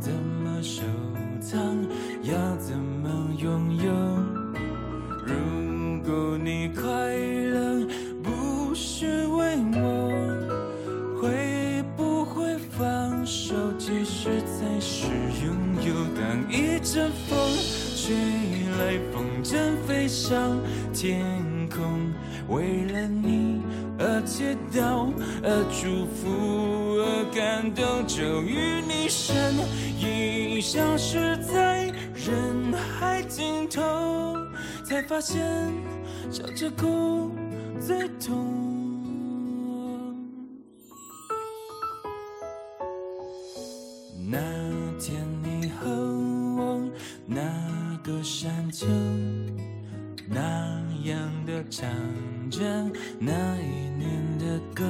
Speaker 5: 怎么收藏？要怎么拥有？如果你快乐不是为我，会不会放手？其实才是拥有。当一阵风吹来，风筝飞上天空。为了你而祈祷，而祝福，而感动，终于你身影消失在人海尽头，才发现笑着哭最痛。那天你和我那个山丘。那样的唱着那一年的歌，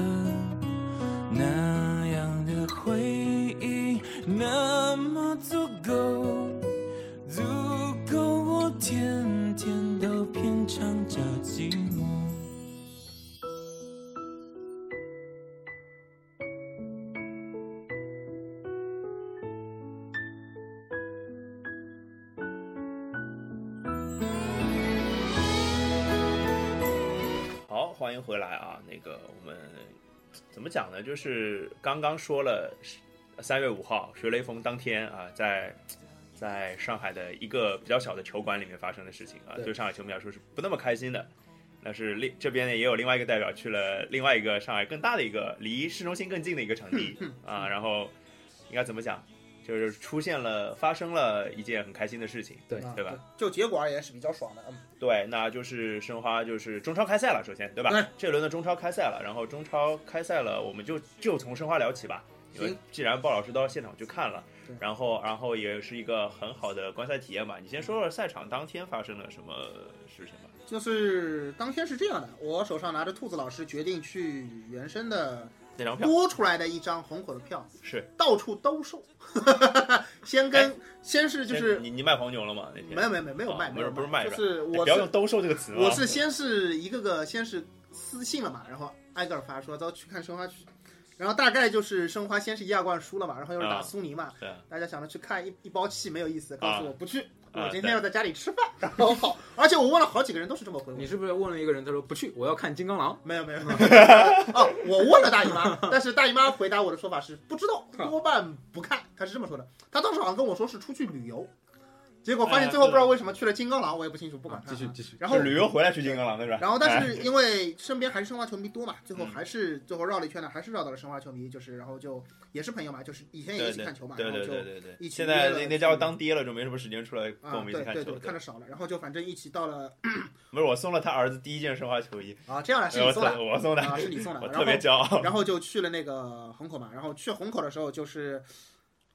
Speaker 5: 那样的回忆，那么足够，足够我天天都品尝着寂寞。
Speaker 1: 好，欢迎回来啊！那个我们怎么讲呢？就是刚刚说了，三月五号学雷锋当天啊，在在上海的一个比较小的球馆里面发生的事情啊，
Speaker 2: 对
Speaker 1: 对上海球迷来说是不那么开心的。但是另这边呢，也有另外一个代表去了另外一个上海更大的一个离市中心更近的一个场地啊，然后应该怎么讲？就是出现了，发生了一件很开心的事情，
Speaker 2: 对
Speaker 4: 啊
Speaker 1: 对吧？
Speaker 4: 就就结果而言是比较爽的，嗯，
Speaker 1: 对，那就是申花就是中超开赛了，首先对吧？
Speaker 4: 对
Speaker 1: 这一轮的中超开赛了，然后中超开赛了，我们就就从申花聊起吧，因为
Speaker 4: 行
Speaker 1: 既然鲍老师到现场去看了
Speaker 4: 对，
Speaker 1: 然后然后也是一个很好的观赛体验吧。你先说说赛场当天发生了什么事情吧。
Speaker 4: 就是当天是这样的，我手上拿着兔子老师决定去原生的
Speaker 1: 那张票
Speaker 4: 多出来的一张红火的票，
Speaker 1: 是
Speaker 4: 到处 兜售，先跟先是就是
Speaker 1: 你你卖黄牛了吗？那天
Speaker 4: 没有没有没有没有
Speaker 1: 哦
Speaker 4: 卖
Speaker 1: 不
Speaker 4: 没
Speaker 1: 是
Speaker 4: 有
Speaker 1: 不是卖哎
Speaker 4: 就
Speaker 1: 着
Speaker 4: 是
Speaker 1: 你
Speaker 4: 我
Speaker 1: 不要用
Speaker 4: 是
Speaker 1: 兜售这个词啊。
Speaker 4: 我是先是一个个先是私信了嘛，然后挨个儿发说走去看申花去，然后大概就是申花先是亚冠输了嘛，然后又是
Speaker 1: 啊
Speaker 4: 打苏宁嘛，
Speaker 1: 对啊
Speaker 4: 大家想着去看一一包气没有意思，告诉我不去，
Speaker 1: 啊
Speaker 4: 我今天要在家里吃饭。然后好，而且我问了好几个人都是这么回我
Speaker 2: 你。是不是问了一个人？他说不去，我要看金刚狼。
Speaker 4: 没有没有，没有哦，我问了大姨妈，但是大姨妈回答我的说法是不知道，多半不看，她是这么说的。她当时好像跟我说是出去旅游，结果发现最后不知道为什么去了金刚狼，我也不清楚，不管
Speaker 2: 啊
Speaker 4: 他。
Speaker 2: 继续继续。
Speaker 4: 然后
Speaker 1: 是旅游回来去金刚狼对吧？
Speaker 4: 然后，但
Speaker 1: 哎嗯
Speaker 4: 是因为身边还是申花球迷多嘛，最后还是最后绕了一圈呢，还是绕到了申花球迷，就是然后就也是朋友嘛，就是以前也一起看球嘛，
Speaker 1: 哎对
Speaker 4: 然后
Speaker 1: 对
Speaker 4: 就
Speaker 1: 对对对
Speaker 4: 一
Speaker 1: 对，
Speaker 4: 起
Speaker 1: 现在
Speaker 4: 约了
Speaker 1: 那那家伙当爹了，就没什么时间出来跟我
Speaker 4: 啊，
Speaker 1: 们一
Speaker 4: 对
Speaker 1: 起看
Speaker 4: 对
Speaker 1: 球
Speaker 4: 对，。看的少了，然后就反正一起到了
Speaker 1: 不是我送了他儿子第一件申花球衣，
Speaker 4: 啊，这样了，是你
Speaker 1: 呃哎我
Speaker 4: 送的
Speaker 1: 我送的，
Speaker 4: 啊，是你送 的，
Speaker 1: 我
Speaker 4: 然
Speaker 1: 特
Speaker 4: 后
Speaker 1: 别骄 傲。
Speaker 4: 然后就去了那个虹口嘛，然后去虹口的时候就是，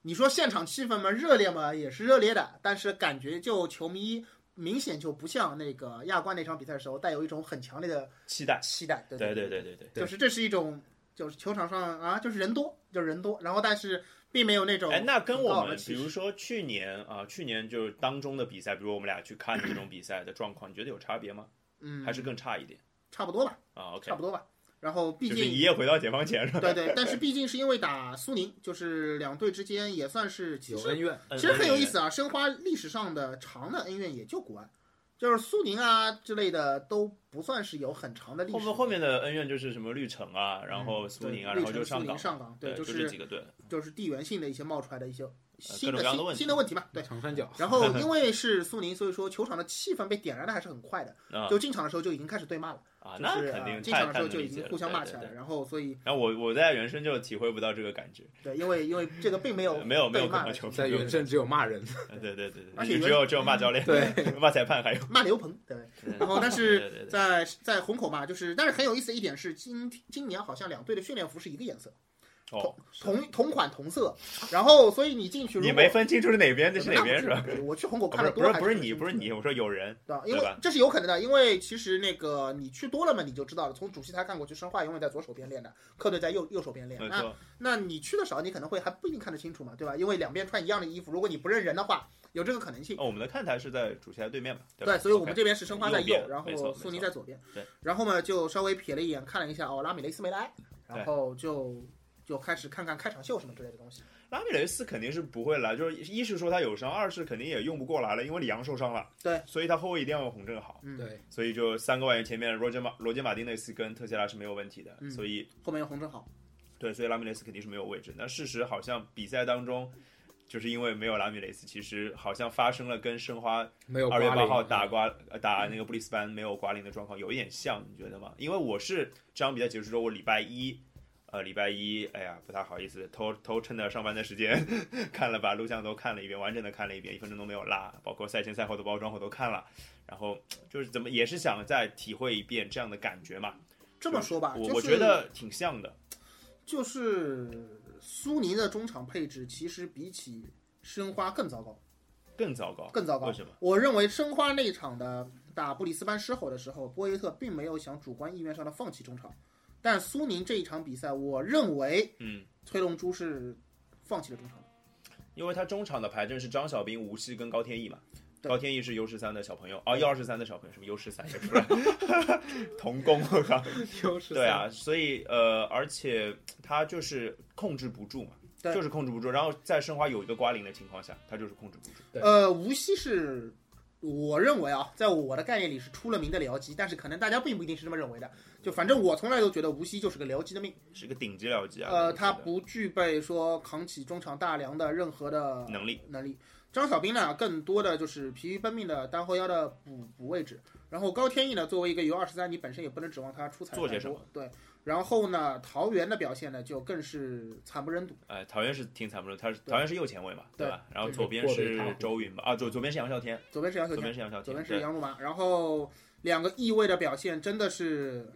Speaker 4: 你说现场气氛嘛，热烈嘛，也是热烈的，但是感觉就球迷明显就不像那个亚冠那场比赛的时候带有一种很强烈的
Speaker 1: 期待，
Speaker 4: 期待，对
Speaker 1: 对
Speaker 4: 对
Speaker 1: 对对对对。
Speaker 2: 对
Speaker 4: 就是这是一种就是球场上啊，就是人多，就是人多，然后但是并没有那种
Speaker 1: 哎，那跟我
Speaker 4: 很高的啊
Speaker 1: 们
Speaker 4: 气
Speaker 1: 比
Speaker 4: 势
Speaker 1: 如说去年啊，去年就是当中的比赛，比如我们俩去看的这种比赛的状况，你觉得有差别吗？
Speaker 4: 嗯
Speaker 1: 还是更差一点
Speaker 4: 差不多吧，
Speaker 1: 啊？OK，
Speaker 4: 差不多吧。然后毕
Speaker 1: 就是一
Speaker 4: 竟
Speaker 1: 夜回到解放前是吧？
Speaker 4: 对对，但是毕竟是因为打苏宁，就是两队之间也算是其
Speaker 2: 有
Speaker 4: 实
Speaker 2: 恩怨，
Speaker 1: 嗯
Speaker 4: 其实很有意。思啊，申花历史上的长的恩怨也就国安，就是苏宁啊之类的都不算是有很长的历
Speaker 1: 嗯后
Speaker 4: 史。
Speaker 1: 面后面的恩怨就是什么绿城啊，然后苏宁啊，
Speaker 4: 嗯对
Speaker 1: 然后就
Speaker 4: 绿城
Speaker 1: 上
Speaker 4: 苏宁
Speaker 1: 港，
Speaker 4: 上港，对，
Speaker 1: 就这
Speaker 4: 是
Speaker 1: 几个队。
Speaker 4: 就是地缘性的一些冒出来的一些新
Speaker 1: 各
Speaker 4: 的
Speaker 1: 种各样的
Speaker 4: 新
Speaker 1: 问题
Speaker 4: 新的问题嘛，对。
Speaker 2: 长 三角。
Speaker 4: 然后因为是苏宁，所以说球场的气氛被点燃的还是很快的，
Speaker 1: 啊
Speaker 4: 就进场的时候就已经开始对骂了，
Speaker 1: 啊，
Speaker 4: 就
Speaker 1: 那
Speaker 4: 是
Speaker 1: 肯
Speaker 4: 啊
Speaker 1: 定
Speaker 4: 进
Speaker 1: 太
Speaker 4: 场
Speaker 1: 太
Speaker 4: 的时候
Speaker 1: 能
Speaker 4: 就
Speaker 1: 理
Speaker 4: 已
Speaker 1: 解
Speaker 4: 经
Speaker 1: 了
Speaker 4: 互相骂起来
Speaker 1: 对对
Speaker 4: 了。
Speaker 1: 对
Speaker 4: 然后所以
Speaker 1: 然后我我在原生就体会不到这个感觉，
Speaker 4: 对，因为因为这个并没有
Speaker 1: 没有没有
Speaker 4: 对骂
Speaker 1: 看
Speaker 4: 的
Speaker 1: 到球迷
Speaker 2: 在原生只有骂人，
Speaker 1: 啊对对对
Speaker 4: 而
Speaker 1: 对，
Speaker 4: 且
Speaker 1: 你只有只有骂教练，
Speaker 2: 对，
Speaker 1: 骂裁判还有，
Speaker 4: 骂刘鹏， 对。然后但
Speaker 1: 对对对
Speaker 4: 是
Speaker 1: 对
Speaker 4: 在在虹口嘛，就是但是很有意思的一点是，今今年好像两队的训练服是一个颜色，
Speaker 1: 哦，
Speaker 4: 同同款同色，然后所以你进去如果呃
Speaker 1: 你没分清楚是哪边，这是哪边是吧？？
Speaker 4: 我去虹口
Speaker 1: 啊
Speaker 4: 看
Speaker 1: 不
Speaker 4: 的
Speaker 1: 是不
Speaker 4: 多
Speaker 1: 是
Speaker 4: 还
Speaker 1: 不
Speaker 4: 是
Speaker 1: 是你不是你，我说有人
Speaker 4: 对吧？因为
Speaker 1: 对吧
Speaker 4: 这是有可能的，因为其实那个你去多了嘛，你就知道了。从主席台看过去，申花永远在左手边练的，客队在右右手边练。
Speaker 1: 没
Speaker 4: 那
Speaker 1: 错，
Speaker 4: 那你去的少，你可能会还不一定看得清楚嘛，对吧？因为两边穿一样的衣服，如果你不认人的话，有这个可能性。
Speaker 1: 哦，我们的看台是在主席台对面嘛，吧？
Speaker 4: 对，所以我们
Speaker 1: OK
Speaker 4: 这边是申花在
Speaker 1: 右边
Speaker 4: 然
Speaker 1: 没错
Speaker 4: 后苏宁在左边。
Speaker 1: 对，
Speaker 4: 然后嘛，就稍微瞥了一眼，看了一下，哦，拉米雷斯没来，然
Speaker 1: 对
Speaker 4: 后就就开始看看开场秀什么之类的东西。
Speaker 1: 拉米雷斯肯定是不会来，就是一是说他有伤，二是肯定也用不过来了，因为里昂受伤了，
Speaker 4: 对，
Speaker 1: 所以他后卫一定要用洪正好，
Speaker 4: 嗯，，
Speaker 2: 对，
Speaker 1: 所以就三个外援前面罗杰马罗杰马丁内斯跟特谢拉是没有问题的，
Speaker 4: 嗯
Speaker 1: 所以
Speaker 4: 后面有洪正好，
Speaker 1: 对，所以拉米雷斯肯定是没有位置。那事实好像比赛当中，就是因为没有拉米雷斯，其实好像发生了跟申花
Speaker 2: 没
Speaker 4: 呃
Speaker 2: 有
Speaker 1: 二月
Speaker 2: 瓜
Speaker 1: 八
Speaker 2: 零
Speaker 1: 号打
Speaker 4: 嗯
Speaker 1: 瓜呃打那个布里斯班没有瓜林的状况有一点像，你觉得吗？因为我是这场比赛结束之后，我礼拜一。呃，礼拜一，哎呀，不太好意思，偷偷趁着上班的时间 看了，把录像都看了一遍，完整的看了一遍，一分钟都没有落，包括赛前赛后的包装我都看了，然后就是怎么也是想再体会一遍这样的感觉嘛。
Speaker 4: 这么说吧，
Speaker 1: 我、
Speaker 4: 就是
Speaker 1: 我觉得挺像的，
Speaker 4: 就是苏宁的中场配置其实比起申花更糟糕，
Speaker 1: 更糟糕，
Speaker 4: 更糟糕
Speaker 1: 为。什么？
Speaker 4: 我认为申花那一场的打布里斯班狮吼的时候，波耶特并没有想主观意愿上的放弃中场，但苏宁这一场比赛，我认为
Speaker 1: 嗯，
Speaker 4: 崔龙珠是放弃了中场的。
Speaker 1: 因为他中场的排阵是张小兵、吴曦跟高天意嘛。
Speaker 4: 对
Speaker 1: 高天意是 U 十三的小朋友，啊，U 二十三的小朋友，什么 U 十三也出来， 童工，我靠，
Speaker 2: 优势
Speaker 1: 对啊，所以呃，而且他就是控制不住嘛，
Speaker 4: 对
Speaker 1: 就是控制不住。然后在申花有一个瓜零的情况下，他就是控制不住。
Speaker 2: 对
Speaker 4: 呃，无锡是，我认为啊，在我的概念里是出了名的僚机，但是可能大家并不一定是这么认为的。就反正我从来都觉得无锡就是个僚机的命，
Speaker 1: 是个顶级了级啊。
Speaker 4: 呃，
Speaker 1: 我觉得
Speaker 4: 他不具备说扛起中场大梁的任何的
Speaker 1: 能力
Speaker 4: 能力。张小兵呢，更多的就是疲于奔命的单后腰的补补位置。然后高天意呢，作为一个 U 二十三，你本身也不能指望他出彩
Speaker 1: 做些
Speaker 4: 太
Speaker 1: 什
Speaker 4: 多
Speaker 1: 么。
Speaker 4: 对，然后呢，桃园的表现呢，就更是惨不忍睹。
Speaker 1: 呃，桃园是挺惨不忍，他是
Speaker 4: 对
Speaker 1: 桃园是右前卫嘛，
Speaker 4: 对
Speaker 1: 吧？然后
Speaker 4: 嗯
Speaker 1: 左边
Speaker 2: 过得一塌糊
Speaker 1: 是
Speaker 2: 涂
Speaker 1: 周云吧，啊，左左边是杨啸天，
Speaker 4: 左边是杨秀
Speaker 1: 左
Speaker 4: 天
Speaker 1: 边，是杨啸
Speaker 4: 左
Speaker 1: 天，
Speaker 4: 边是
Speaker 1: 对，
Speaker 4: 杨鲁马，然后两个翼位的表现真的是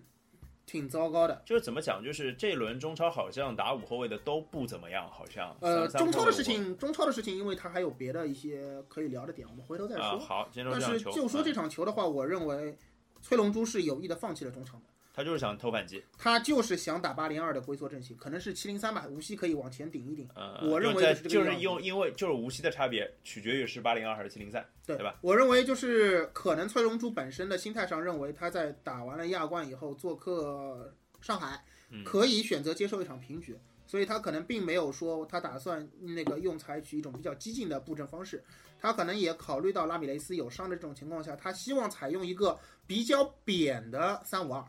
Speaker 4: 挺糟糕的。
Speaker 1: 就是怎么讲，就是这一轮中超好像打五后卫的都不怎么样，好像
Speaker 4: 呃，
Speaker 1: 三三
Speaker 4: 中超
Speaker 1: 后卫
Speaker 4: 的事
Speaker 1: 五后卫
Speaker 4: 情，中超的事情，因为它还有别的一些可以聊的点，我们回头再
Speaker 1: 啊、
Speaker 4: 说。
Speaker 1: 好，今天
Speaker 4: 但
Speaker 1: 这样
Speaker 4: 是
Speaker 1: 球，
Speaker 4: 就说这
Speaker 1: 嗯
Speaker 4: 场球的话，我认为崔龙珠是有意的放弃了中场的，
Speaker 1: 他就是想偷反击。
Speaker 4: 他就是想打八零二的龟缩阵型，可能是七零三吧，无锡可以往前顶一顶。
Speaker 1: 呃，
Speaker 4: 我认为
Speaker 1: 在
Speaker 4: 就是这
Speaker 1: 就
Speaker 4: 个
Speaker 1: 是
Speaker 4: 样子
Speaker 1: 因为因为就是无锡的差别取决于是八零二还是七零三。
Speaker 4: 对
Speaker 1: 对吧？
Speaker 4: 我认为就是可能崔龙珠本身的心态上认为他在打完了亚冠以后做客上海，
Speaker 1: 嗯
Speaker 4: 可以选择接受一场平局，所以他可能并没有说他打算那个用采取一种比较激进的布阵方式，他可能也考虑到拉米雷斯有伤的这种情况下，他希望采用一个比较扁的三五二。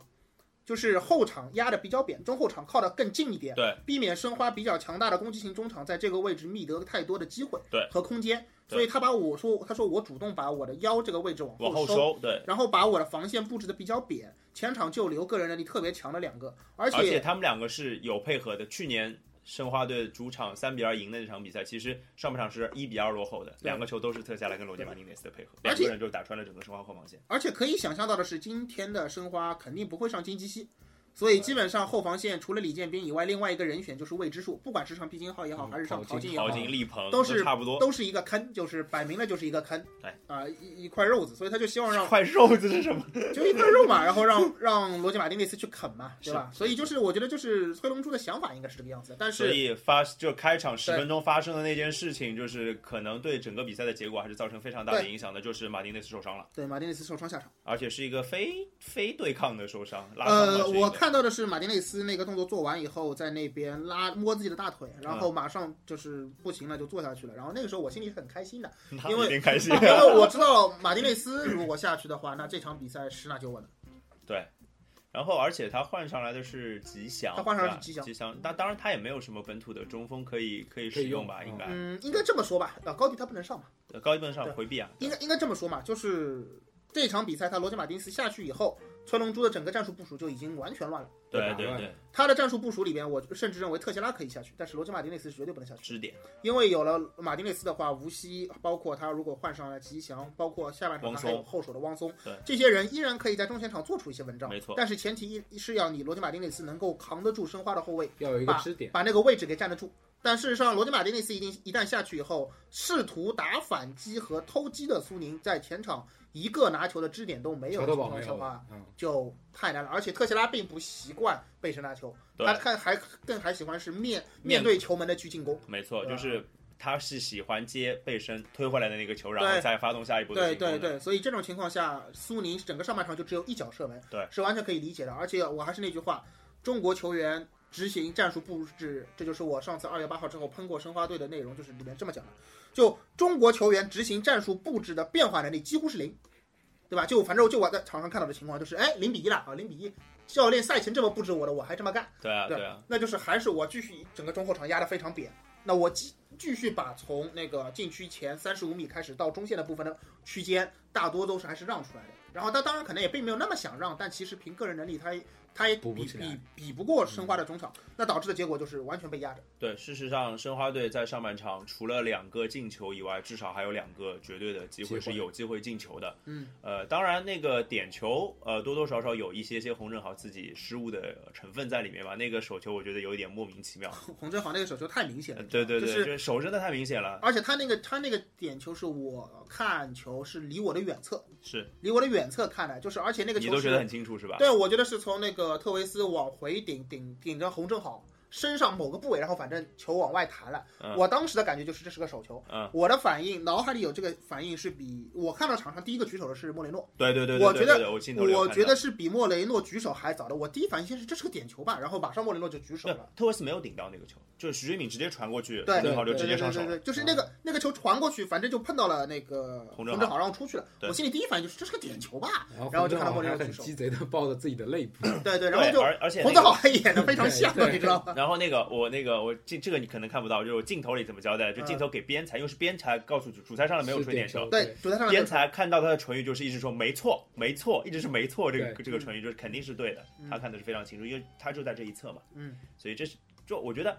Speaker 4: 就是后场压的比较扁，中后场靠的更近一点，
Speaker 1: 对，
Speaker 4: 避免申花比较强大的攻击型中场在这个位置觅得太多的机会
Speaker 1: 对
Speaker 4: 和空间，
Speaker 1: 对
Speaker 4: 所以他把我说，他说我主动把我的腰这个位置往
Speaker 1: 往后
Speaker 4: 收，
Speaker 1: 收，对，
Speaker 4: 然后把我的防线布置的比较扁，前场就留个人能力特别强的两个，而
Speaker 1: 而
Speaker 4: 且
Speaker 1: 他们两个是有配合的。去年申花队主场三比二赢的那场比赛，其实上半场是一比二落后的，两个球都是特下来跟罗杰马丁内斯的配合，
Speaker 4: 而
Speaker 1: 两
Speaker 4: 且
Speaker 1: 个人就打穿了整个申花后防线。
Speaker 4: 而且可以想象到的是，今天的申花肯定不会上金基西，所以基本上后防线除了李建斌以外，另外一个人选就是未知数，不管是上毕金浩也好，还是上
Speaker 2: 陶
Speaker 4: 陶
Speaker 2: 晶
Speaker 4: 晶也
Speaker 1: 陶
Speaker 4: 好，
Speaker 1: 晶、力鹏
Speaker 4: 都是
Speaker 1: 差不多。
Speaker 4: 都是一个坑，就是摆明了就是一个坑，
Speaker 1: 对
Speaker 4: 啊、一一块肉子，所以他就希望让
Speaker 1: 块肉子是什么？
Speaker 4: 就一块肉嘛，然后让让罗杰马丁内斯去啃嘛，对吧？所以就是我觉得就是崔龙珠的想法应该是这个样子的，但
Speaker 1: 所
Speaker 4: 是
Speaker 1: 以发就开场十
Speaker 4: 对
Speaker 1: 分钟发生的那件事情，就是可能对整个比赛的结果还是造成非常大的影响的，就是马丁内斯受伤了，
Speaker 4: 对马丁内斯受伤下场。
Speaker 1: 而且是一个非非对抗的受伤，拉伤了
Speaker 4: 呃，
Speaker 1: 是一个
Speaker 4: 我看到的是马丁内斯那个动作做完以后，在那边拉摸自己的大腿，
Speaker 1: 嗯
Speaker 4: 然后马上就是不行了，就坐下去了。然后那个时候我心里是很 开心的，
Speaker 1: 他
Speaker 4: 因为
Speaker 1: 有点开心
Speaker 4: 因为我知道马丁内斯如果下去的话，那这场比赛十拿九稳了。
Speaker 1: 然后，而且他换上来的是吉祥，
Speaker 4: 他换上
Speaker 1: 是
Speaker 4: 来
Speaker 1: 吧
Speaker 4: 是吉祥
Speaker 1: 吉祥。但当然，他也没有什么本土的中锋可以可以使用吧？
Speaker 2: 可以
Speaker 1: 应
Speaker 2: 用
Speaker 1: 该、
Speaker 4: 嗯，应该这么说吧，啊，高迪他不能上嘛，
Speaker 1: 呃高一本上
Speaker 4: 对
Speaker 1: 回避啊，
Speaker 4: 应该应该这么说嘛，就是这场比赛他罗杰马丁斯下去以后，崔龙珠的整个战术部署就已经完全乱了。
Speaker 1: 对
Speaker 2: 对
Speaker 1: 对
Speaker 2: 吧
Speaker 1: 对，
Speaker 4: 他的战术部署里边，我甚至认为特谢拉可以下去，但是罗杰马丁内斯是绝对不能下去的。
Speaker 1: 支点
Speaker 4: 因为有了马丁内斯的话，无锡包括他如果换上了吉祥，包括下半场
Speaker 1: 汪
Speaker 4: 他
Speaker 1: 松
Speaker 4: 还有后手的汪松
Speaker 1: 对，
Speaker 4: 这些人依然可以在中前场做出一些文章。
Speaker 1: 没错
Speaker 4: 但是前提是要你罗杰马丁内斯能够扛得住申花的后卫，
Speaker 2: 要有一个支点，
Speaker 4: 把那个位置给占得住。但事实上，罗杰马丁内斯一定一旦下去以后，试图打反击和偷击的苏宁在前场一个拿球的支点都没有
Speaker 2: 桥
Speaker 4: 的
Speaker 2: 头
Speaker 4: 情
Speaker 2: 堡
Speaker 4: 况
Speaker 2: 没
Speaker 4: 下
Speaker 2: 有
Speaker 4: 的话
Speaker 2: 了，，嗯，
Speaker 4: 就太难了。而且特谢拉并不习惯背身拿球，
Speaker 1: 对
Speaker 4: 他看还更还喜欢是面
Speaker 1: 面
Speaker 4: 面对球门的去进攻。
Speaker 1: 没错，
Speaker 4: 对
Speaker 1: 就
Speaker 4: 吧
Speaker 1: 是他是喜欢接背身推回来的那个球，然后
Speaker 4: 对
Speaker 1: 再发动下一步的
Speaker 4: 对
Speaker 1: 进攻
Speaker 4: 对
Speaker 1: 的
Speaker 4: 对，所以这种情况下，苏宁整个上半场就只有一脚射门，
Speaker 1: 对
Speaker 4: 是完全可以理解的。而且我还是那句话，中国球员执行战术布置，这就是我上次二月八号之后喷过申花队的内容，就是里面这么讲的，就中国球员执行战术布置的变化能力几乎是零，对吧？就反正就我在场上看到的情况就是，哎，零比一了啊，零比一。教练赛前这么布置我的，我还这么干，
Speaker 1: 对啊
Speaker 4: 对
Speaker 1: 对啊，
Speaker 4: 那就是还是我继续整个中后场压得非常扁，那我继继续把从那个禁区前三十五米开始到中线的部分的区间，大多都是还是让出来的。然后他当然可能也并没有那么想让，但其实凭个人能力他也，他也
Speaker 2: 补
Speaker 4: 比
Speaker 2: 不起来
Speaker 4: 比比不
Speaker 1: 嗯
Speaker 4: 过申花的中场，那导致的结果就是完全被压着。
Speaker 1: 对。事实上，申花队在上半场除了两个进球以外，至少还有两个绝对的机会
Speaker 2: 机
Speaker 1: 是
Speaker 2: 会
Speaker 1: 有机会进球的。
Speaker 4: 嗯，
Speaker 1: 呃，当然那个点球，呃，多多少少有一些些洪振豪自己失误的成分在里面吧。那个手球我觉得有一点莫名其妙。
Speaker 4: 洪振豪那个手球太明显了，
Speaker 1: 呃对对对，
Speaker 4: 就是
Speaker 1: 是手真的太明显了，
Speaker 4: 而且他那个他那个点球是我看球是离我的远侧，
Speaker 1: 是
Speaker 4: 离我的远侧看来，就是而且那个球
Speaker 1: 你都
Speaker 4: 是
Speaker 1: 觉得很清楚是吧？
Speaker 4: 对，我觉得是从那个特维斯往回顶顶顶着洪正好身上某个部位，然后反正球往外弹了。
Speaker 1: 嗯
Speaker 4: 我当时的感觉就是这是个手球。
Speaker 1: 嗯
Speaker 4: 我的反应，脑海里有这个反应是比我看到场上第一个举手的是莫雷诺，
Speaker 1: 对对对对，
Speaker 4: 我
Speaker 1: 对
Speaker 4: 觉
Speaker 1: 对
Speaker 4: 得
Speaker 1: 对我镜头里有
Speaker 4: 我
Speaker 1: 看
Speaker 4: 觉
Speaker 1: 到
Speaker 4: 得是比莫雷诺举手还早的。我第一反应先是这是个点球吧，然后马上莫雷诺就举手
Speaker 1: 没有
Speaker 4: 了。
Speaker 1: 特维斯没有顶到那个球，就是徐追敏直接传过去，
Speaker 4: 对
Speaker 1: 正 好就
Speaker 4: 对
Speaker 1: 直
Speaker 4: 对
Speaker 1: 接
Speaker 4: 对
Speaker 1: 上
Speaker 4: 对
Speaker 1: 手嗯
Speaker 4: 对，就是那个那个球传过去，反正就碰到了那个
Speaker 1: 洪
Speaker 4: 洪
Speaker 1: 正
Speaker 4: 正
Speaker 1: 好
Speaker 4: 好，让出去了。
Speaker 1: 对
Speaker 4: 我心里第一反应就是这是个点球吧，
Speaker 2: 然
Speaker 4: 然
Speaker 2: 后
Speaker 4: 后就看到
Speaker 2: 我
Speaker 4: 莫雷
Speaker 2: 还
Speaker 4: 诺
Speaker 2: 很
Speaker 4: 举手。
Speaker 2: 鸡贼的抱着自己的肋 部，
Speaker 4: 对对，然后
Speaker 1: 对，
Speaker 4: 就
Speaker 1: 而而且
Speaker 4: 洪
Speaker 1: 那
Speaker 4: 正
Speaker 1: 个
Speaker 4: 好还演的非常像
Speaker 2: 对，对
Speaker 4: 你知道 吗？
Speaker 1: 然后那个我那个我这这个你可能看不到，就是我镜头里怎么交代，就
Speaker 4: 嗯
Speaker 1: 镜头给边裁，因为是边裁告诉主主裁上来没有
Speaker 2: 是
Speaker 1: 吹
Speaker 2: 点
Speaker 1: 点球
Speaker 2: 球，
Speaker 4: 对，主裁上来
Speaker 1: 边裁看到他的唇语，就是一直说没错，没错，一直是没错。这个
Speaker 2: 对
Speaker 1: 这个唇语就是肯定是对的，
Speaker 4: 嗯
Speaker 1: 他看的是非常清楚，因为他就在这一侧嘛，
Speaker 4: 嗯，
Speaker 1: 所以这是就我觉得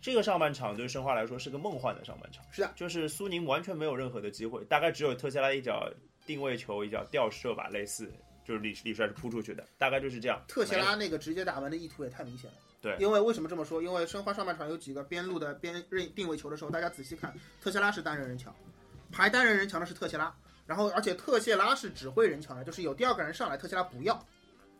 Speaker 1: 这个上半场对申花来说是个梦幻的上半场，
Speaker 4: 是的，
Speaker 1: 就是苏宁完全没有任何的机会，大概只有特谢拉一脚定位球，一脚吊射吧，类似就是李李帅是扑出去的，大概就是这样。
Speaker 4: 特谢
Speaker 1: 没有
Speaker 4: 拉那个直接打门的意图也太明显了。
Speaker 1: 对
Speaker 4: 因为为什么这么说？因为申花上半场有几个边路的边认定位球的时候，大家仔细看，特谢拉是单人人墙，排单人人墙的是特谢拉，然后而且特谢拉是指挥人墙的，就是有第二个人上来，特谢拉不要，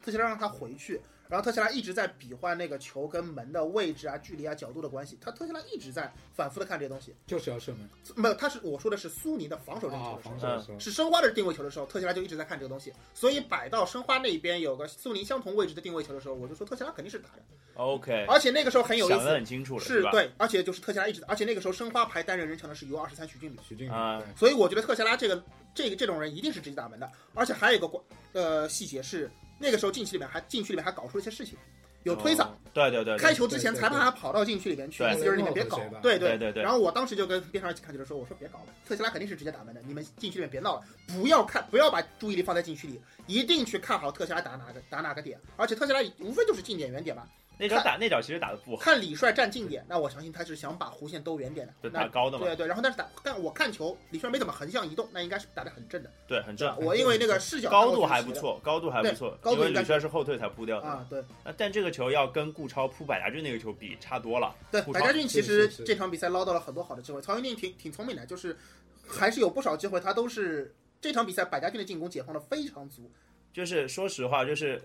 Speaker 4: 特谢拉让他回去，然后特谢拉一直在比划那个球跟门的位置啊、距离啊、角度的关系，他特谢拉一直在反复的看这些东西。
Speaker 2: 就是要射门
Speaker 4: 没有，他是我说的是苏宁的防守这个球
Speaker 2: 啊，
Speaker 4: 的时候
Speaker 2: 防守
Speaker 1: 嗯
Speaker 2: 的时候
Speaker 4: 是申花的定位球的时候，特谢拉就一直在看这个东西，所以摆到申花那边有个苏宁相同位置的定位球的时候，我就说特谢拉肯定是打的，
Speaker 1: OK，
Speaker 4: 而且那个时候很有意
Speaker 1: 想得
Speaker 4: 思，
Speaker 1: 很清楚了，
Speaker 4: 是
Speaker 1: 吧？
Speaker 4: 对，而且就是特谢拉一直，而且那个时候申花排单人人墙的是由二十三徐俊宇，
Speaker 2: 徐俊
Speaker 1: 啊
Speaker 2: 宇，对
Speaker 4: 所以我觉得特谢拉这个这个这种人一定是直接打门的，而且还有一个关呃细节是那个时候禁区里面还禁区里面还搞出了一些事情，有推搡，
Speaker 1: 哦对对对，对
Speaker 4: 开球之前
Speaker 2: 对对
Speaker 4: 裁判还跑到禁区里面去，
Speaker 1: 对
Speaker 4: 意思就是你们别搞
Speaker 2: 对对，
Speaker 4: 对
Speaker 1: 对对对
Speaker 4: 然后我当时就跟边上看球的说，我说别搞了，特斯拉肯定是直接打门的，你们禁区里面别闹了，不要看，不要把注意力放在禁区里，一定去看好特斯拉打哪个打哪个点，而且特斯拉无非就是近点远点嘛。
Speaker 1: 那脚打那脚其实打的不好，
Speaker 4: 看李帅站近点，那我相信他是想把弧线兜远点的。
Speaker 1: 对
Speaker 4: 那
Speaker 1: 打高的嘛，
Speaker 4: 对对，然后但是打，但我看球，李帅没怎么横向移动，那应该是打得很正的。
Speaker 1: 对，很
Speaker 4: 对吧
Speaker 1: 正，
Speaker 4: 我因为那个视角
Speaker 1: 高度还不错，高度还不错，
Speaker 4: 对高
Speaker 1: 因
Speaker 4: 度
Speaker 1: 为
Speaker 4: 应该
Speaker 1: 吕帅是后退才扑掉的。
Speaker 4: 啊，对
Speaker 1: 那但这个球要跟顾超扑百家俊那个球比，差多了。
Speaker 4: 对，
Speaker 1: 顾超
Speaker 4: 白家俊
Speaker 2: 是
Speaker 4: 其实
Speaker 2: 是是
Speaker 4: 这场比赛捞到了很多好的机会，曹云金挺挺聪明的，就是还是有不少机会，他都是这场比赛百家俊的进攻解放的非常足，
Speaker 1: 就是说实话，就是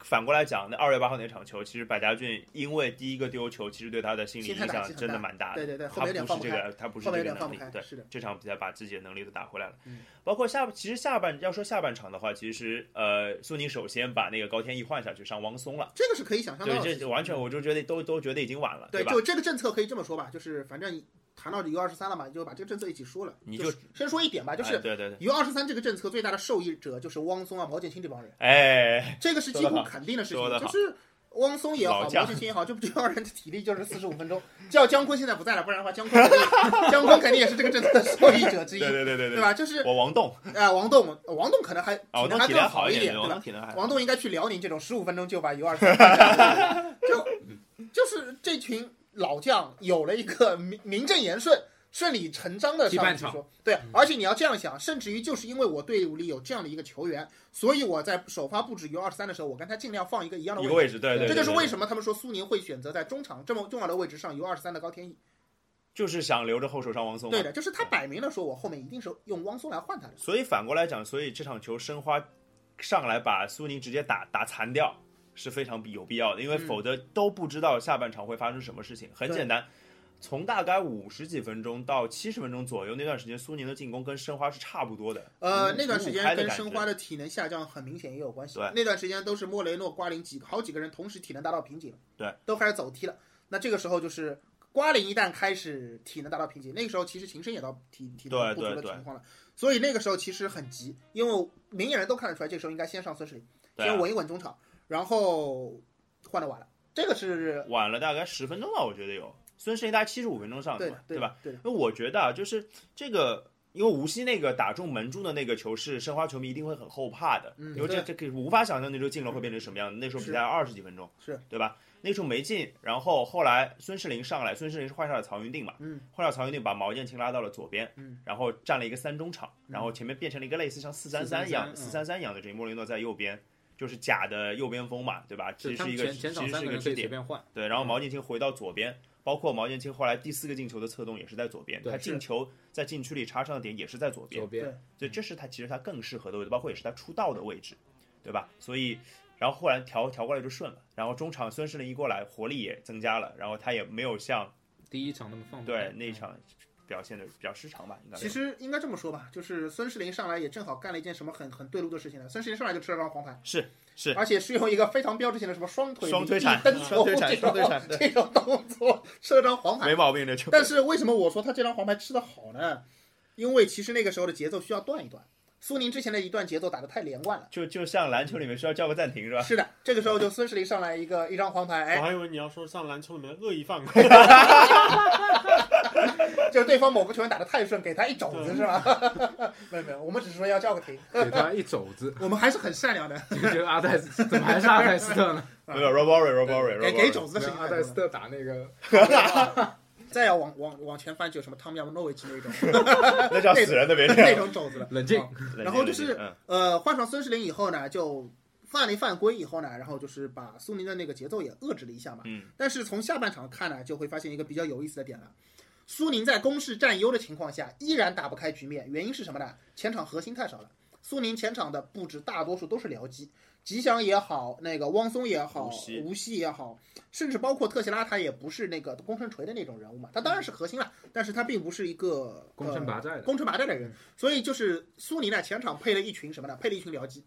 Speaker 1: 反过来讲，那二月八号那场球，其实百家俊因为第一个丢球，其实对他的心理
Speaker 4: 心
Speaker 1: 影
Speaker 4: 态打击
Speaker 1: 响
Speaker 4: 很大
Speaker 1: 真的蛮大的。
Speaker 4: 对对对，后
Speaker 1: 他
Speaker 4: 面有点
Speaker 1: 不
Speaker 4: 放
Speaker 1: 是
Speaker 4: 不
Speaker 1: 这
Speaker 4: 开，
Speaker 1: 个，他不是
Speaker 4: 后面
Speaker 1: 这
Speaker 4: 有
Speaker 1: 个
Speaker 4: 点放
Speaker 1: 能
Speaker 4: 不
Speaker 1: 力
Speaker 4: 开，，
Speaker 1: 对，
Speaker 4: 是的，
Speaker 1: 这场比赛把自己的能力都打回来了。
Speaker 4: 嗯
Speaker 1: 包括下，其实下半要说下半场的话，其实呃，苏宁首先把那个高天意换下去，上汪松了。
Speaker 4: 这个是可以想象到的
Speaker 1: 对，这
Speaker 4: 事情，
Speaker 1: 完全我就觉得都都觉得已经晚了，
Speaker 4: 对，
Speaker 1: 吧？
Speaker 4: 就这个政策可以这么说吧，就是反正谈到 U 二十三了嘛，就把这个政策一起说了，
Speaker 1: 你
Speaker 4: 就
Speaker 1: 就是
Speaker 4: 先说一点吧，就
Speaker 1: 哎
Speaker 4: 是
Speaker 1: 对对对，
Speaker 4: U 二十三这个政策最大的受益者就是汪松啊、毛剑卿这帮人。
Speaker 1: 哎，
Speaker 4: 这个是几乎肯定的事
Speaker 1: 说得
Speaker 4: 情，
Speaker 1: 好
Speaker 4: 就是汪松也好，
Speaker 1: 老
Speaker 4: 毛
Speaker 1: 将
Speaker 4: 俊卿也好，这不这帮人的体力就是四十五分钟。叫姜昆现在不在了，不然的话，姜昆肯 定姜昆肯定也是这个政策的受益者之
Speaker 1: 对
Speaker 4: 一，
Speaker 1: 对对对
Speaker 4: 对？吧？就是
Speaker 1: 我王栋，
Speaker 4: 啊，王栋，王栋可能还
Speaker 1: 啊，
Speaker 4: 可
Speaker 1: 王栋
Speaker 4: 能还
Speaker 1: 体
Speaker 4: 更
Speaker 1: 能好
Speaker 4: 一点，
Speaker 1: 点，
Speaker 4: 对
Speaker 1: 王
Speaker 4: 吧
Speaker 1: 栋？体能
Speaker 2: 哎
Speaker 1: 还好。
Speaker 4: 王栋应该去辽宁这种十五分钟就把 U 二三干掉的人， 就就是这群老将有了一个名名正言顺。顺理成章的
Speaker 2: 踢
Speaker 4: 上
Speaker 2: 半
Speaker 4: 去
Speaker 2: 场嗯
Speaker 4: 说，对，而且你要这样想，甚至于就是因为我队伍里有这样的一个球员，所以我在首发布置 U 二三的时候，我跟他尽量放一个一样的
Speaker 1: 一
Speaker 4: 位
Speaker 1: 个
Speaker 4: 置。
Speaker 1: 位置，对对，
Speaker 4: 这
Speaker 1: 对
Speaker 4: 就是
Speaker 1: 对
Speaker 4: 为
Speaker 1: 对
Speaker 4: 什么他们说苏宁会选择在中场这么重要的位置上 U 二三的高天意。
Speaker 1: 就是想留着后手上王松嘛。
Speaker 4: 对的，就是他摆明了说，我后面一定是用汪松来换他的。
Speaker 1: 所以反过来讲，所以这场球申花上来把苏宁直接打打残掉是非常有必要的，因为
Speaker 4: 嗯
Speaker 1: 否则都不知道下半场会发生什么事情。很
Speaker 4: 对
Speaker 1: 简单，从大概五十几分钟到七十分钟左右那段时间，苏宁的进攻跟申花是差不多的。
Speaker 4: 呃，
Speaker 1: 五
Speaker 4: 那段
Speaker 1: 五
Speaker 4: 时
Speaker 1: 五
Speaker 4: 间
Speaker 1: 嗯开的
Speaker 4: 跟
Speaker 1: 感
Speaker 4: 申
Speaker 1: 觉
Speaker 4: 花的体能下降很明显也有关系
Speaker 1: 对。
Speaker 4: 那段时间都是莫雷诺、瓜林几好几个人同时体能达到瓶颈了，
Speaker 1: 对，
Speaker 4: 都开始走踢了。那这个时候就是瓜林一旦开始体能达到瓶颈，那个时候其实秦升也到体体
Speaker 1: 对
Speaker 4: 能不足的
Speaker 1: 对对
Speaker 4: 情况了，所以那个时候其实很急，因为明眼人都看得出来，这个时候应该先上孙世林，
Speaker 1: 对啊
Speaker 4: 先稳一稳中场，然后换的晚了。这个是
Speaker 1: 晚了大概十分钟吧，我觉得有。孙世林大概七十五分钟上的
Speaker 4: 对
Speaker 1: 嘛，
Speaker 4: 的，对
Speaker 1: 吧？
Speaker 4: 的？对的，
Speaker 1: 因为我觉得啊，就是这个，因为无锡那个打中门柱的那个球是申花球迷一定会很后怕的，
Speaker 4: 嗯
Speaker 1: 因为这这个无法想象那时候进了会变成什么样。那时候比赛二十几分钟，
Speaker 4: 是
Speaker 1: 对吧？那时候没进，然后后来孙世林上来，孙世林是换下了曹云定嘛，
Speaker 4: 嗯，
Speaker 1: 换下曹云定把毛剑卿拉到了左边，
Speaker 4: 嗯，
Speaker 1: 然后站了一个三中场，然
Speaker 2: 嗯
Speaker 1: 后前面变成了一个类似像四三三一样、
Speaker 2: 4-3-3
Speaker 1: 四三三一样的阵型，莫雷诺在右边。就是假的右边锋嘛，对吧？
Speaker 2: 就
Speaker 1: 其实
Speaker 2: 是他
Speaker 1: 是一
Speaker 2: 们
Speaker 1: 个
Speaker 2: 前前
Speaker 1: 其
Speaker 2: 场
Speaker 1: 实
Speaker 2: 三
Speaker 1: 是一个
Speaker 2: 个人可
Speaker 1: 支
Speaker 2: 以随
Speaker 1: 点，
Speaker 2: 便换，
Speaker 1: 对，然后
Speaker 4: 嗯
Speaker 1: 毛剑卿回到左边，包括毛剑卿后来第四个进球的侧动也是在左边，
Speaker 2: 对
Speaker 1: 他进球在禁区里插上的点也是在左边
Speaker 2: 左，边
Speaker 4: 对
Speaker 1: 所以这是他其实他更适合的位置，包括也是他出道的位置，对吧？所以，然后后来调调过来就顺了，然后中场孙世林一过来，活力也增加了，然后他也没有像
Speaker 2: 第一场那么放不开
Speaker 1: 对那一场表现的比较失常吧，应该
Speaker 4: 嗯其
Speaker 1: 是
Speaker 4: 实应该这么说吧，就是孙世林上来也正好干了一件什么很很对路的事情呢。孙世林上来就吃了张黄牌，
Speaker 1: 是是
Speaker 4: 而且是用一个非常标志性的什么双腿
Speaker 1: 双推
Speaker 4: 离地
Speaker 1: 铲
Speaker 4: 蹬
Speaker 1: 双
Speaker 4: 球
Speaker 1: 推铲
Speaker 4: 这
Speaker 1: 双
Speaker 4: 种
Speaker 1: 推 铲对
Speaker 4: 这种动作吃了张黄
Speaker 1: 没
Speaker 4: 牌。
Speaker 1: 毛病的球，
Speaker 4: 但是为什么我说他这张黄牌吃的好呢？因为其实那个时候的节奏需要断一断，苏宁之前的一段节奏打得太连贯了。
Speaker 1: 就就像篮球里面
Speaker 4: 嗯
Speaker 1: 需要叫个暂停是吧？
Speaker 4: 是的，这个时候就孙世林上来一个一张黄牌，
Speaker 3: 我
Speaker 4: 哎，
Speaker 3: 还以为你要说像篮球里面的恶意犯规，
Speaker 4: 就是对方某个球员打得太顺，给他一肘子是吧？ 没有没有，我们只是说要叫个停，
Speaker 2: 给他一肘子，
Speaker 4: 我们还是很善良的，
Speaker 2: 就觉得阿戴斯怎么还是阿戴斯特 呢？
Speaker 1: 没有 r o b o r r y r o b o r r y
Speaker 4: 嗯给给肘子的事情
Speaker 2: 阿
Speaker 1: 啊
Speaker 4: 太多
Speaker 2: 戴
Speaker 4: 了
Speaker 2: 斯特打那个
Speaker 4: 再要往往往前翻，就有什么汤姆·亚诺维奇那种
Speaker 1: 那叫死人的别这
Speaker 4: 那
Speaker 1: 样，
Speaker 4: 种肘子了。
Speaker 2: 冷静，
Speaker 4: 然后就是
Speaker 1: 冷静冷静嗯
Speaker 4: 呃，换上孙世林以后呢，就犯了一犯规以后呢，然后就是把苏宁的那个节奏也遏制了一下嘛。
Speaker 1: 嗯。
Speaker 4: 但是从下半场看呢，就会发现一个比较有意思的点了。苏宁在攻势占优的情况下，依然打不开局面，原因是什么呢？前场核心太少了。苏宁前场的布置大多数都是僚机，吉祥也好，那个汪松也好
Speaker 1: 无锡，
Speaker 4: 无锡也好，甚至包括特谢拉，他也不是那个攻城锤的那种人物嘛，他当然是核心了，但是他并不是一个
Speaker 2: 攻城
Speaker 4: 呃
Speaker 2: 拔寨的，
Speaker 4: 攻城拔寨的人，所以就是苏宁呢前场配了一群什么呢？配了一群僚机，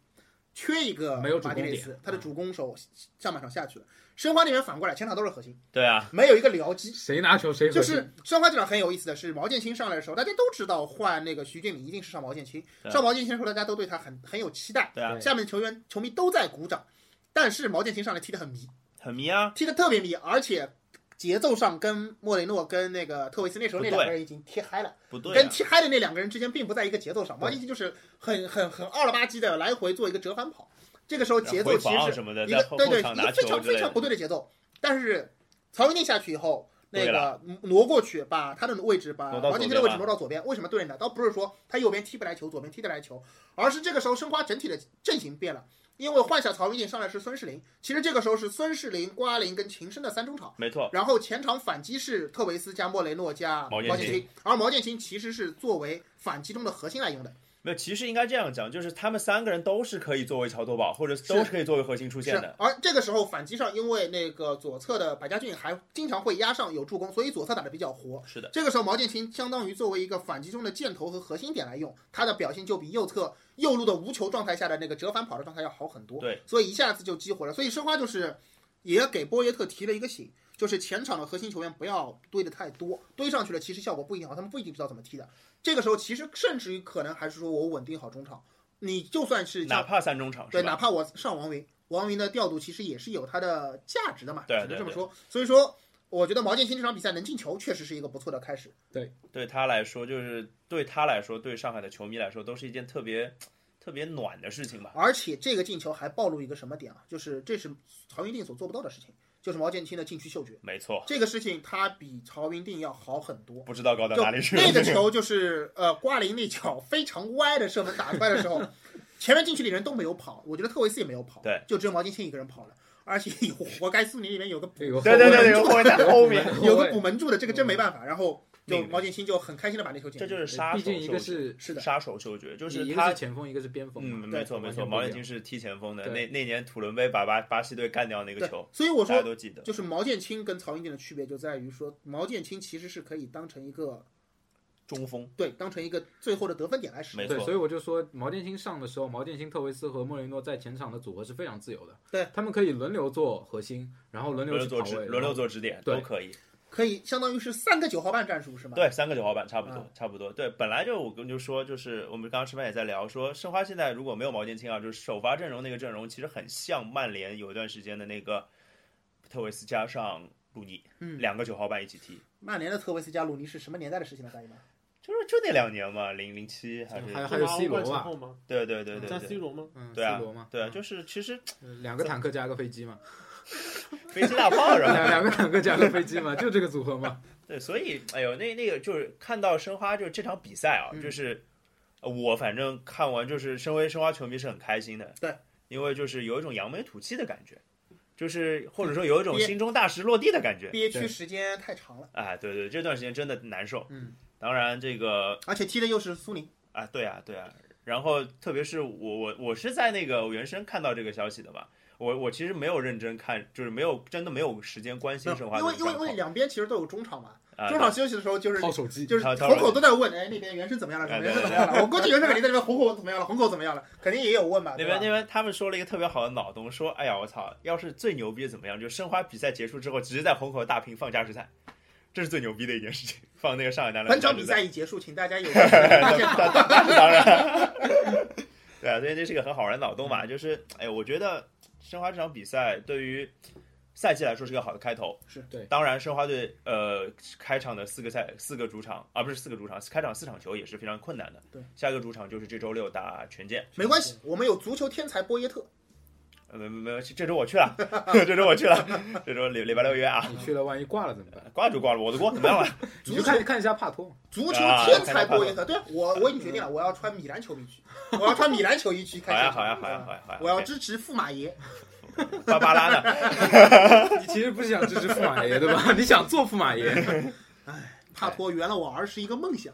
Speaker 4: 缺一个
Speaker 2: 没有主
Speaker 4: 马
Speaker 2: 攻
Speaker 4: 丁内
Speaker 2: 点嗯
Speaker 4: 斯，他的主攻手上半场下去了。申花那边反过来，全场都是核心，
Speaker 1: 对啊，
Speaker 4: 没有一个僚机。
Speaker 2: 谁拿球谁核
Speaker 4: 就
Speaker 2: 心
Speaker 4: 是申花这场很有意思的是，毛剑卿上来的时候，大家都知道换那个徐俊敏一定是上毛剑卿。
Speaker 1: 对
Speaker 4: 上毛剑卿的时候，大家都对他很很有期待，
Speaker 1: 对啊，
Speaker 4: 下面的球员球迷都在鼓掌，但是毛剑卿上来踢得很迷，
Speaker 1: 很迷啊，
Speaker 4: 踢得特别迷，而且节奏上跟莫雷诺跟那个特维斯那时候那
Speaker 1: 不对
Speaker 4: 两个人已经踢嗨了，
Speaker 1: 不对啊
Speaker 4: 跟，踢嗨的那两个人之间并不在一个节奏上，毛剑卿就是很很很二了吧唧的来回做一个折返跑，这个时候节奏
Speaker 1: 回
Speaker 4: 其
Speaker 1: 防啊
Speaker 4: 实是
Speaker 1: 什么的，
Speaker 4: 一
Speaker 1: 在
Speaker 4: 个
Speaker 1: 后
Speaker 4: 对对
Speaker 1: 后
Speaker 4: 一
Speaker 1: 场拿
Speaker 4: 个非
Speaker 1: 球
Speaker 4: 常
Speaker 1: 之
Speaker 4: 非
Speaker 1: 类
Speaker 4: 常
Speaker 1: 的
Speaker 4: 不，对的节奏，但是曹云定下去以后。那
Speaker 1: 对
Speaker 4: 个嗯挪过去，把他的位置，把
Speaker 1: 挪到
Speaker 4: 毛
Speaker 1: 左
Speaker 4: 剑卿的
Speaker 1: 边
Speaker 4: 位置
Speaker 1: 吧
Speaker 4: 挪到左边。为什么对呢？倒不是说他右边踢不来球，左边踢得来球，而是这个时候申花整体的阵型变了，因为换下曹云定上来是孙世林，其实这个时候是孙世林、瓜林跟秦升的三中场。
Speaker 1: 没错，
Speaker 4: 然后前场反击是特维斯加莫雷诺加
Speaker 1: 毛
Speaker 4: 毛
Speaker 1: 剑
Speaker 4: 剑
Speaker 1: 卿
Speaker 4: 卿，而毛剑卿其实是作为反击中的核心来用的。
Speaker 1: 没有，其实应该这样讲，就是他们三个人都是可以作为桥头堡，或者都是可以作为核心出
Speaker 4: 是
Speaker 1: 现的，，
Speaker 4: 而这个时候反击上，因为那个左侧的百家俊还经常会压上有助攻，所以左侧打得比较活。
Speaker 1: 是的，
Speaker 4: 这个时候毛剑卿相当于作为一个反击中的箭头和核心点来用，他的表现就比右侧右路的无球状态下的那个折返跑的状态要好很多。
Speaker 1: 对，
Speaker 4: 所以一下子就激活了。所以申花就是也给波耶特提了一个醒，就是前场的核心球员不要堆的太多，堆上去了其实效果不一定好，他们不一定知道怎么踢的。这个时候其实甚至于可能还是说我稳定好中场，你就算是
Speaker 1: 哪
Speaker 4: 像
Speaker 1: 怕三中场
Speaker 4: 对，
Speaker 1: 是
Speaker 4: 哪
Speaker 1: 吧？
Speaker 4: 怕我上王云，王云的调度其实也是有它的价值的嘛，
Speaker 1: 对
Speaker 4: 只能
Speaker 1: 对
Speaker 4: 这么
Speaker 1: 对
Speaker 4: 说。所以说，我觉得毛剑卿这场比赛能进球，确实是一个不错的开始。
Speaker 1: 对他来说，就是对他来说，对上海的球迷来说，都是一件特别特别暖的事情吧。
Speaker 4: 而且这个进球还暴露一个什么点啊？就是这是曹云定所做不到的事情，就是毛剑卿的禁区嗅觉。
Speaker 1: 没错，
Speaker 4: 这个事情他比曹云定要好很多。
Speaker 1: 不知道高到
Speaker 4: 就
Speaker 1: 哪里去了。
Speaker 4: 那个球就是呃，瓜林那脚非常歪的射门打出来的时候， 前面禁区里人都没有跑，我觉得特维斯也没有跑，
Speaker 1: 对，
Speaker 4: 就只有毛剑卿一个人跑了，而且有活该苏宁那边有个补
Speaker 2: 有个
Speaker 1: 对对对对，
Speaker 2: 后
Speaker 1: 有 后卫在后面，
Speaker 2: 卫
Speaker 4: 有个补门柱的，这个真没办法。然后就
Speaker 1: 命运
Speaker 4: 毛剑卿就很开心的把那球进
Speaker 1: 这
Speaker 4: 了，
Speaker 1: 就是杀手
Speaker 2: 毕竟一个
Speaker 1: 嗅觉
Speaker 2: 是
Speaker 4: 是的
Speaker 1: 杀手嗅觉，就
Speaker 2: 就是一个
Speaker 1: 他
Speaker 2: 是前锋，一个是边锋嘛。
Speaker 1: 嗯，
Speaker 4: 对
Speaker 1: 没错没错，
Speaker 2: 完全不一样
Speaker 1: 毛剑卿是踢前锋的。
Speaker 2: 对
Speaker 1: 那那年土伦杯把巴巴西队干掉那个
Speaker 4: 对
Speaker 1: 球，，
Speaker 4: 所以我
Speaker 1: 大家
Speaker 4: 说
Speaker 1: 都记得。
Speaker 4: 就是毛剑卿跟曹云金的区别就在于说，毛剑卿其实是可以当成一个
Speaker 1: 中锋
Speaker 4: 对当成一个最后的得分点来使用
Speaker 1: 没
Speaker 4: 的。
Speaker 1: 错
Speaker 2: 对，所以我就说毛剑卿上的时候，毛剑卿、特维斯和莫雷诺在前场的组合是非常自由的。
Speaker 4: 对，
Speaker 2: 他们可以轮流做核心，然后轮
Speaker 1: 轮
Speaker 2: 流
Speaker 1: 流
Speaker 2: 去
Speaker 1: 做
Speaker 2: 跑
Speaker 1: 指
Speaker 2: 位，
Speaker 1: 轮流做指点
Speaker 2: 对
Speaker 1: 都可以。
Speaker 4: 可以相当于是三个九号半战术是吗？，
Speaker 1: 对，三个九号板差不多
Speaker 4: 啊，
Speaker 1: 差不多。对，本来就我跟就说，就是我们刚刚吃饭也在聊，说申花现在如果没有毛剑卿啊，就是首发阵容那个阵容，其实很像曼联有一段时间的那个特维斯加上鲁尼，
Speaker 4: 嗯
Speaker 1: 两个九号板一起踢，
Speaker 4: 曼联的特维斯加鲁尼是什么年代的事情了，大姨妈？
Speaker 1: 就是就那两年嘛，零零七还
Speaker 2: 还
Speaker 1: 是
Speaker 2: 有还有 C 罗
Speaker 3: 吧
Speaker 2: 吧？
Speaker 3: 吗？
Speaker 1: 对对对对
Speaker 3: 加
Speaker 1: 对
Speaker 3: C
Speaker 1: 对
Speaker 3: 罗吗？
Speaker 2: 嗯，
Speaker 1: 对啊
Speaker 2: C 罗嘛，
Speaker 1: 对，就是其实
Speaker 2: 两个坦克加一个 飞机嘛，
Speaker 1: 飞机大炮是吧？
Speaker 2: 两两个坦克加个飞机嘛，就这个组合嘛。
Speaker 1: 对，所以哎呦，那那个就是看到申花就是这场比赛啊，
Speaker 4: 嗯
Speaker 1: 就是呃我反正看完就是身为申花球迷是很开心的，
Speaker 4: 对，
Speaker 1: 因为就是有一种扬眉吐气的感觉，就是或者说有一种
Speaker 4: 憋
Speaker 1: 心中大石落地的感觉。
Speaker 4: 憋屈
Speaker 2: 对
Speaker 4: 时间太长了，
Speaker 1: 哎，对对，这段时间真的难受。
Speaker 4: 嗯，
Speaker 1: 当然这个
Speaker 4: 而且踢的又是苏宁，
Speaker 1: 啊，对啊，对啊。然后特别是我我我是在那个原声看到这个消息的嘛，我我其实没有认真看，就是没有真的没有时间关心申花
Speaker 4: 因为
Speaker 1: 这个
Speaker 4: 因为
Speaker 1: 状
Speaker 4: 因
Speaker 1: 况
Speaker 4: 为两边其实都有中场嘛，
Speaker 1: 啊，
Speaker 4: 中
Speaker 1: 对
Speaker 4: 场休息的时候就是
Speaker 2: 靠手机，
Speaker 4: 就是
Speaker 1: 他他
Speaker 4: 口口都在问，哎，那边原声怎么样了？
Speaker 1: 哎
Speaker 4: 原声
Speaker 1: 对
Speaker 4: 怎么样了？我估计原声肯定在那边红口怎么样了，红口怎么样了，肯定也有问
Speaker 1: 那
Speaker 4: 吧？啊对吧
Speaker 1: 边那？边他们说了一个特别好的脑洞，说哎呀我操，要是最牛逼怎么样？就申花比赛结束之后，直接在虹口大屏放加时赛，这是最牛逼的一件事情，放那个上海男篮
Speaker 4: 本
Speaker 1: 的加
Speaker 4: 场
Speaker 1: 时
Speaker 4: 比
Speaker 1: 赛
Speaker 4: 赛，已结束，请大家有 发现场。
Speaker 1: 对啊，所以这是一个很好玩的脑洞
Speaker 4: 嗯
Speaker 1: 嘛，就是哎，我觉得申花这场比赛对于赛季来说是个好的开头，
Speaker 4: 是
Speaker 2: 对
Speaker 1: 当然，申花队呃开场的四个赛四个主场啊不是四个主场，开场四场球也是非常困难的，
Speaker 4: 对，
Speaker 1: 下一个主场就是这周六打权健，
Speaker 4: 没关系，我们有足球天才波耶特，
Speaker 1: 呃没没没，这周我去了， 这周我去了，这周礼礼拜六约啊。
Speaker 2: 你去了万一挂了怎么办？
Speaker 1: 挂就挂了，我的锅怎么 样了？
Speaker 2: 你就看看一下帕托嘛，
Speaker 4: 足球
Speaker 1: 啊
Speaker 4: 天才波耶特。对啊我我已经决定了，我要穿米兰球迷去，我要穿米兰球衣去
Speaker 1: 好
Speaker 4: 看
Speaker 1: 呀
Speaker 4: 现
Speaker 1: 好呀
Speaker 4: 场。
Speaker 1: 好呀好呀好呀！
Speaker 4: 我要支持驸马爷，
Speaker 1: OK，芭芭拉 呢？
Speaker 2: 你其实不是想支持驸马爷对吧？你 想做驸 马爷，
Speaker 4: 帕
Speaker 1: 哎
Speaker 4: 托圆了我儿时一个梦想，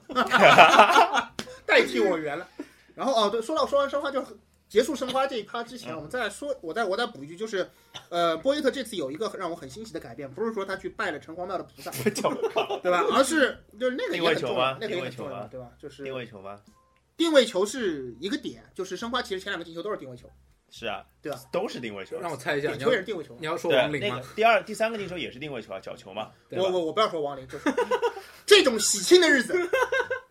Speaker 4: 代替我圆了。然后哦，对，说到说完申花就结束申花这一趴之
Speaker 1: 嗯
Speaker 4: 前，我们再说，我再我再补一句，就是，呃，波耶特这次有一个让我很欣喜的改变，不是说他去拜了城隍庙的菩萨，对吧？而是就是那个也很重要，那个也很重要，对吧？就是
Speaker 1: 定位球吗？
Speaker 4: 定位球是一个点，就是申花其实前两个进球都是定位球，
Speaker 1: 是啊，
Speaker 4: 对吧？
Speaker 1: 都是定位球。
Speaker 2: 让我猜一下，
Speaker 4: 点
Speaker 2: 你
Speaker 4: 球也是
Speaker 2: 要
Speaker 4: 定位球
Speaker 2: 你。要说
Speaker 1: 对
Speaker 2: 王林
Speaker 1: 那
Speaker 2: 吗
Speaker 1: 个？第二、第三个进球也是定位球啊，角球嘛。
Speaker 2: 对
Speaker 4: 我
Speaker 2: 吧？
Speaker 4: 我我不要说王林，就是 这种喜庆的日子，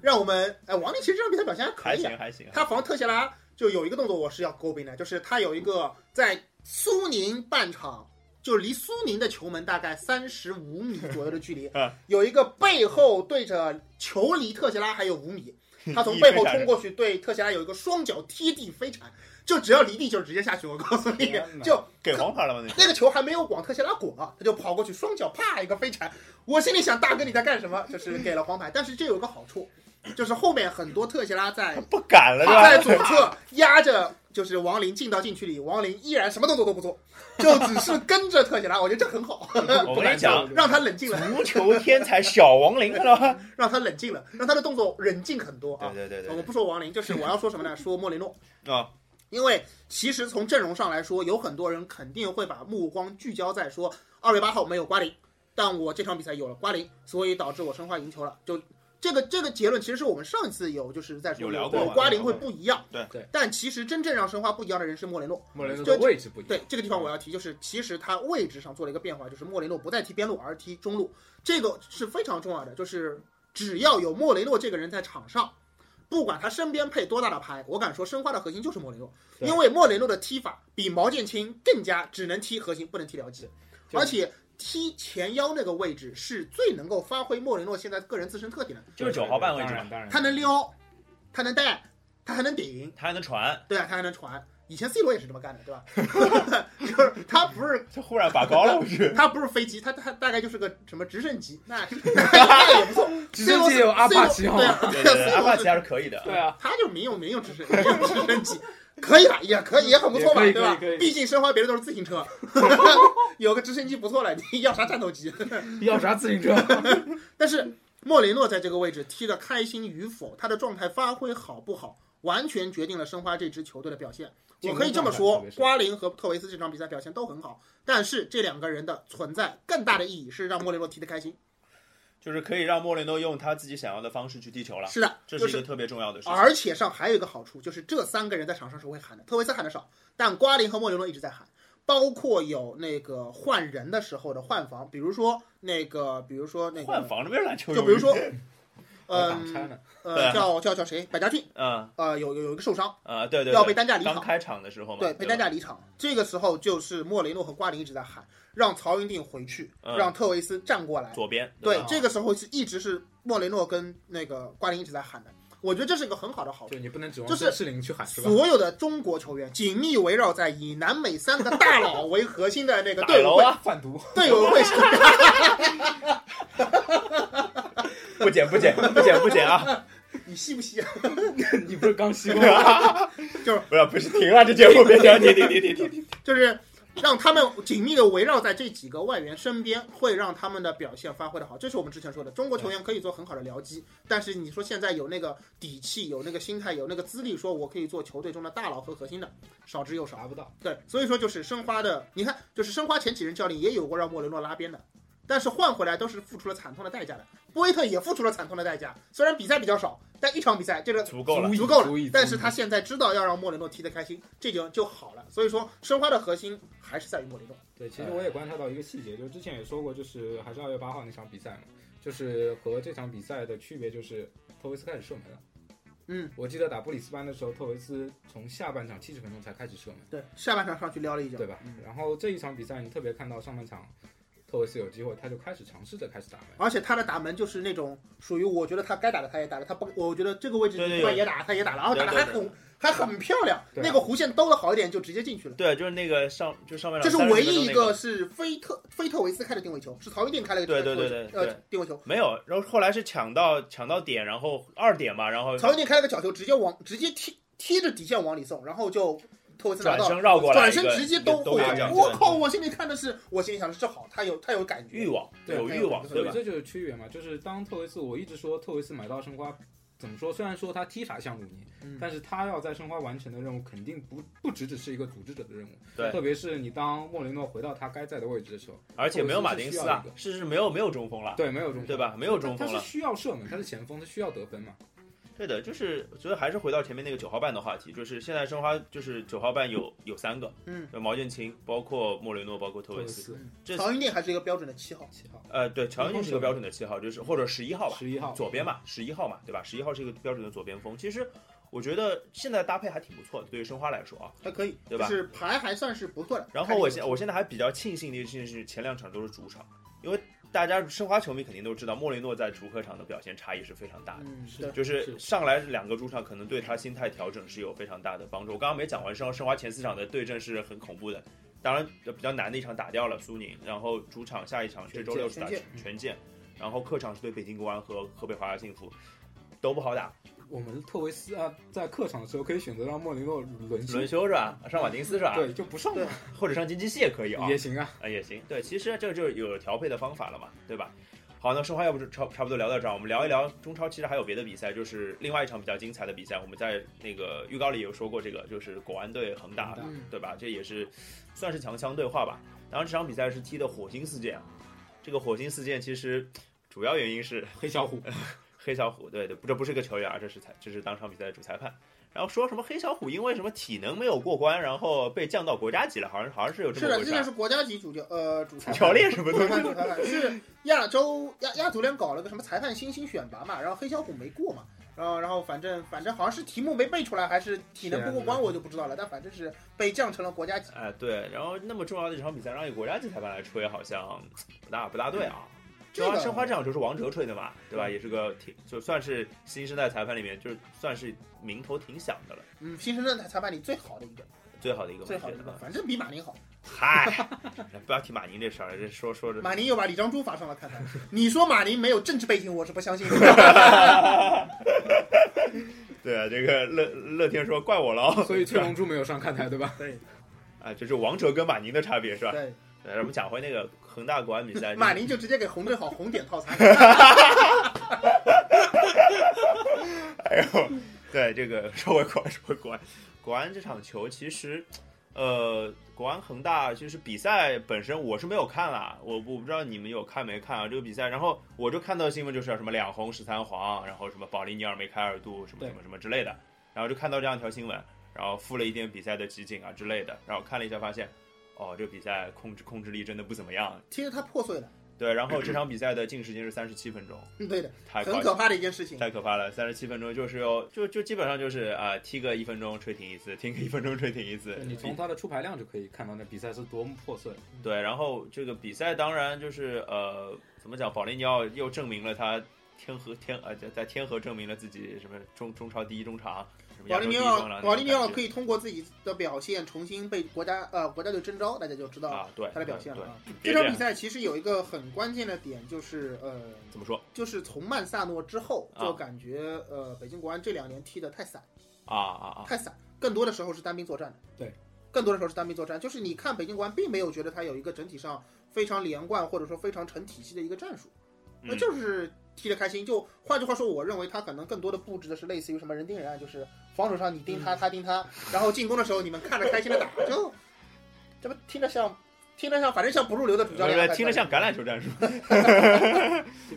Speaker 4: 让我们哎，王林其实这场比赛表现还可
Speaker 1: 还
Speaker 4: 以啊
Speaker 1: 行，，还行。
Speaker 4: 他防特谢拉就有一个动作我是要诟病的，就是他有一个在苏宁半场，就离苏宁的球门大概三十五米左右的 距离
Speaker 2: 啊
Speaker 1: 嗯，
Speaker 4: 有一个背后对着球离特谢拉还有五 米，他从背后冲过去对特谢拉有一个双脚贴地飞铲，就只要离地就直接下去，我告诉你
Speaker 2: 天，哪
Speaker 4: 就
Speaker 1: 给黄牌了吗？那球
Speaker 4: 那个球还没有往特谢拉滚啊，他就跑过去，双脚啪一个飞铲。我心里想，大哥你在干什么？就是给了黄牌，但是这有个好处，就是后面很多特谢拉在
Speaker 1: 不敢了，
Speaker 4: 他在
Speaker 1: 是吧？
Speaker 4: 左侧压着，就是王林进到禁区里，王林依然什么动作都不做，就只是跟着特谢拉。我觉得这很 好，
Speaker 1: 我
Speaker 2: 不
Speaker 1: 跟
Speaker 2: 敢
Speaker 1: 你讲
Speaker 2: 讲，
Speaker 4: 让他冷静了，
Speaker 1: 足球天才小王林，看到吗？
Speaker 4: 让他冷静了，让他的动作冷静很多 啊
Speaker 1: 对。对对
Speaker 4: 我
Speaker 1: 对
Speaker 4: 们不说王林，就是我要说什么呢？说莫雷诺。
Speaker 1: 对， 啊，
Speaker 4: 因为其实从阵容上来说，有很多人肯定会把目光聚焦在说二月八号没有瓜林，但我这场比赛有了瓜林，所以导致我申花赢球了。就这个这个结论，其实是我们上一次有就是在说
Speaker 1: 有聊过嘛
Speaker 4: 瓜林会不一样，
Speaker 1: 对
Speaker 2: 对。
Speaker 4: 但其实真正让申花不一样的人是莫雷诺，
Speaker 2: 莫雷诺
Speaker 4: 就
Speaker 2: 的位置不一样，
Speaker 4: 对这个地方我要提，就是其实他位置上做了一个变化，就是莫雷诺不再踢边路，而踢中路，这个是非常重要的。就是只要有莫雷诺这个人在场上，不管他身边配多大的牌，我敢说申花的核心就是莫雷诺，
Speaker 2: 对
Speaker 4: 因为莫雷诺的踢法比毛剑卿更加只能踢核心，不能踢僚机，
Speaker 2: 就
Speaker 4: 而且。踢前腰那个位置是最能够发挥莫雷诺现在个人自身特点的，
Speaker 1: 就是九号半位置嘛
Speaker 2: 当然，当然
Speaker 4: 他能撩，他能带，他还能顶，
Speaker 1: 他还能传，
Speaker 4: 对啊，他还能传。以前 C 罗也是这么干的，对吧？ 就是他不是
Speaker 1: 他忽然拔高了，不 是？
Speaker 4: 它不是飞机，它它大概就是个什么直升机，那那也不错。
Speaker 2: 直升机有阿帕奇号
Speaker 4: 对
Speaker 2: 吗
Speaker 4: 啊，
Speaker 1: 对对对，阿帕奇
Speaker 4: 对啊，
Speaker 1: 还是可以的。
Speaker 2: 对啊，
Speaker 4: 它就是民用民用直升民用直升机，可以了，啊也可以，也很不错嘛，
Speaker 2: 也可以
Speaker 4: 对吧
Speaker 2: 可以可以？
Speaker 4: 毕竟申花别的都是自行车，有个直升机不错了，你 要啥战斗机？
Speaker 2: 要啥自行车？
Speaker 4: 嗯 但是莫雷诺在这个位置踢得开心与否，他的状态发挥好不好，完全决定了申花这支球队的表现。我可以这么
Speaker 2: 进攻状态特
Speaker 4: 说
Speaker 2: 别，是
Speaker 4: 瓜林和特维斯这场比赛表现都很好，但是这两个人的存在更大的意义是让莫雷诺踢得开心。
Speaker 1: 就是可以让莫雷诺用他自己想要的方式去踢球了，
Speaker 4: 是的，
Speaker 1: 这
Speaker 4: 就是
Speaker 1: 一个特别重要的事情。
Speaker 4: 而且上还有一个好处，就是这三个人在场上是会喊的，特维斯喊的少，但瓜林和莫雷诺一直在喊，包括有那个换人的时候的换防，比如说那个，比如说那个，
Speaker 1: 换防了，没有篮球用
Speaker 4: 就
Speaker 1: 语。
Speaker 4: 比如说，
Speaker 2: 我哦挡拆
Speaker 4: 嗯
Speaker 2: 呢，
Speaker 1: 对
Speaker 4: 呃，
Speaker 1: 啊
Speaker 4: 叫叫叫谁，百家俊，
Speaker 1: 嗯
Speaker 4: 呃，有有有一个受伤，
Speaker 1: 啊，对对，
Speaker 4: 要
Speaker 1: 对
Speaker 4: 被担架离
Speaker 1: 刚
Speaker 4: 场，
Speaker 1: 开场的时候嘛，
Speaker 4: 对，被担
Speaker 1: 吧
Speaker 4: 架离场，这个时候就是莫雷诺和瓜林一直在喊，让曹云定回去，
Speaker 1: 嗯啊
Speaker 4: 让特维斯站过来，
Speaker 1: 左边，
Speaker 4: 对
Speaker 1: 吧，
Speaker 4: 这个时候是一直是莫雷诺跟那个瓜林一直在喊的，我觉得这是一个很好的好处
Speaker 2: 就。你不能指望
Speaker 4: 就是
Speaker 2: 郑世林去喊是吧？
Speaker 4: 所有的中国球员紧密围绕在以南美三个大佬为核心的那 个
Speaker 1: 打
Speaker 4: 队
Speaker 1: 楼
Speaker 4: 友会，
Speaker 1: 啊，
Speaker 2: 贩毒，
Speaker 4: 队友会是
Speaker 1: 不剪不剪不剪不剪啊，
Speaker 4: 你吸不吸？
Speaker 2: 你不是刚吸过吗？
Speaker 1: 不是不是停了，这节目别停停停停停停停，
Speaker 4: 就是让他们紧密的围绕在这几个外援身边，会让他们的表现发挥的好。这是我们之前说的，中国球员可以做很好的僚机，但是你说现在有那个底气、有那个心态、有那个资历，说我可以做球队中的大佬和核心的，少之又少。
Speaker 2: 达不到，
Speaker 4: 对，所以说就是申花的，你看，就是申花前几任教练也有过让莫雷诺拉边的，但是换回来都是付出了惨痛的代价的。波威特也付出了惨痛的代价，虽然比赛比较少，但一场比赛这个
Speaker 1: 足够了。
Speaker 2: 以
Speaker 4: 足够
Speaker 2: 足以
Speaker 4: 了。但是
Speaker 2: 足以
Speaker 4: 他现在知道要让莫雷诺踢得开心，这就就好了。所以说，申花的核心还是在于莫雷诺。
Speaker 2: 对，其实我也观察到一个细节，就之前也说过，就是还是二月八号那场比赛嘛，就是和这场比赛的区别就是特维斯开始射门了。
Speaker 4: 嗯，
Speaker 2: 我记得打布里斯班的时候，特维斯从下半场七十分钟才开始射门，
Speaker 4: 对，下半场上去撩了一脚
Speaker 2: 对，吧？然后这一场比赛，你特别看到上半场特维斯有机会，他就开始尝试着开始打门。
Speaker 4: 而且他的打门就是那种属于我觉得他该打的他也打了，他不，我觉得这个位置
Speaker 1: 对对
Speaker 4: 突然
Speaker 1: 有
Speaker 4: 也打，他也打了，然后打的
Speaker 1: 对
Speaker 4: 还
Speaker 1: 对对
Speaker 4: 很还很漂亮，
Speaker 2: 对
Speaker 4: 那个弧线兜的好一点就直接进去了。
Speaker 1: 对，就是那个上，就上半
Speaker 4: 这
Speaker 1: 场
Speaker 4: 是
Speaker 1: 30
Speaker 4: 唯
Speaker 1: 分钟
Speaker 4: 一一
Speaker 1: 那
Speaker 4: 个是菲特菲特维斯开的定位球，是曹云定开了一个
Speaker 1: 对
Speaker 4: 定位球
Speaker 1: 对对对
Speaker 4: 呃
Speaker 1: 对
Speaker 4: 定位球，
Speaker 1: 没有，然后后来是抢到抢到点，然后二点吧，然后
Speaker 4: 曹云定开了个角球，直接往直接踢踢着底线往里送，然后就特维斯拿
Speaker 1: 转
Speaker 4: 到了。
Speaker 1: 身绕过来
Speaker 4: 转
Speaker 1: 一个，
Speaker 4: 身直接兜
Speaker 1: 都
Speaker 4: 后
Speaker 1: 过
Speaker 4: 腰
Speaker 1: 来，
Speaker 4: 我靠！我心里看的是，我心里想的是好，他有他有感
Speaker 1: 欲
Speaker 4: 觉，
Speaker 1: 望
Speaker 4: 对
Speaker 1: 有
Speaker 4: 对
Speaker 1: 欲望，
Speaker 4: 对
Speaker 1: 对
Speaker 2: 所以
Speaker 1: 吧？
Speaker 2: 这就是区别嘛，就是当特维斯，我一直说特维斯买到申花，怎么说？虽然说他踢法像鲁尼，
Speaker 4: 嗯
Speaker 2: 但是他要在申花完成的任务肯定不不只只是一个组织者的任务。
Speaker 1: 对
Speaker 2: 特别是你当莫雷诺回到他该在的位置的时候，
Speaker 1: 而且没有马丁斯啊
Speaker 2: 特维，
Speaker 1: 是是没有没有中锋了，
Speaker 2: 对，没有中锋，
Speaker 1: 对吧？没有中
Speaker 2: 他
Speaker 1: 锋
Speaker 2: 是
Speaker 1: 了，
Speaker 2: 需要射门，他是前锋，他需要得分嘛。
Speaker 1: 对的，就是我觉得还是回到前面那个九号半的话题，就是现在申花就是九号半有有三个，
Speaker 4: 嗯，
Speaker 1: 毛剑卿，包括莫雷诺，包括 特维斯，嗯这
Speaker 4: 曹云定还是一个标准的七号，
Speaker 2: 七号
Speaker 1: 呃，对，乔恩就是个标准的七号，就是或者十一号吧，
Speaker 2: 十一号
Speaker 1: 左边嘛，十一号嘛，对吧？十一号是一个标准的左边锋，其实。我觉得现在搭配还挺不错的，对于申花来说啊。
Speaker 4: 还可以，
Speaker 1: 对吧
Speaker 4: 就是牌还算是不错的。
Speaker 1: 然后我
Speaker 4: 看这
Speaker 1: 现
Speaker 4: 个
Speaker 1: 我现在还比较庆幸的一件事是，前两场都是主场，因为大家申花球迷肯定都知道，莫雷诺在主客场的表现差异是非常大的。
Speaker 4: 嗯，
Speaker 2: 是
Speaker 4: 对，
Speaker 1: 就是上来两个主场，可能对他心态调整是有非常大的帮助。我刚刚没讲完，申申花前四场的对阵是很恐怖的，当然比较难的一场打掉了苏宁，然后主场下一场这周六是打
Speaker 4: 权健
Speaker 1: 权健，然后客场是对北京国安和河北华夏幸福，都不好
Speaker 2: 嗯
Speaker 1: 打，
Speaker 2: 我们特维斯啊，在客场的时候可以选择让莫雷诺轮休
Speaker 1: 轮，休是吧？上马丁斯是吧？
Speaker 2: 对，，就不上了，
Speaker 1: 或者上金基系也可以啊、
Speaker 2: 也行啊。
Speaker 1: 啊，也行，对，其实这就有调配的方法了嘛，对吧？好，那申花要不就差差不多聊到这儿，我们聊一聊中超，其实还有别的比赛，就是另外一场比较精彩的比赛，我们在那个预告里有说过这个，就是国安对恒大
Speaker 2: 恒大，
Speaker 1: 对吧？这也是算是强强对话吧。当然这场比赛是踢的火星四溅，啊，这个火星四溅其实主要原因是
Speaker 2: 黑小虎，
Speaker 1: 黑小虎，对对，不这不是个球员啊，这是裁，这是当场比赛的主裁判。然后说什么黑小虎因为什么体能没有过关，然后被降到国家级了，好像好像是有这
Speaker 4: 是
Speaker 1: 么
Speaker 4: 的，
Speaker 1: 回
Speaker 4: 这
Speaker 1: 事
Speaker 4: 个
Speaker 1: 啊。
Speaker 4: 是国家级主教呃主裁判
Speaker 1: 教练什么
Speaker 4: 不
Speaker 1: 东
Speaker 4: 裁
Speaker 1: 西
Speaker 4: 判主裁判是亚洲亚亚足联搞了个什么裁判新星选拔嘛，然后黑小虎没过嘛，然后然后反正反正好像是题目没背出来，还是体能不过关，我就不知道了，但反正是被降成了国家级。
Speaker 1: 哎，对，然后那么重要的一场比赛，让一个国家级裁判来吹，好像不大不大对啊。
Speaker 4: 嗯这
Speaker 1: 申花
Speaker 4: 个嗯
Speaker 1: 申花这场球是王哲吹的嘛，对吧？也是个挺就算是新生代裁判里面，就是算是名头挺响的了，
Speaker 4: 嗯，新深圳裁判里最好的一个，
Speaker 1: 最好的一个。
Speaker 4: 最好的一个，反正比马宁好。
Speaker 1: 嗨，不要提马宁这事儿了，这说说着。
Speaker 4: 马宁又把李章洙罚上了看台，你说马宁没有政治背景，我是不相信的。
Speaker 1: 对啊，这个乐乐天说怪我了哦，
Speaker 2: 所以崔龙珠没有上看台，对吧？
Speaker 4: 对
Speaker 1: 啊，这是王哲跟马宁的差别是吧？
Speaker 4: 对，
Speaker 1: 对，我们讲回那个恒大国安比赛，
Speaker 4: 马宁就直接给洪正好红点套餐。
Speaker 1: 哎呦， 对这个说回国安，说回国安，国安这场球其实，呃，国安恒大就是比赛本身我是没有看啦，我我不知道你们有看没看啊这个比赛，然后我就看到新闻就是什么两红十三黄，然后什么保利尼尔梅开二度什么
Speaker 2: 对
Speaker 1: 什么什么之类的，然后就看到这样一条新闻，然后附了一点比赛的集锦啊之类的，然后看了一下发现，哦，这个比赛控制控制力真的不怎么样，
Speaker 4: 其实他破碎了，
Speaker 1: 对，然后这场比赛的净时间是三十七分钟，
Speaker 4: 嗯，对的，
Speaker 1: 太
Speaker 4: 很
Speaker 1: 搞
Speaker 4: 可怕的一件事情。
Speaker 1: 太可怕了，三十七分钟就是要就就基本上就是啊、踢个一分钟吹停一次，停个一分钟吹停一次。
Speaker 2: 你从他的出牌量就可以看到那比赛是多么破碎。
Speaker 1: 对，然后这个比赛当然就是呃，怎么讲，保利尼奥又证明了他天河天呃在在天河证明了自己什么中中超第一中场，什么
Speaker 4: 保
Speaker 1: 亚
Speaker 4: 利
Speaker 1: 洲第
Speaker 4: 尼
Speaker 1: 一中
Speaker 4: 奥，
Speaker 1: 场，
Speaker 4: 保利尼奥可
Speaker 1: 以
Speaker 4: 以通过自己的表现重新被国家呃国家队征召，大家就知道
Speaker 1: 啊，对，
Speaker 4: 他的表现了
Speaker 1: 对
Speaker 4: 啊。
Speaker 1: 别这
Speaker 4: 这场
Speaker 1: 样
Speaker 4: 比赛其实有一个很关键的点，就是呃，
Speaker 1: 怎么说
Speaker 4: 就是从曼萨诺之后，
Speaker 1: 啊
Speaker 4: 就感觉呃，北京国安这两年踢得太散，
Speaker 1: 啊啊啊，
Speaker 4: 太散，更多的时候是单兵作战的。
Speaker 2: 对，
Speaker 4: 更多的时候是单兵作战，就是你看北京国安并没有觉得他有一个整体上非常连贯或者说非常成体系的一个战术，那
Speaker 1: 嗯
Speaker 4: 就是踢得开心。就换句话说，我认为他可能更多的布置的是类似于什么人盯人啊，就是防守上你盯他，
Speaker 1: 嗯
Speaker 4: 他盯他，然后进攻的时候你们看着开心的打，就这不听着像听着像反正像不入流的主教
Speaker 1: 不
Speaker 4: 练啊
Speaker 1: 是
Speaker 4: 安排出来的，
Speaker 1: 听着像橄榄球战术，
Speaker 2: 基
Speaker 4: 对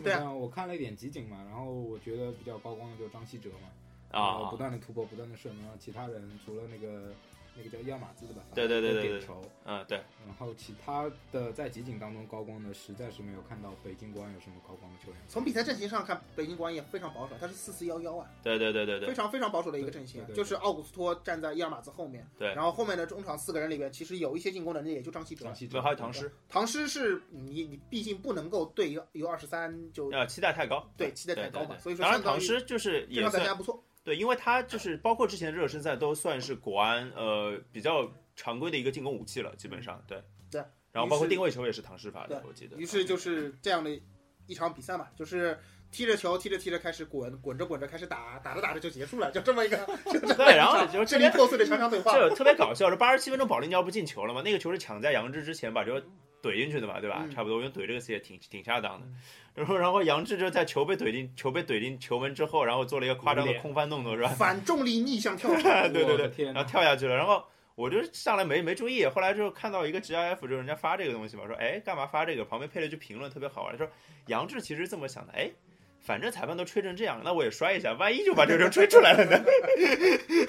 Speaker 2: 本
Speaker 4: 啊
Speaker 2: 上我看了一点集锦嘛，然后我觉得比较高光的就是张稀哲嘛，然后
Speaker 1: 啊
Speaker 2: 不，断的突破，不断的射门，然后其他人除了那个那个叫亚马兹的吧，
Speaker 1: 对对对对
Speaker 2: 都
Speaker 1: 对
Speaker 2: 点球，
Speaker 1: 嗯对，
Speaker 2: 然后其他的在集锦当中高光的实在是没有看到北京国安有什么高光的球员。
Speaker 4: 从比赛阵型上看，北京国安也非常保守，他是四四幺幺啊，
Speaker 1: 对对对对
Speaker 4: 非
Speaker 1: 对
Speaker 4: 常非常保守的一个阵型啊
Speaker 2: 对对，对
Speaker 4: 就是奥古斯托站在伊尔马兹后面，
Speaker 1: 对
Speaker 4: 然后后面的中场四个人里边，其实有一些进攻能力，也就张稀哲
Speaker 2: 张。稀
Speaker 1: 对，
Speaker 2: 哲
Speaker 1: 还有唐，诗，
Speaker 4: 唐诗是你你毕竟不能够对一个一个二十三就
Speaker 1: 呃，期待太高，
Speaker 4: 对期待太高
Speaker 1: 对
Speaker 4: 嘛，
Speaker 1: 对
Speaker 4: 所以说
Speaker 1: 当然
Speaker 4: 相当
Speaker 1: 唐
Speaker 4: 于
Speaker 1: 诗就是
Speaker 4: 这
Speaker 1: 也
Speaker 4: 场表
Speaker 1: 算
Speaker 4: 现还不错，
Speaker 1: 对，因为他就是包括之前热身赛都算是国安呃比较常规的一个进攻武器了，基本上对。
Speaker 4: 嗯对。
Speaker 1: 然后包括定位球也是唐诗罚的，
Speaker 4: 对
Speaker 1: 我记得。嗯
Speaker 4: 于是就是这样的一场比赛嘛，就是踢着球踢着踢着开始滚，滚着滚着开始打，打着打着就结束了，就这么一个 就这么一
Speaker 1: 对，然后
Speaker 4: 场
Speaker 1: 就
Speaker 4: 支
Speaker 1: 这
Speaker 4: 离
Speaker 1: 边
Speaker 4: 破碎的强强对话。
Speaker 1: 这特别搞笑，这八十七分钟保利尼奥不进球了嘛？那个球是抢在杨志之前把球怼进去的嘛，对吧？
Speaker 4: 嗯
Speaker 1: 差不多，我用怼这个词也挺挺恰当的。然后然后杨志就在球被怼进球被怼进球门之后，然后做了一个夸张的
Speaker 2: 捂脸
Speaker 1: 空翻动作，是吧？
Speaker 4: 反重力逆向跳投，
Speaker 1: 对对
Speaker 2: 我的
Speaker 1: 对，
Speaker 2: 天
Speaker 1: 然后
Speaker 2: 哪！
Speaker 1: 跳下去了，然后我就上来没没注意，后来就看到一个 GIF，就是人家发这个东西嘛，说哎干嘛发这个？旁边配了一句评论特别好玩，说杨志其实这么想的，哎。反正裁判都吹成这样，那我也摔一下，万一就把这个球吹出来了呢？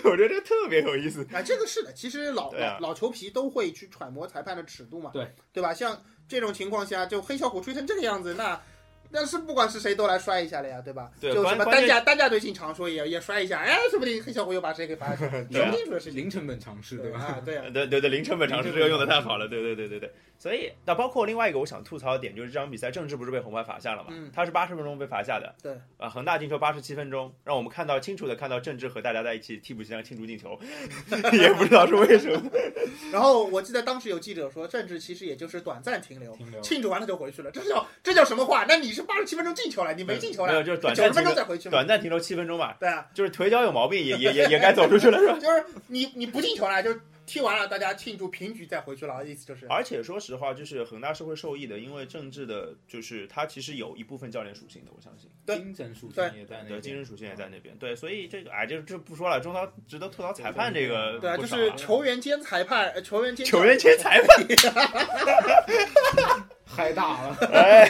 Speaker 1: 我觉得这特别有意思。
Speaker 4: 啊，这个是的，其实老、
Speaker 1: 对啊
Speaker 4: 老老球皮都会去揣摩裁判的尺度嘛，
Speaker 2: 对
Speaker 4: 对吧？像这种情况下，就黑小虎吹成这个样子，那那是不管是谁都来摔一下了呀，对吧？
Speaker 1: 对
Speaker 4: 就
Speaker 1: 关
Speaker 4: 什么
Speaker 1: 关
Speaker 4: 单
Speaker 1: 键
Speaker 4: 架单架队进常说也也摔一下，哎，说不定黑小虎又把谁给 罚下来了，
Speaker 1: 对
Speaker 4: 说
Speaker 1: 啊
Speaker 4: 不定这个事情，
Speaker 2: 零成本尝试，对吧？
Speaker 4: 啊， 对啊，
Speaker 1: 对对对，零成本尝试这个用的太好了，对对对对对。所以，那包括另外一个我想吐槽的点，就是这场比赛郑智不是被红牌罚下了嘛？
Speaker 4: 嗯
Speaker 1: 他是八十分钟被罚下的。
Speaker 4: 对
Speaker 1: 啊、恒大进球八十七分钟，让我们看到清楚的看到郑智和大家在一起替补席上庆祝进 球，也不知道是为什么。
Speaker 4: 然后我记得当时有记者说，郑智其实也就是短暂停留，
Speaker 2: 停留
Speaker 4: 庆祝完了就回去了，这叫这叫什么话？那你是八十七分钟进球了，你没进球
Speaker 1: 没有，
Speaker 4: 了，
Speaker 1: 就是短
Speaker 4: 九
Speaker 1: 暂
Speaker 4: 十
Speaker 1: 停
Speaker 4: 分钟
Speaker 1: 留，
Speaker 4: 再回去嘛？
Speaker 1: 短暂停留七分钟吧，
Speaker 4: 对啊，
Speaker 1: 就是腿脚有毛病，也也也也该走出去了，是吧？
Speaker 4: 就是你你不进球了，就是踢完了大家庆祝平局再回去了，意思就是
Speaker 1: 而且说实话，就是恒大是会受益的，因为郑智的，就是他其实有一部分教练属性的，我相信。
Speaker 4: 对
Speaker 2: 精神属性
Speaker 4: 对
Speaker 2: 也在那
Speaker 1: 对，
Speaker 2: 边，啊
Speaker 1: 精神属
Speaker 4: 啊
Speaker 1: 性也在那边。对，所以这个哎，这这不说了，中超值得吐槽裁判这个
Speaker 4: 对啊，
Speaker 1: 不
Speaker 4: 就
Speaker 1: 少
Speaker 4: 是
Speaker 1: 啊
Speaker 4: 球员兼裁判，呃球员兼
Speaker 1: 球员签裁判，
Speaker 2: 嗨大 了。
Speaker 1: 哎，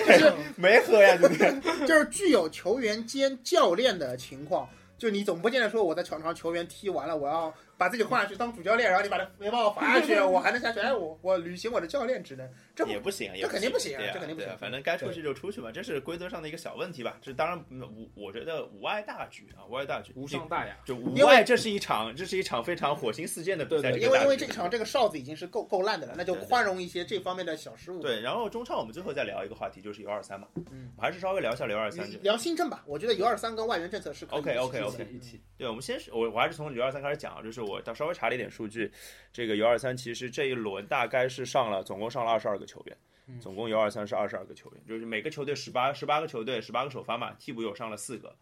Speaker 1: 没喝呀，你
Speaker 4: 就是具有球员兼教练的情况。就你总不见得说我在场上球员踢完了，我要把自己换下去当主教练，然后你把他没把我罚下去， 我还能下去，哎，我我履行我的教练职能，这
Speaker 1: 也不行，也
Speaker 4: 这肯定不行啊
Speaker 1: 对啊
Speaker 4: 这肯定不
Speaker 1: 对啊
Speaker 4: 行
Speaker 1: 反正该出去就出去吧，这是规则上的一个小问题吧。这当然，嗯我我觉得无碍大局啊，无碍大局，
Speaker 2: 无伤大雅，
Speaker 1: 就无
Speaker 4: 因
Speaker 1: 碍。
Speaker 4: 为
Speaker 1: 这是一场，这是一场非常火星四溅的比赛，
Speaker 2: 对对
Speaker 1: 个
Speaker 4: 因为
Speaker 1: 大
Speaker 4: 因为
Speaker 1: 局
Speaker 4: 这场这个哨子已经是够够烂的了，那就
Speaker 1: 对对
Speaker 4: 宽容一些这方面的小失误。，
Speaker 1: 对。然后中超我们最后再聊一个话题，就是幺二三嘛，
Speaker 4: 嗯，
Speaker 1: 我还是稍微聊一下幺二三。
Speaker 4: 聊新政吧，我觉得有二三跟外援政策是可以
Speaker 1: OK，OK，OK
Speaker 4: 是
Speaker 1: OK
Speaker 2: 一起
Speaker 1: 对，我们先是我我还是从九二三开始讲啊，就是我到稍微查了一点数据，这个九二三其实这一轮大概是上了总共上了二十二个球员，总共九二三是二十二个球员，就是每个球队十八十八个球队十八个首发嘛，替补有上了四个，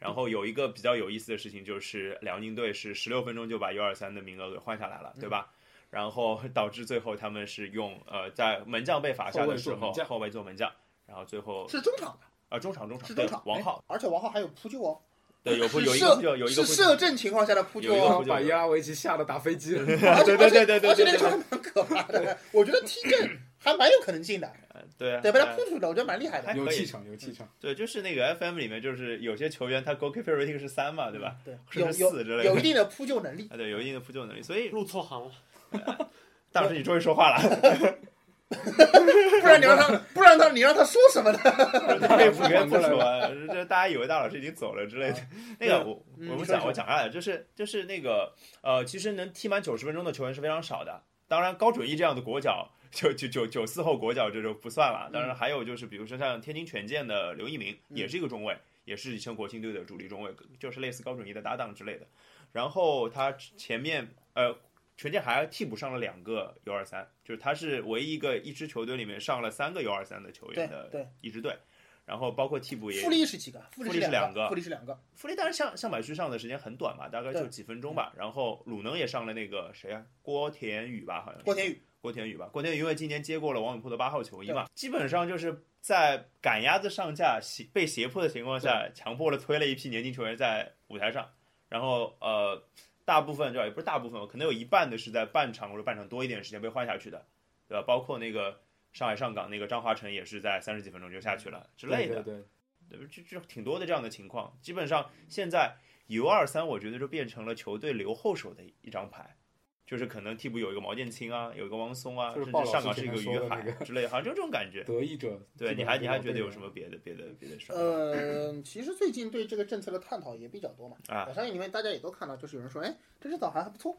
Speaker 1: 然后有一个比较有意思的事情就是辽宁队是十六分钟就把九二三的名额给换下来了，对吧？然后导致最后他们是用呃在门将被罚下
Speaker 2: 后
Speaker 1: 的
Speaker 2: 卫
Speaker 1: 时
Speaker 2: 做
Speaker 1: 候
Speaker 2: 门将
Speaker 1: 后卫做门将，然后最后
Speaker 4: 是中场的，
Speaker 1: 啊中场中场
Speaker 4: 是中
Speaker 1: 对
Speaker 4: 场
Speaker 1: 王
Speaker 4: 哎
Speaker 1: 浩
Speaker 4: 而且王浩还有扑救哦，
Speaker 1: 对有
Speaker 4: 是
Speaker 1: 扑有一个
Speaker 4: 射
Speaker 1: 扑救有一个
Speaker 4: 是
Speaker 1: 扑救
Speaker 4: 射正情况下的扑救
Speaker 1: 有一个
Speaker 4: 哦
Speaker 1: 扑。
Speaker 2: 把伊拉维奇吓得打飞机了。
Speaker 4: 而
Speaker 1: 对
Speaker 4: 且
Speaker 1: 对对对对
Speaker 4: 而且而
Speaker 1: 对对
Speaker 4: 且那个球还蛮可怕的，我觉得踢正还蛮有可能 进的，
Speaker 1: 对啊
Speaker 4: 对，把
Speaker 1: 对
Speaker 4: 他
Speaker 1: 啊
Speaker 4: 扑出去了，我觉得蛮厉害 的。
Speaker 2: 有气场，有气场。
Speaker 1: 对，就是那个 FM 里面，就是有些球员他 goalkeeper rating 是三嘛，对吧？
Speaker 4: 对，
Speaker 1: 甚
Speaker 4: 有
Speaker 1: 至
Speaker 4: 有
Speaker 1: 四之类
Speaker 4: 有一
Speaker 1: 的。
Speaker 4: 定的扑救 能力。
Speaker 1: 啊，对，有一定的扑救能力，所以
Speaker 3: 入错行了。
Speaker 1: 大老师你终于说话了，
Speaker 4: 不然你让他，不然他你让他说什么呢？
Speaker 1: 被普约不说， 这大家以为大老师已经走了之类的。 那个我
Speaker 4: 啊
Speaker 1: 我
Speaker 4: 嗯你
Speaker 1: 们
Speaker 4: 说
Speaker 1: 讲
Speaker 4: 说
Speaker 1: 我讲下来，就是就是那个呃，其实能踢满九十分钟的球员是非常少的，当然高准翼这样的国脚。九九九九四后国脚这就不算了，当
Speaker 4: 嗯
Speaker 1: 然还有就是，比如说像天津权健的刘一鸣，也是一个中卫，也是以前国青队的主力中卫，就是类似高准翼的搭档之类的。然后他前面呃，权健还替补上了两个 U 二三，就是他是唯一一个一支球队里面上了三个 U 二三的球员
Speaker 4: 对
Speaker 1: 的
Speaker 4: 对，
Speaker 1: 一支队，然后包括替补也
Speaker 4: 富力是几个？富力
Speaker 1: 富力是两
Speaker 4: 两
Speaker 1: 个
Speaker 4: 富力是两个。
Speaker 1: 弗雷当然上上百区上的时间很短嘛，大概就
Speaker 4: 对
Speaker 1: 几分钟吧。然后鲁能也上了那个谁啊，郭田雨吧，好像是
Speaker 4: 郭天宇
Speaker 1: 郭田雨吧，郭田雨因为今年接过了王永珀的八号球衣嘛，基本上就是在赶鸭子上架、胁被胁迫的情况下，强迫的推了一批年轻球员在舞台上，然后呃，大部分就也不是大部分，可能有一半的是在半场或者半场多一点时间被换下去的，对吧？包括那个上海上港那个张华成也是在三十几分钟就下去了之类嗯
Speaker 2: 对
Speaker 1: 的
Speaker 2: 对，对，
Speaker 1: 对吧？这这呃挺多的这样的情况。基本上现在 U 二三，我觉得就变成了球队留后手的一张牌，就是可能替补有一个毛剑卿啊，有一个汪松啊，
Speaker 2: 就是
Speaker 1: 甚
Speaker 2: 鲍
Speaker 1: 至
Speaker 2: 老师
Speaker 1: 上港是一个
Speaker 2: 之前
Speaker 1: 于
Speaker 2: 说的
Speaker 1: 海啊
Speaker 2: 那
Speaker 1: 之类的，好像就这种感觉。
Speaker 2: 得益者。
Speaker 1: 对，
Speaker 2: 基
Speaker 1: 你
Speaker 2: 本
Speaker 1: 还
Speaker 2: 上
Speaker 1: 你还
Speaker 2: 都是
Speaker 1: 觉得有
Speaker 2: 这
Speaker 1: 什么别的别的别的事儿？
Speaker 4: 呃，其实最近对这个政策的探讨也比较多嘛。
Speaker 1: 啊
Speaker 4: 我相信你们大家也都看到，就是有人说，哎，这支导航还不错，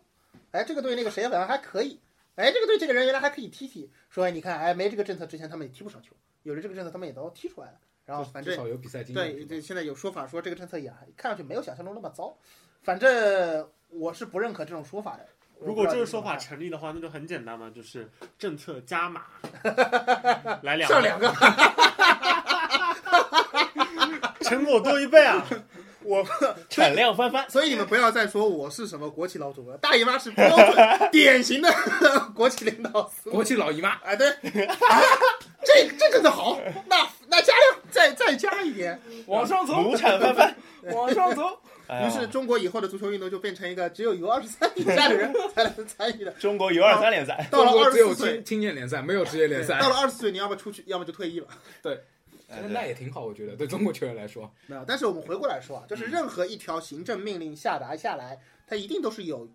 Speaker 4: 哎，这个对那个谁好像还可以，哎，这个对这个人原来还可以踢踢，说哎你看，哎，没这个政策之前他们也踢不上球，有了这个政策他们也都踢出来了。然后
Speaker 2: 样？
Speaker 4: 反
Speaker 2: 至
Speaker 4: 正
Speaker 2: 少有比赛经验。
Speaker 4: 对对，现在有说法说这个政策也还看上去没有想象中那么糟，反正我是不认可这种说法的。
Speaker 3: 如果这个说
Speaker 4: 说
Speaker 3: 法成立的话，那就很简单嘛，就是政策加 码，来两
Speaker 4: 上两个，
Speaker 3: 成果多一倍啊！
Speaker 4: 我
Speaker 1: 产量翻番，
Speaker 4: 所以你们不要再说我是什么国企老祖了，大姨妈是标准 典型的国企领导思维
Speaker 2: 国。际老姨妈，
Speaker 4: 哎，对，啊、这这真的好，那那加量再再加一点，
Speaker 2: 往上 走，
Speaker 1: 亩产翻番。
Speaker 2: 往上走。
Speaker 1: 哎呀
Speaker 4: 于是中国以后的足球运动就变成一个只有 U 二十三以下的人 才能参与的。
Speaker 1: 中国 U 二三联赛，
Speaker 4: 到了
Speaker 2: 中国
Speaker 4: 二
Speaker 2: 只
Speaker 4: 十
Speaker 2: 有
Speaker 4: 四岁
Speaker 2: 青，青年联赛，没有职业联赛
Speaker 4: 到。了二十岁，你要么出去，要么就退役了。
Speaker 2: 对，其实呃那也挺好，我觉得对中国球员来 说，
Speaker 4: 没有，但是我们回过来说啊，就是任何一条行政命令下达下来，它一定都是有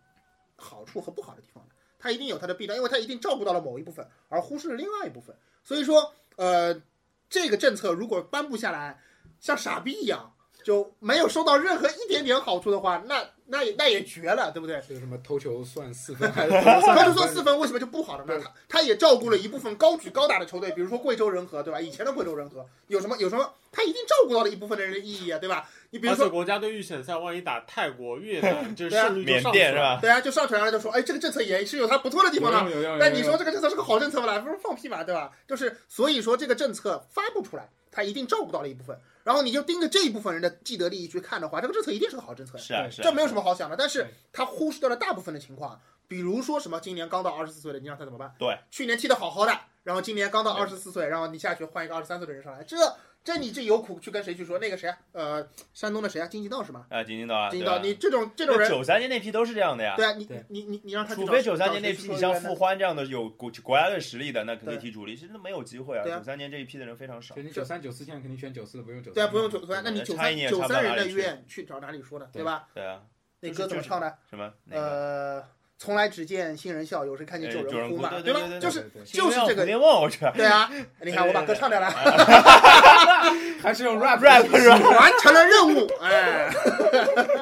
Speaker 4: 好处和不好的地方的，它一定有它的弊端，因为它一定照顾到了某一部分，而忽视了另外一部分。所以说，呃，这个政策如果颁布下来，像傻逼一样，就没有收到任何一点点好处的话，那那也那也绝了，对不对？
Speaker 2: 这个什么头球算四分 还是
Speaker 4: 他就
Speaker 2: 头
Speaker 4: 说四分为什么就不好了呢？他他也照顾了一部分高举高打的球队，比如说贵州人和，对吧？以前的贵州人和有什么有什么，他一定照顾到了一部分的人的意义啊，对吧？你比如
Speaker 3: 而
Speaker 4: 说
Speaker 3: 且国家队预选赛万一打泰国、 越南，这
Speaker 4: 对啊
Speaker 3: 胜呃率就
Speaker 1: 缅
Speaker 3: 上去
Speaker 1: 甸是
Speaker 3: 了。
Speaker 1: 吧？
Speaker 4: 对啊，就上传上来就说，哎，这个政策也是有它不错的地方的。
Speaker 2: 有用
Speaker 4: 但你说这个政策是个好政策吗？不是放屁嘛，对吧？就是所以说这个政策发布出来，它一定照顾到了一部分，然后你就盯着这一部分人的既得利益去看的话，这个政策一定是个好政策呀，
Speaker 1: 是啊，是啊
Speaker 4: 这没有什么好想的。但是它忽视掉了大部分的情况，比如说什么今年刚到二十四岁的，你让他怎么办？
Speaker 1: 对，
Speaker 4: 去年踢得好好的，然后今年刚到二十四岁，然后你下去换一个二十三岁的人上来，这这你这有苦去跟谁去说？那个谁啊，呃，山东的谁啊，金鸡道是吗？
Speaker 1: 啊，金金道啊，
Speaker 4: 金鸡道，你这种
Speaker 1: 这
Speaker 4: 这种人，
Speaker 1: 九三年那批都是这样的呀。
Speaker 4: 对啊，你
Speaker 2: 对
Speaker 4: 你你你让他去
Speaker 1: 除
Speaker 4: 找
Speaker 1: 非
Speaker 4: 谁
Speaker 1: 九三年
Speaker 4: 找谁
Speaker 1: 那
Speaker 4: 去
Speaker 1: 批，
Speaker 4: 说
Speaker 1: 你
Speaker 4: 一
Speaker 1: 像
Speaker 4: 遍呢
Speaker 1: 傅欢这样的有国国家队实力的，那肯定
Speaker 4: 对
Speaker 1: 踢主力，其实没有机会
Speaker 4: 对啊
Speaker 1: 九三年这一批的人非常少
Speaker 2: 就。你九三九四现在肯定选九四的，不用九
Speaker 4: 对啊，不用九三，那你
Speaker 1: 嗯对
Speaker 4: 九
Speaker 1: 差
Speaker 4: 三
Speaker 1: 一年也
Speaker 4: 九
Speaker 1: 差不
Speaker 4: 三
Speaker 1: 到哪
Speaker 4: 人的
Speaker 1: 里去
Speaker 4: 院去找哪里说呢？对
Speaker 2: 对
Speaker 4: 吧？
Speaker 1: 对啊，
Speaker 4: 那
Speaker 1: 就是
Speaker 4: 歌怎么
Speaker 1: 就是
Speaker 4: 唱的？
Speaker 1: 什么那个
Speaker 4: 呃，从来只见新人笑，有时看见
Speaker 1: 哎
Speaker 4: 旧
Speaker 1: 旧人
Speaker 4: 哭
Speaker 1: 哭
Speaker 4: 嘛，
Speaker 1: 对对
Speaker 4: 吧？
Speaker 1: 对对
Speaker 4: 就是
Speaker 2: 对对
Speaker 4: 就是这个，
Speaker 1: 别忘我去
Speaker 4: 对啊。你看我把歌唱掉了，
Speaker 2: 还是用 rap
Speaker 1: rap 是吧？
Speaker 4: 完成了任 务，哎，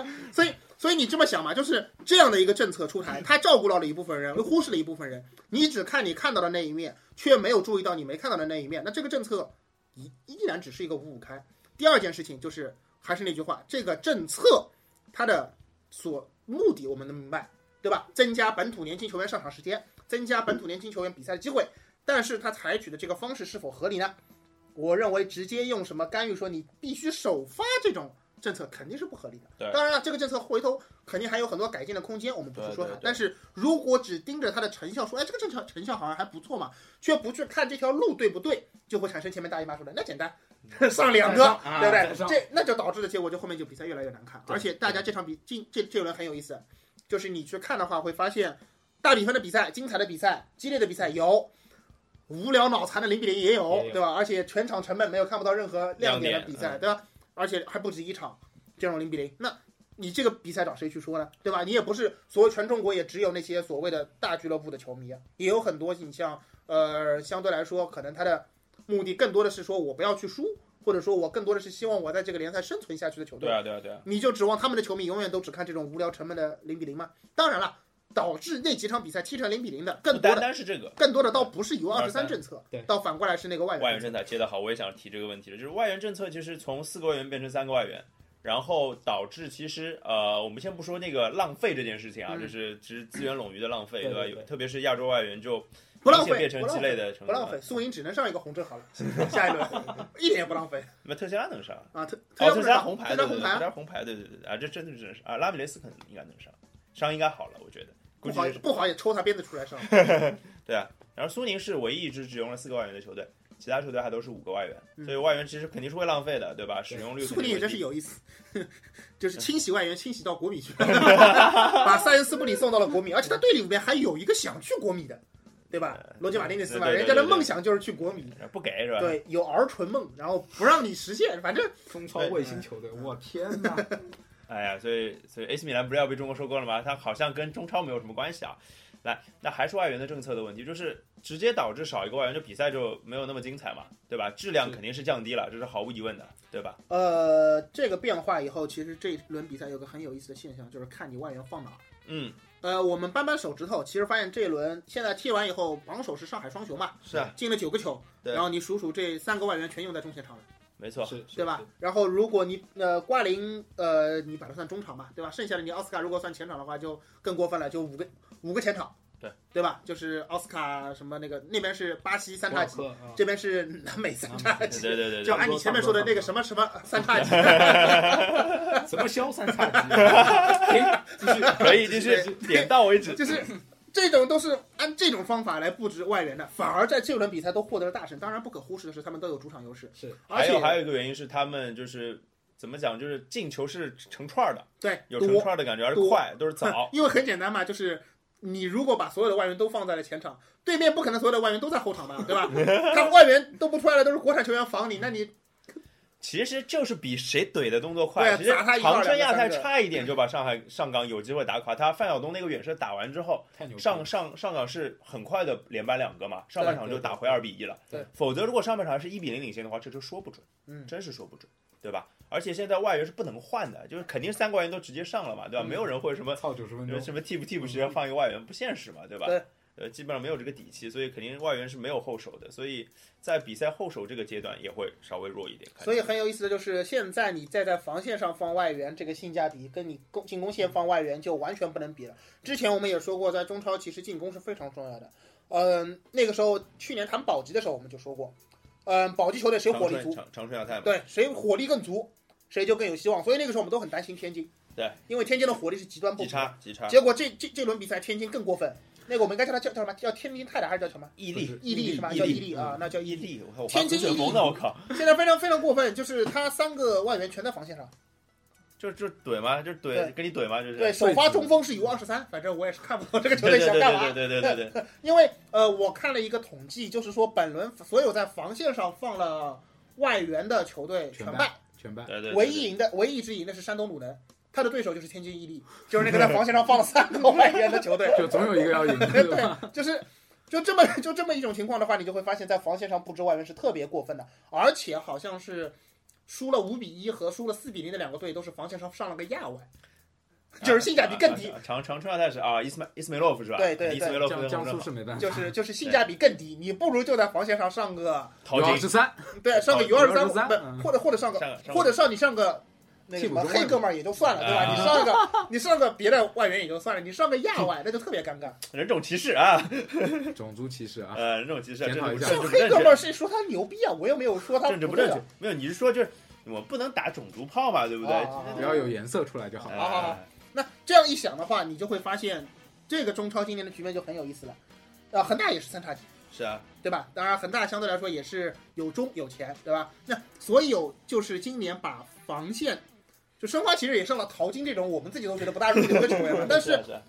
Speaker 4: 所以。所以你这么想嘛，就是这样的一个政策出台，它照顾到了一部分人，又忽视了一部分人。你只看你看到的那一面，却没有注意到你没看到的那一面。那这个政策依依然只是一个五五开。第二件事情就是，还是那句话，这个政策它的所目的我们能明白，对吧？增加本土年轻球员上场时间，增加本土年轻球员比赛的机会，但是他采取的这个方式是否合理呢？我认为直接用什么干预说你必须首发这种政策肯定是不合理的。
Speaker 1: 对
Speaker 4: 当然了，这个政策回头肯定还有很多改进的空间，我们不去说它。
Speaker 1: 对对对
Speaker 4: 但是如果只盯着它的成效说，哎，这个政策成效好像还不错嘛，却不去看这条路对不对，就会产生前面大姨妈说的那简单，
Speaker 1: 嗯
Speaker 4: 上两个，
Speaker 2: 啊
Speaker 4: 对不
Speaker 2: 再
Speaker 4: 对？
Speaker 2: 上
Speaker 4: 这那就导致的结果就后面就比赛越来越难看，而且大家这场比这这这一轮很有意思，就是你去看的话会发现，大比分的比赛、精彩的比赛、激烈的比赛有，无聊脑残的零比零也
Speaker 2: 也，
Speaker 4: 有
Speaker 2: 有嗯
Speaker 4: 对吧？而且全场成本没有看不到任何亮点的
Speaker 1: 亮点
Speaker 4: 比赛，对吧？而且还不止一场这种零比零，那你这个比赛找谁去说呢？对吧？你也不是所有全中国也只有那些所谓的大俱乐部的球迷啊，也有很多你像呃，相对来说可能他的目的更多的是说我不要去输，或者说我更多的是希望我在这个联赛生存下去的球队
Speaker 1: 对。啊，对啊，对啊，
Speaker 4: 你就指望他们的球迷永远都只看这种无聊沉闷的零比零吗？当然了，导致那几场比赛踢成零比零的，
Speaker 1: 不
Speaker 4: 更多
Speaker 1: 单
Speaker 4: 的
Speaker 1: 单是这个。
Speaker 4: 更多的倒不是由二十三政策
Speaker 2: 对，
Speaker 4: 倒反过来是那个外
Speaker 1: 外
Speaker 4: 援
Speaker 1: 援政
Speaker 4: 政策。
Speaker 1: 策接得好，我也想提这个问题了，就是外援政策其实从四个外援变成三个外援，然后导致其实呃，我们先不说那个浪费这件事情啊，
Speaker 4: 嗯
Speaker 1: 就是其实资源冗余的浪费，
Speaker 2: 对
Speaker 1: 吧？
Speaker 2: 对
Speaker 1: 有
Speaker 2: 对
Speaker 1: 特别是亚洲外援就
Speaker 4: 不浪
Speaker 1: 明显
Speaker 4: 费，
Speaker 1: 变
Speaker 4: 不
Speaker 1: 成
Speaker 4: 浪
Speaker 1: 鸡肋
Speaker 4: 费，
Speaker 1: 的成
Speaker 4: 不浪费。苏宁只能上一个红证好了，下一轮 一点也不浪费
Speaker 1: 那特谢拉能上，
Speaker 4: 啊！特
Speaker 1: 哦，
Speaker 4: 特
Speaker 1: 特
Speaker 4: 加
Speaker 1: 加红牌，对对
Speaker 4: 特加红
Speaker 1: 对，特
Speaker 4: 牌
Speaker 1: 加红牌，对对对对啊，这真的是能上啊，拉米雷斯可能应该能上，伤应该好了，我觉得，估
Speaker 4: 不
Speaker 1: 计
Speaker 4: 好
Speaker 1: 是
Speaker 4: 也不好也抽他鞭子出来上。
Speaker 1: 对啊，然后苏宁是唯一一支只用了四个外援的球队，其他球队还都是五个外
Speaker 4: 嗯
Speaker 1: 援，所以外援其实肯定是会浪费的，对嗯吧？使用率
Speaker 4: 苏宁也真是
Speaker 1: 有，
Speaker 4: 有意思， 就是清洗外援清洗到国米去了， 把塞恩斯布里送到了国米，而且他队里面还有一个想去国米的，对吧？罗杰马丁内斯嘛，
Speaker 1: 呃对对
Speaker 4: 人
Speaker 1: 对
Speaker 4: 家的
Speaker 1: 对对
Speaker 4: 梦想就是去国米。
Speaker 1: 不给是吧？
Speaker 4: 对，有儿纯梦，然后不让你实现，反正
Speaker 2: 中超卫星球队，我天 哪！
Speaker 1: 哎呀，所以所以 AC 米兰不是要被中国收购了吗？它好像跟中超没有什么关系啊。来，那还是外援的政策的问题，就是直接导致少一个外援，就比赛就没有那么精彩嘛，对吧？质量肯定是降低了，这是毫无疑问的，对吧？
Speaker 4: 呃，这个变化以后，其实这一轮比赛有个很有意思的现象，就是看你外援放哪儿。
Speaker 1: 嗯，
Speaker 4: 呃，我们扳扳手指头，其实发现这一轮现在踢完以后，榜首是上海双雄嘛，
Speaker 1: 是啊，
Speaker 4: 进了九个球，
Speaker 1: 对
Speaker 4: 然后你数数这三个外援全用在中前场了，
Speaker 1: 没错，
Speaker 2: 是，
Speaker 4: 对吧？？然后如果你呃瓜林呃你把它算中场吧，对吧？剩下的你奥斯卡如果算前场的话，就更过分了，就五个五个前场，
Speaker 1: 对
Speaker 4: 对吧？就是奥斯卡什么那个那边是巴西三
Speaker 2: 博
Speaker 4: 叉
Speaker 2: 尔
Speaker 4: 戟，
Speaker 2: 克啊，
Speaker 4: 这边是南美三叉戟，
Speaker 1: 对对对
Speaker 4: 就哎
Speaker 1: 对，
Speaker 4: 按你前面说的那个什么什么三叉戟，
Speaker 2: 什么肖三叉 戟？停，继续。
Speaker 1: 可以就是点到为止。
Speaker 4: 就是这种都是按这种方法来布置外援的，反而在这轮比赛都获得了大胜。当然，不可忽视的是，他们都有主场优势，
Speaker 2: 是
Speaker 4: 而
Speaker 1: 还
Speaker 4: 且
Speaker 1: 有还有一个原因是他们就是怎么讲，就是进球是成串儿的，
Speaker 4: 对
Speaker 1: 有成
Speaker 4: 多，
Speaker 1: 串儿的感觉，而且
Speaker 4: 多 。
Speaker 1: 快，都是早
Speaker 4: 因为很简单嘛，就是你如果把所有的外援都放在了前场，对面不可能所有的外援都在后场吧，对吧？他外援都不出来了，都是国产球员防你，那你
Speaker 1: 其实就是比谁怼的动作
Speaker 4: 对
Speaker 1: 快。
Speaker 4: 啊
Speaker 1: 其实
Speaker 4: 砸他一块儿
Speaker 1: 长春亚泰
Speaker 4: 两个三个
Speaker 1: 差一点就把上海上港有机会打垮。他范晓东那个远射打完之后，
Speaker 2: 太牛逼了
Speaker 1: 上上上港是很快的连扳两个嘛，上半场就打回二比一了。
Speaker 4: 对对
Speaker 1: 否则如果上半场是一比零领先的话，这就说不准，
Speaker 4: 嗯
Speaker 1: 真是说不准，对吧？而且现在外援是不能换的，就是肯定三个外援都直接上了嘛，
Speaker 4: 嗯
Speaker 1: 对吧？没有人会什么
Speaker 2: 操九十分
Speaker 1: 就是
Speaker 2: 钟，
Speaker 1: 什么替补替补席上放一个外援不现实嘛，对吧？
Speaker 4: 对
Speaker 1: 呃，基本上没有这个底气，所以肯定外援是没有后手的，所以在比赛后手这个阶段也会稍微弱一点。看起来
Speaker 4: 所以很有意思的就是，现在你再在防线上放外援，这个性价比跟你攻进攻线放外援就完全不能比了。之前我们也说过，在中超其实进攻是非常重要的。嗯，那个时候去年谈保级的时候我们就说过，嗯，保级球队谁
Speaker 1: 长
Speaker 4: 火力
Speaker 1: 春
Speaker 4: 足，
Speaker 1: 长长春亚泰嘛，
Speaker 4: 对，谁火力更足，谁就更有希望。所以那个时候我们都很担心天津，
Speaker 1: 对，
Speaker 4: 因为天津的火力是极端不
Speaker 1: 极
Speaker 4: 足。
Speaker 1: 差极差，
Speaker 4: 结果这这这轮比赛天津更过分，那个我们应该叫他叫叫什么？叫天津泰达还是叫什么？
Speaker 1: 毅
Speaker 2: 不
Speaker 1: 力
Speaker 2: 是
Speaker 4: 伊利是吧？
Speaker 1: 伊
Speaker 4: 叫
Speaker 1: 利
Speaker 4: 伊利啊，那叫伊
Speaker 1: 毅
Speaker 4: 利。
Speaker 1: 力，我
Speaker 4: 天津
Speaker 1: 水
Speaker 4: 毅力
Speaker 1: 风的，我靠，
Speaker 4: 现在非常非常过分，就是他三个外援全在防线上，
Speaker 1: 就就怼嘛，就
Speaker 4: 对
Speaker 1: 怼，跟你怼嘛，就是
Speaker 4: 对，首发中锋是 U 二十三，反正我也是看不懂这个球队
Speaker 1: 对
Speaker 4: 想
Speaker 1: 对
Speaker 4: 干
Speaker 1: 对
Speaker 4: 嘛。
Speaker 1: 对对对对对，
Speaker 4: 因为呃，我看了一个统计，就是说本轮所有在防线上放了外援的球队
Speaker 2: 全
Speaker 4: 全
Speaker 2: 败
Speaker 4: 败，
Speaker 2: 全败。
Speaker 1: 对对，
Speaker 4: 唯一赢的唯一一支赢的是山东鲁能，他的对手就是天津伊利，就是那个在防线上放了三个外援的球队，
Speaker 2: 就总有一个要赢，
Speaker 4: 对
Speaker 2: 对吧？
Speaker 4: 就是就这么就这么一种情况的话，你就会发现，在防线上布置外援是特别过分的，而且好像是输了五比一和输了四比零的两个队都是防线上上了个亚外，就是性价比更低
Speaker 1: 啊。啊啊长长春亚泰是啊，伊斯梅伊斯梅洛夫是吧？
Speaker 4: 对对对
Speaker 1: 伊斯梅洛夫
Speaker 2: 江
Speaker 1: 跟
Speaker 2: 江苏
Speaker 1: 红
Speaker 2: 是没办法，
Speaker 1: 啊
Speaker 4: 就是就是性价比更低，你不如就在防线上上个
Speaker 1: 陶
Speaker 2: 有
Speaker 1: 晶
Speaker 2: 二十三，
Speaker 4: 对上个
Speaker 1: 哦
Speaker 4: U 二三，
Speaker 2: 123嗯
Speaker 4: 不或者或者上个
Speaker 1: 上个上个
Speaker 4: 啊或者上你上个那个什么
Speaker 2: 替补中卫
Speaker 4: 黑哥们儿也就算了，对吧？
Speaker 1: 啊
Speaker 4: 你上个你上个别的外援也就算了，你上个亚外那就特别尴尬。
Speaker 1: 人种歧视啊，
Speaker 2: 种族歧视啊！
Speaker 1: 呃，人种歧视啊，
Speaker 2: 检
Speaker 1: 政
Speaker 2: 讨
Speaker 1: 治
Speaker 2: 一
Speaker 1: 不
Speaker 2: 下
Speaker 1: 政治
Speaker 4: 这
Speaker 1: 不正
Speaker 4: 黑哥
Speaker 1: 确
Speaker 4: 们。儿谁说他牛逼啊？我又没有说 他
Speaker 1: 政治不
Speaker 4: 对
Speaker 1: 正
Speaker 4: 啊
Speaker 1: 确，没有，你是说就是我不能打种族炮嘛，对不对？
Speaker 4: 啊
Speaker 1: 就是
Speaker 2: 不要有颜色出来就好
Speaker 1: 哎
Speaker 2: 了。
Speaker 4: 好好好那这样一想的话，你就会发现这个中超今年的局面就很有意思了。啊，恒大也是三叉戟，
Speaker 1: 是啊，
Speaker 4: 对吧？当然，恒大相对来说也是有中有钱，对吧？那所以有就是今年把防线，就申花其实也上了淘金这种我们自己都觉得不大入流的球员了，但
Speaker 1: 是啊
Speaker 4: 是
Speaker 1: 是啊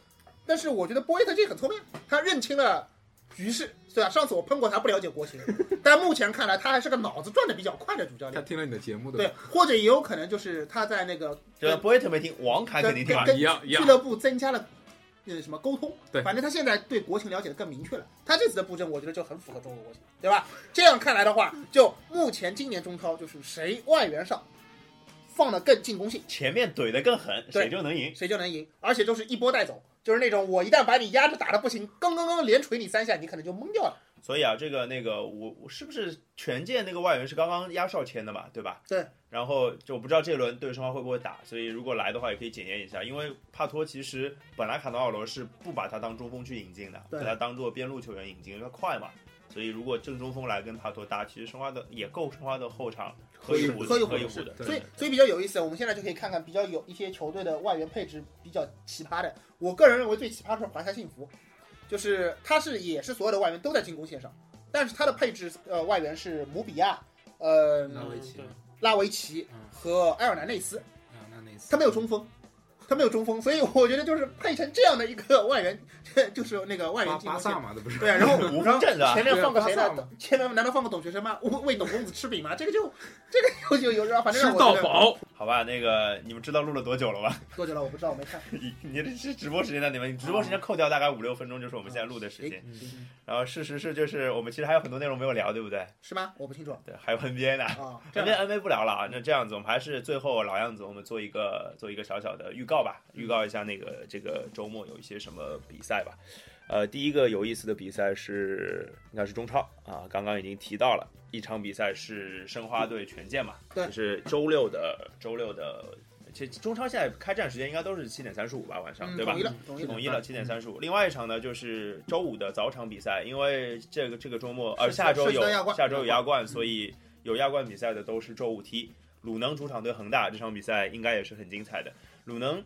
Speaker 4: 但是我觉得波耶特这很聪明，他认清了局势，对吧？上次我喷过他不了解国情，但目前看来他还是个脑子转的比较快的主
Speaker 1: 哎
Speaker 4: 教
Speaker 2: 他
Speaker 4: 练，
Speaker 2: 听了你的节目的，
Speaker 4: 对，或者也有可能就是他在那个
Speaker 1: 这波特没听，王凯肯定听啊。
Speaker 4: 跟
Speaker 2: 一样一
Speaker 4: 俱
Speaker 2: 样。
Speaker 4: 乐部增加了呃什么沟通，
Speaker 2: 对
Speaker 4: 反正他现在对国情了解的更明确了。他这次的布阵，我觉得就很符合中国国情，对吧？这样看来的话，就目前今年中超就是谁外援上放的更进攻性，
Speaker 1: 前面怼的更狠，
Speaker 4: 对
Speaker 1: 谁就能赢。
Speaker 4: 谁就能赢，而且就是一波带走，就是那种我一旦把你压着打的不行，刚刚刚连捶你三下，你可能就懵掉了。
Speaker 1: 所以啊，这个那个我我是不是权健那个外援是刚刚压哨签的嘛，对吧？
Speaker 4: 对。
Speaker 1: 然后就我不知道这轮对申花会不会打，所以如果来的话也可以检验一下，因为帕托其实本来卡纳瓦罗是不把他当中锋去引进的，
Speaker 4: 对
Speaker 1: 把他当做边路球员引进，因为他快嘛。所以如果正中锋来跟帕托搭，其实申花的也够申花的后场可以补
Speaker 4: 可以
Speaker 1: 的，
Speaker 4: 补
Speaker 1: 可以
Speaker 4: 的
Speaker 1: 补的。
Speaker 2: 对
Speaker 4: 所以，所以比较有意思，我们现在就可以看看比较有一些球队的外援配置比较奇葩的。我个人认为最奇葩的是华夏幸福，就是他是也是所有的外援都在进攻线上，但是他的配置呃外援是姆比亚、呃
Speaker 2: 那维奇
Speaker 3: 对，
Speaker 4: 拉维奇
Speaker 2: 嗯，
Speaker 4: 和埃尔南内斯，
Speaker 2: 啊那那次
Speaker 4: 他没有中锋。他没有中锋，所以我觉得就是配成这样的一个外援， 就是那个外
Speaker 2: 巴
Speaker 4: 援进
Speaker 2: 巴
Speaker 4: 攻线
Speaker 2: 萨。嘛，那 不是？
Speaker 4: 对啊，然后
Speaker 1: 无
Speaker 4: 然
Speaker 1: 锋
Speaker 4: 后
Speaker 1: 阵是吧
Speaker 4: 前面放个谁
Speaker 2: 对啊
Speaker 4: 呢
Speaker 2: 巴萨嘛？
Speaker 4: 前面难道放个董学生吗？喂喂董公子吃饼吗？这个就这个就有有，反正
Speaker 2: 吃
Speaker 4: 让我
Speaker 2: 到
Speaker 4: 觉得
Speaker 2: 饱，
Speaker 1: 好吧，那个你们知道录了多久了吧？
Speaker 4: 多久了？我不知道，我没看。
Speaker 1: 你你这是直播时间在里面，你直播时间扣掉大概五六分钟，就是我们现在录的时间。
Speaker 4: 嗯
Speaker 1: 然后事实是，就是我们其实还有很多内容没有聊，对不对？
Speaker 4: 是吗？我不清楚啊、
Speaker 1: 对，还有 NBA 呢。
Speaker 4: 这
Speaker 1: NBA
Speaker 4: 样
Speaker 1: NBA 不聊了啊，那这样子，我们还是最后老样子，我们做一个做一个小小的预告吧，预告一下那个这个周末有一些什么比赛吧。呃，第一个有意思的比赛是应该是中超啊，刚刚已经提到了一场比赛是申花对权健嘛，
Speaker 4: 对
Speaker 1: 就是周六的周六的，其实中超现在开战时间应该都是七点三十五吧，晚上、
Speaker 4: 嗯
Speaker 1: 对吧
Speaker 4: 统一？了，统一了
Speaker 1: 统。一了七点三十五。另外一场呢，就是周五的早场比赛，因为这个这个周末呃
Speaker 4: 是
Speaker 1: 下周
Speaker 4: 是
Speaker 1: 有
Speaker 4: 是亚冠嗯
Speaker 1: 下周有亚冠，所以有亚冠比赛的都是周五踢。鲁能主场对恒大这场比赛应该也是很精彩的。鲁能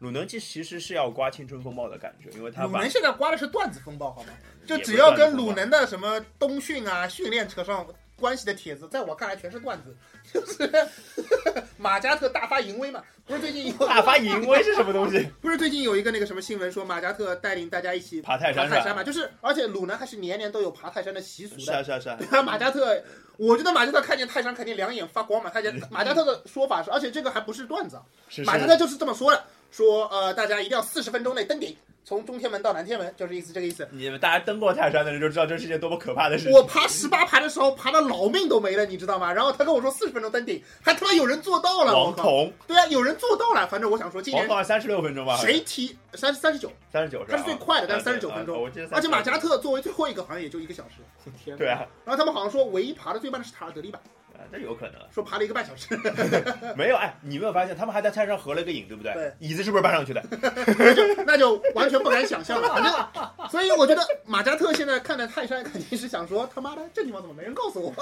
Speaker 1: 鲁能其其实是要刮青春风暴的感觉，因为他
Speaker 4: 鲁
Speaker 1: 把
Speaker 4: 能现在刮的是段子风暴，好吗？就
Speaker 1: 也不
Speaker 4: 只要
Speaker 1: 是段
Speaker 4: 跟
Speaker 1: 子风
Speaker 4: 鲁
Speaker 1: 暴
Speaker 4: 能的什么 冬训啊、训练扯上关系的帖子，在我看来全是段子，就是马加特大发淫威嘛？不是最近有
Speaker 1: 大发淫威是什么东西？
Speaker 4: 不是最近有一个那个什么新闻说马加特带领大家一起
Speaker 1: 爬泰
Speaker 4: 爬
Speaker 1: 山
Speaker 4: 泰
Speaker 1: 是
Speaker 4: 山嘛？
Speaker 1: 吧？
Speaker 4: 就是而且鲁南还是年年都有爬泰山的习俗
Speaker 1: 是啊
Speaker 4: 的。
Speaker 1: 是啊是啊，
Speaker 4: 对啊，马加特，我觉得马加特看见泰山肯定两眼发光嘛。他家马加特的说法是，而且这个还不是段子啊，
Speaker 1: 是
Speaker 4: 马加
Speaker 1: 是
Speaker 4: 特就是这么说的，说呃大家一定要四十分钟内登顶，从中天门到南天门，就是意思这个意思。
Speaker 1: 你们大家登过泰山的人就知道这是一件多么可怕的事情。
Speaker 4: 我爬十八排的时候，爬的老命都没了，你知道吗？然后他跟我说四十分钟登顶，还他妈有人做到了，我
Speaker 1: 王
Speaker 4: 靠！
Speaker 1: 彤，
Speaker 4: 对啊，有人做到了。反正我想说，今
Speaker 1: 王
Speaker 4: 年
Speaker 1: 彤三十六分钟吧？
Speaker 4: 谁提三三十九，
Speaker 1: 三十九？
Speaker 4: 他是最快的，但是
Speaker 1: 啊
Speaker 4: 三
Speaker 1: 对
Speaker 4: 十九分
Speaker 1: 啊
Speaker 4: 钟
Speaker 1: 我记得，39
Speaker 4: 而且马加特作为最后一个，好像也就一个小时。天，
Speaker 1: 对。啊，
Speaker 4: 然后他们好像说，唯一爬的最慢的是塔尔德利吧，
Speaker 1: 啊这有可能
Speaker 4: 说爬了一个半小时，
Speaker 1: 没有哎，你没有发现他们还在泰山上合了一个影，对不对？
Speaker 4: 对
Speaker 1: 椅子是不是搬上去的？
Speaker 4: 那就完全不敢想象了。反正，所以我觉得马加特现在看着泰山，肯定是想说，他妈的，这地方怎么没人告诉我？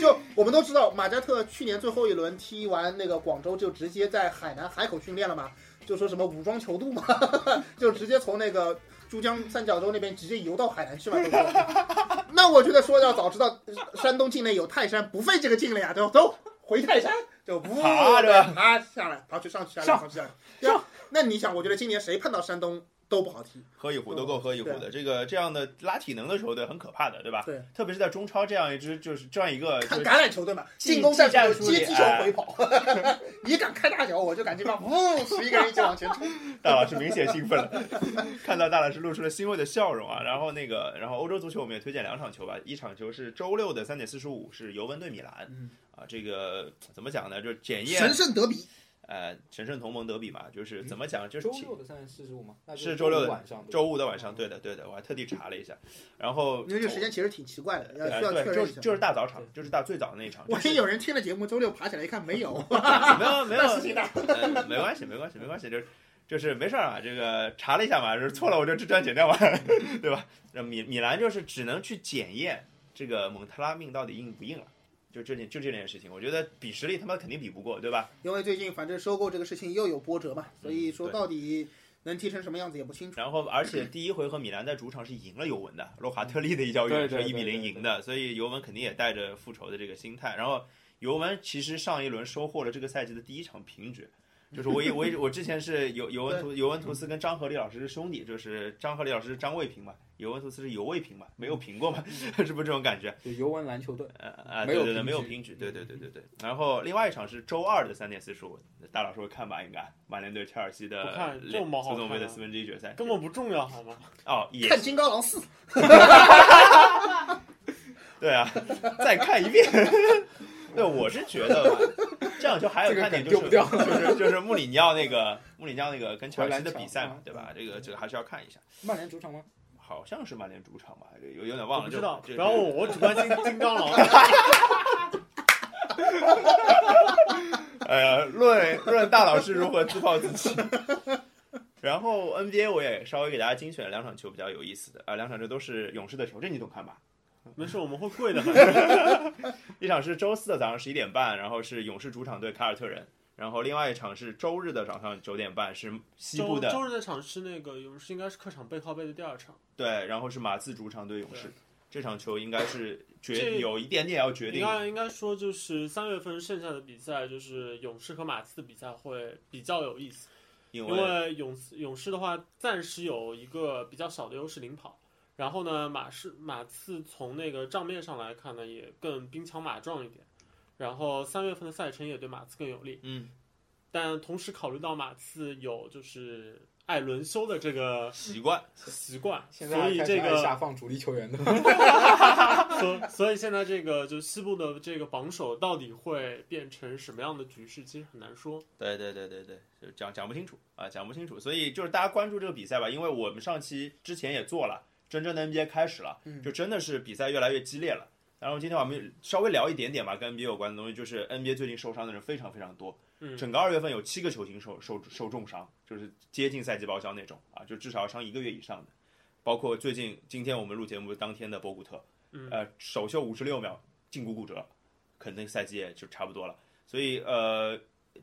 Speaker 4: 就我们都知道，马加特去年最后一轮踢完那个广州，就直接在海南海口训练了嘛，就说什么武装求渡嘛， 就直接从那个珠江三角洲那边直接游到海南去嘛。都说那我觉得说要早知道山东境内有泰山，不费这个劲了呀，就走回泰山，就不
Speaker 1: 爬对吧
Speaker 4: 爬下来，爬去上去下来，
Speaker 1: 上
Speaker 4: 上去下来。对啊，那你想，我觉得今年谁碰到山东都不好踢。
Speaker 1: 喝一壶都够喝一壶的，这个这样的拉体能的球队很可怕的，对吧？
Speaker 4: 对，
Speaker 1: 特别是在中超这样一支就是这样一个就
Speaker 4: 看
Speaker 1: 是
Speaker 4: 橄榄球队嘛，
Speaker 1: 技
Speaker 4: 进攻战
Speaker 1: 技战
Speaker 4: 术
Speaker 1: 术
Speaker 4: 接
Speaker 1: 里
Speaker 4: 踢球
Speaker 1: 哎
Speaker 4: 回跑， 你敢开大脚，我就敢这样，呜，十一个人一起往前冲。
Speaker 1: 大老师明显兴奋了， 看到大老师露出了欣慰的笑容啊。然后那个，然后欧洲足球我们也推荐两场球吧，一场球是周六的三点四十五是尤文对米兰
Speaker 4: 嗯
Speaker 1: 啊，这个怎么讲呢？就检验
Speaker 4: 神圣德比，
Speaker 1: 呃神圣同盟德比嘛，就是怎么讲，就是
Speaker 6: 周
Speaker 1: 体
Speaker 6: 六的三点四十五吗？那就是
Speaker 1: 周六的
Speaker 6: 晚上，对吧
Speaker 1: 周五的晚上，对的对的，我还特地查了一下，然后
Speaker 4: 因为这个时间其实挺奇怪的，
Speaker 2: 哎
Speaker 4: 要需要
Speaker 1: 呃
Speaker 4: 确
Speaker 1: 对，就
Speaker 4: 认一
Speaker 1: 是
Speaker 4: 下。
Speaker 1: 就是大早场，就是大最早的那一场，
Speaker 4: 万
Speaker 1: 就是
Speaker 4: 一有人听了节目，周六爬起来一看没有，
Speaker 1: 没有没有
Speaker 4: 那事情大。
Speaker 1: 呃，没关系，没关系，没关系，就是就是没事儿啊。这个查了一下嘛，就是错了我就这张剪掉嘛， 对吧？那米米兰就是只能去检验这个蒙特拉命到底硬不硬了、就这件就这件事情，我觉得比实力他妈肯定比不过，对吧？
Speaker 4: 因为最近反正收购这个事情又有波折嘛，所以
Speaker 2: 嗯
Speaker 4: 说
Speaker 1: 对
Speaker 4: 到底能踢成什么样子也不清楚。
Speaker 1: 然后而且第一回合米兰在主场是赢了尤文的，洛卡
Speaker 3: 嗯
Speaker 1: 特利的一脚远
Speaker 6: 对
Speaker 1: 射
Speaker 6: 对
Speaker 1: 一比
Speaker 6: 对
Speaker 1: 零
Speaker 6: 对
Speaker 1: 赢的，所以尤文肯定也带着复仇的这个心态。然后尤文其实上一轮收获了这个赛季的第一场平局。就是我以我以我之前是尤尤文图尤文图斯跟张和利老师是兄弟，就是张和利老师是张卫平嘛，尤文图斯是尤卫平嘛，没有平过嘛， 是不是这种感觉？
Speaker 6: 就尤文篮球队，
Speaker 1: 呃啊，
Speaker 6: 没
Speaker 1: 对
Speaker 6: 有
Speaker 1: 对对，
Speaker 6: 平
Speaker 1: 没有
Speaker 6: 局嗯
Speaker 1: 平局，对对对对对。然后另外一场是周二的三点四十五，大老师会看吧？应该曼联对切尔西的
Speaker 3: 不看这
Speaker 1: 联
Speaker 3: 么好
Speaker 1: 足总杯
Speaker 3: 看
Speaker 1: 的
Speaker 3: 吗
Speaker 1: 四分之一决赛，
Speaker 3: 根本不重要好吗？
Speaker 1: 哦也
Speaker 4: 看金刚狼四，
Speaker 1: 对啊， 再看一遍。 对，我是觉得吧，这样就还有看点就是、
Speaker 6: 这个
Speaker 1: 就是 就是穆里尼奥那个穆里尼奥那个跟切尔西的
Speaker 6: 回蓝
Speaker 1: 比赛嘛
Speaker 6: 场，
Speaker 1: 对吧？这个这个还是要看一下，
Speaker 6: 曼联主场吗？
Speaker 1: 好像是曼联主场吧，有有点
Speaker 3: 我
Speaker 1: 忘了，
Speaker 3: 不
Speaker 1: 就
Speaker 3: 知道，
Speaker 1: 这
Speaker 3: 不要问我，我只关心金刚狼。
Speaker 1: 哎呀，论论大老师如何自暴自弃。 然后 NBA 我也稍微给大家精选了两场球比较有意思的啊、两场球都是勇士的球，这你懂看吧？
Speaker 3: 没事，我们会跪的很。
Speaker 1: 一场是周四的早上十一点半，然后是勇士主场对凯尔特人，然后另外一场是周日的早上九点半，是西部
Speaker 3: 周
Speaker 1: 的
Speaker 3: 周日那场是那个勇士，应该是客场背靠背的第二场，
Speaker 1: 对，然后是马刺主场对勇士。这场球应该是决
Speaker 3: 这
Speaker 1: 有一点点要决
Speaker 3: 应
Speaker 1: 定，
Speaker 3: 该应该说就是三月份剩下的比赛，就是勇士和马刺的比赛会比较有意思，
Speaker 1: 因
Speaker 3: 因
Speaker 1: 为
Speaker 3: 为勇士勇士的话暂时有一个比较小的优势领跑。然后呢，马是马刺从那个账面上来看呢，也更兵强马壮一点。然后三月份的赛程也对马刺更有利。
Speaker 1: 嗯，
Speaker 3: 但同时考虑到马刺有就是爱轮休的这个
Speaker 1: 习惯
Speaker 3: 习惯，
Speaker 6: 现在
Speaker 3: 所以
Speaker 6: 开始
Speaker 3: 这
Speaker 6: 爱下
Speaker 3: 个，
Speaker 6: 放主力球员的，
Speaker 3: 所所以现在这个就西部的这个榜首到底会变成什么样的局势，其实很难说。
Speaker 1: 对对对对对，就讲讲不清楚啊，讲不清楚。所以就是大家关注这个比赛吧，因为我们上期之前也做了，真正的 NBA 开始了，
Speaker 3: 嗯
Speaker 1: 就真的是比赛越来越激烈了。然后今天我们稍微聊一点点吧，跟 NBA 有关的东西，就是 NBA 最近受伤的人非常非常多，
Speaker 3: 嗯
Speaker 1: 整个二月份有七个球星受受受重伤，就是接近赛季报销那种啊，就至少要伤一个月以上的。包括最近今天我们录节目当天的博古特，
Speaker 3: 嗯
Speaker 1: 呃，首秀五十六秒胫骨骨折，可能赛季也就差不多了。所以呃，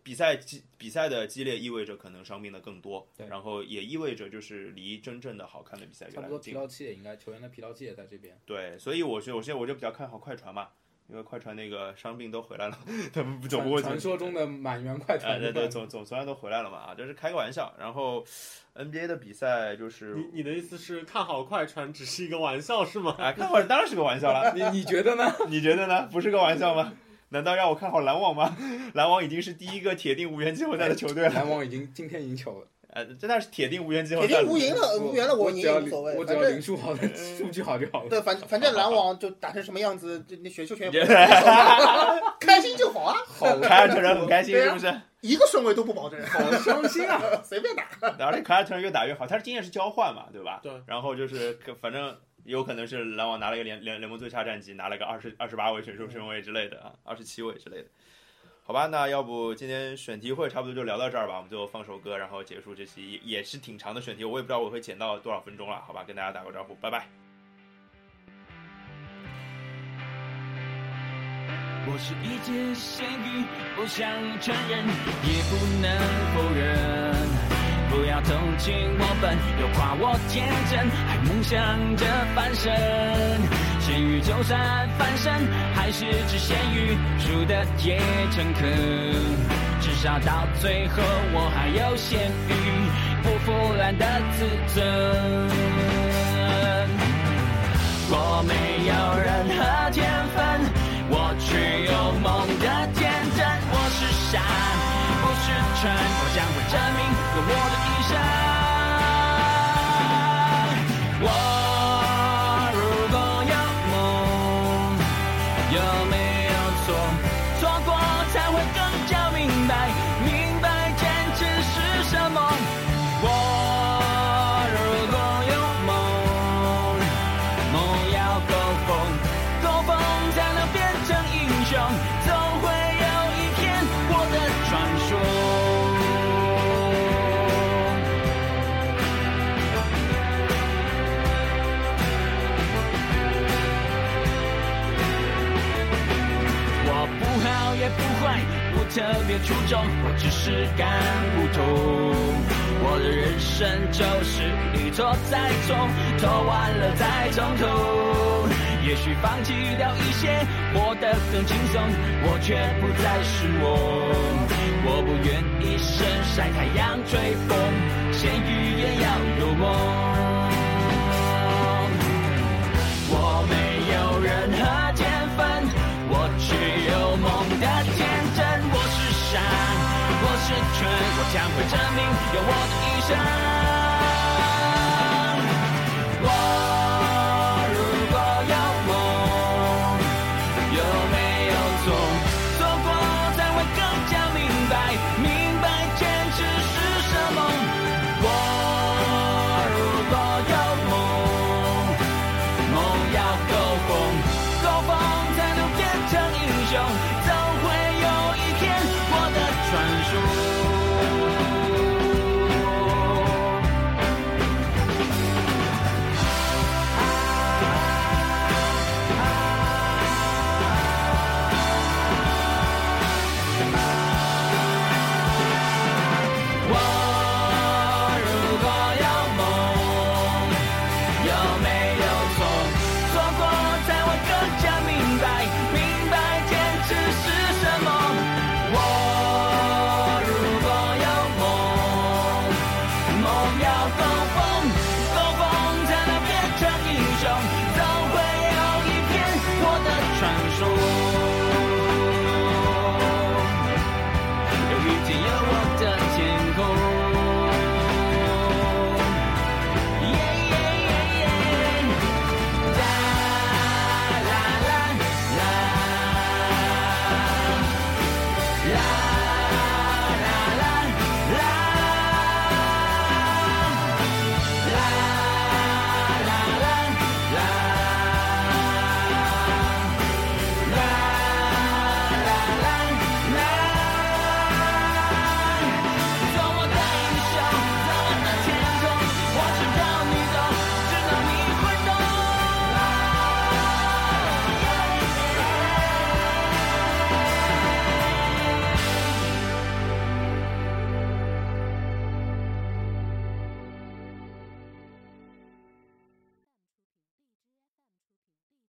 Speaker 1: 比赛激比赛的激烈意味着可能伤病的更多，
Speaker 6: 对
Speaker 1: 然后也意味着就是离真正的好看的比赛越
Speaker 6: 差
Speaker 1: 来
Speaker 6: 不
Speaker 1: 越
Speaker 6: 多疲
Speaker 1: 近。
Speaker 6: 劳期也应该，球员的疲劳期也在这边。
Speaker 1: 对，所以我觉得我现在我就比较看好快船嘛，因因为快船那个伤病都回来了， 他们总不会
Speaker 2: 传说中的满员 快
Speaker 1: 哎，
Speaker 2: 船
Speaker 1: 对
Speaker 2: 队，
Speaker 1: 对，总总总算都回来了嘛啊，这是开个玩笑。然后 NBA 的比赛就是
Speaker 3: 你，你的意思是看好快船只是一个玩笑是吗？
Speaker 1: 哎，看会儿当然是个玩笑了，
Speaker 2: 你你觉得呢？
Speaker 1: 你觉得呢？不是个玩笑吗？难道让我看好篮网吗？篮网已经是第一个铁定无缘季后赛的球队了。
Speaker 2: 篮网已经今天赢球了，
Speaker 1: 呃，真的是铁定无缘季后
Speaker 4: 哎铁
Speaker 1: 赛
Speaker 4: 定
Speaker 1: 了
Speaker 4: 无。赢了，
Speaker 2: 我
Speaker 4: 无缘了，
Speaker 2: 我
Speaker 4: 赢
Speaker 2: 只
Speaker 4: 也
Speaker 2: 要
Speaker 4: 无所谓，
Speaker 2: 我只
Speaker 4: 反
Speaker 2: 要
Speaker 4: 正
Speaker 2: 林书豪的
Speaker 1: 嗯
Speaker 2: 数据好就好了。
Speaker 4: 对，反反正篮网就打成什么样子，就那选秀权也 不开心就好啊，
Speaker 2: 好
Speaker 1: 凯尔特人很开心，
Speaker 4: 对
Speaker 1: 是
Speaker 4: 啊
Speaker 1: 不是？
Speaker 4: 一个顺位都不保证，
Speaker 2: 好伤心啊！
Speaker 4: 随便打。
Speaker 1: 而且凯尔特人越打越好，他是今年是交换嘛，对吧？
Speaker 3: 对
Speaker 1: 然后就是可反正有可能是篮网拿了一个联联联盟最差战绩，拿了个二十二十八位选秀顺位之类的啊，二十七位之类的。好吧，那要不今天选题会差不多就聊到这儿吧，我们就放首歌，然后结束这期也是挺长的选题，我也不知道我会剪到多少分钟了，好吧，跟大家打个招呼，拜拜。
Speaker 5: 我是一只咸鱼，不想承认，也不能否认。不要同情我笨，又夸我天真，还梦想着翻身。咸鱼就算翻身，还是只咸鱼，输的也诚恳。至少到最后，我还有咸鱼，不腐烂的自尊。我没有任何天分，我只有梦的天真。我是傻，不是蠢，我将会证明用我的一生。我如果有梦，有没有错？错过才会更加明白，明白坚持是什么。我如果有梦。梦要够疯，够疯才能变成英雄，总会有一天我的传说。我不好也不坏，不特别出众，我只是干不通。我的人生就是一错再错，错完了再从头。也许放弃掉一些，活得更轻松，我却不再是我。我不愿一生晒太阳吹风，咸鱼也要有梦。我没有任何天分，我只有梦的天真。我是傻，我是蠢，我将会证明用我的一生。我如果有梦，有没有错？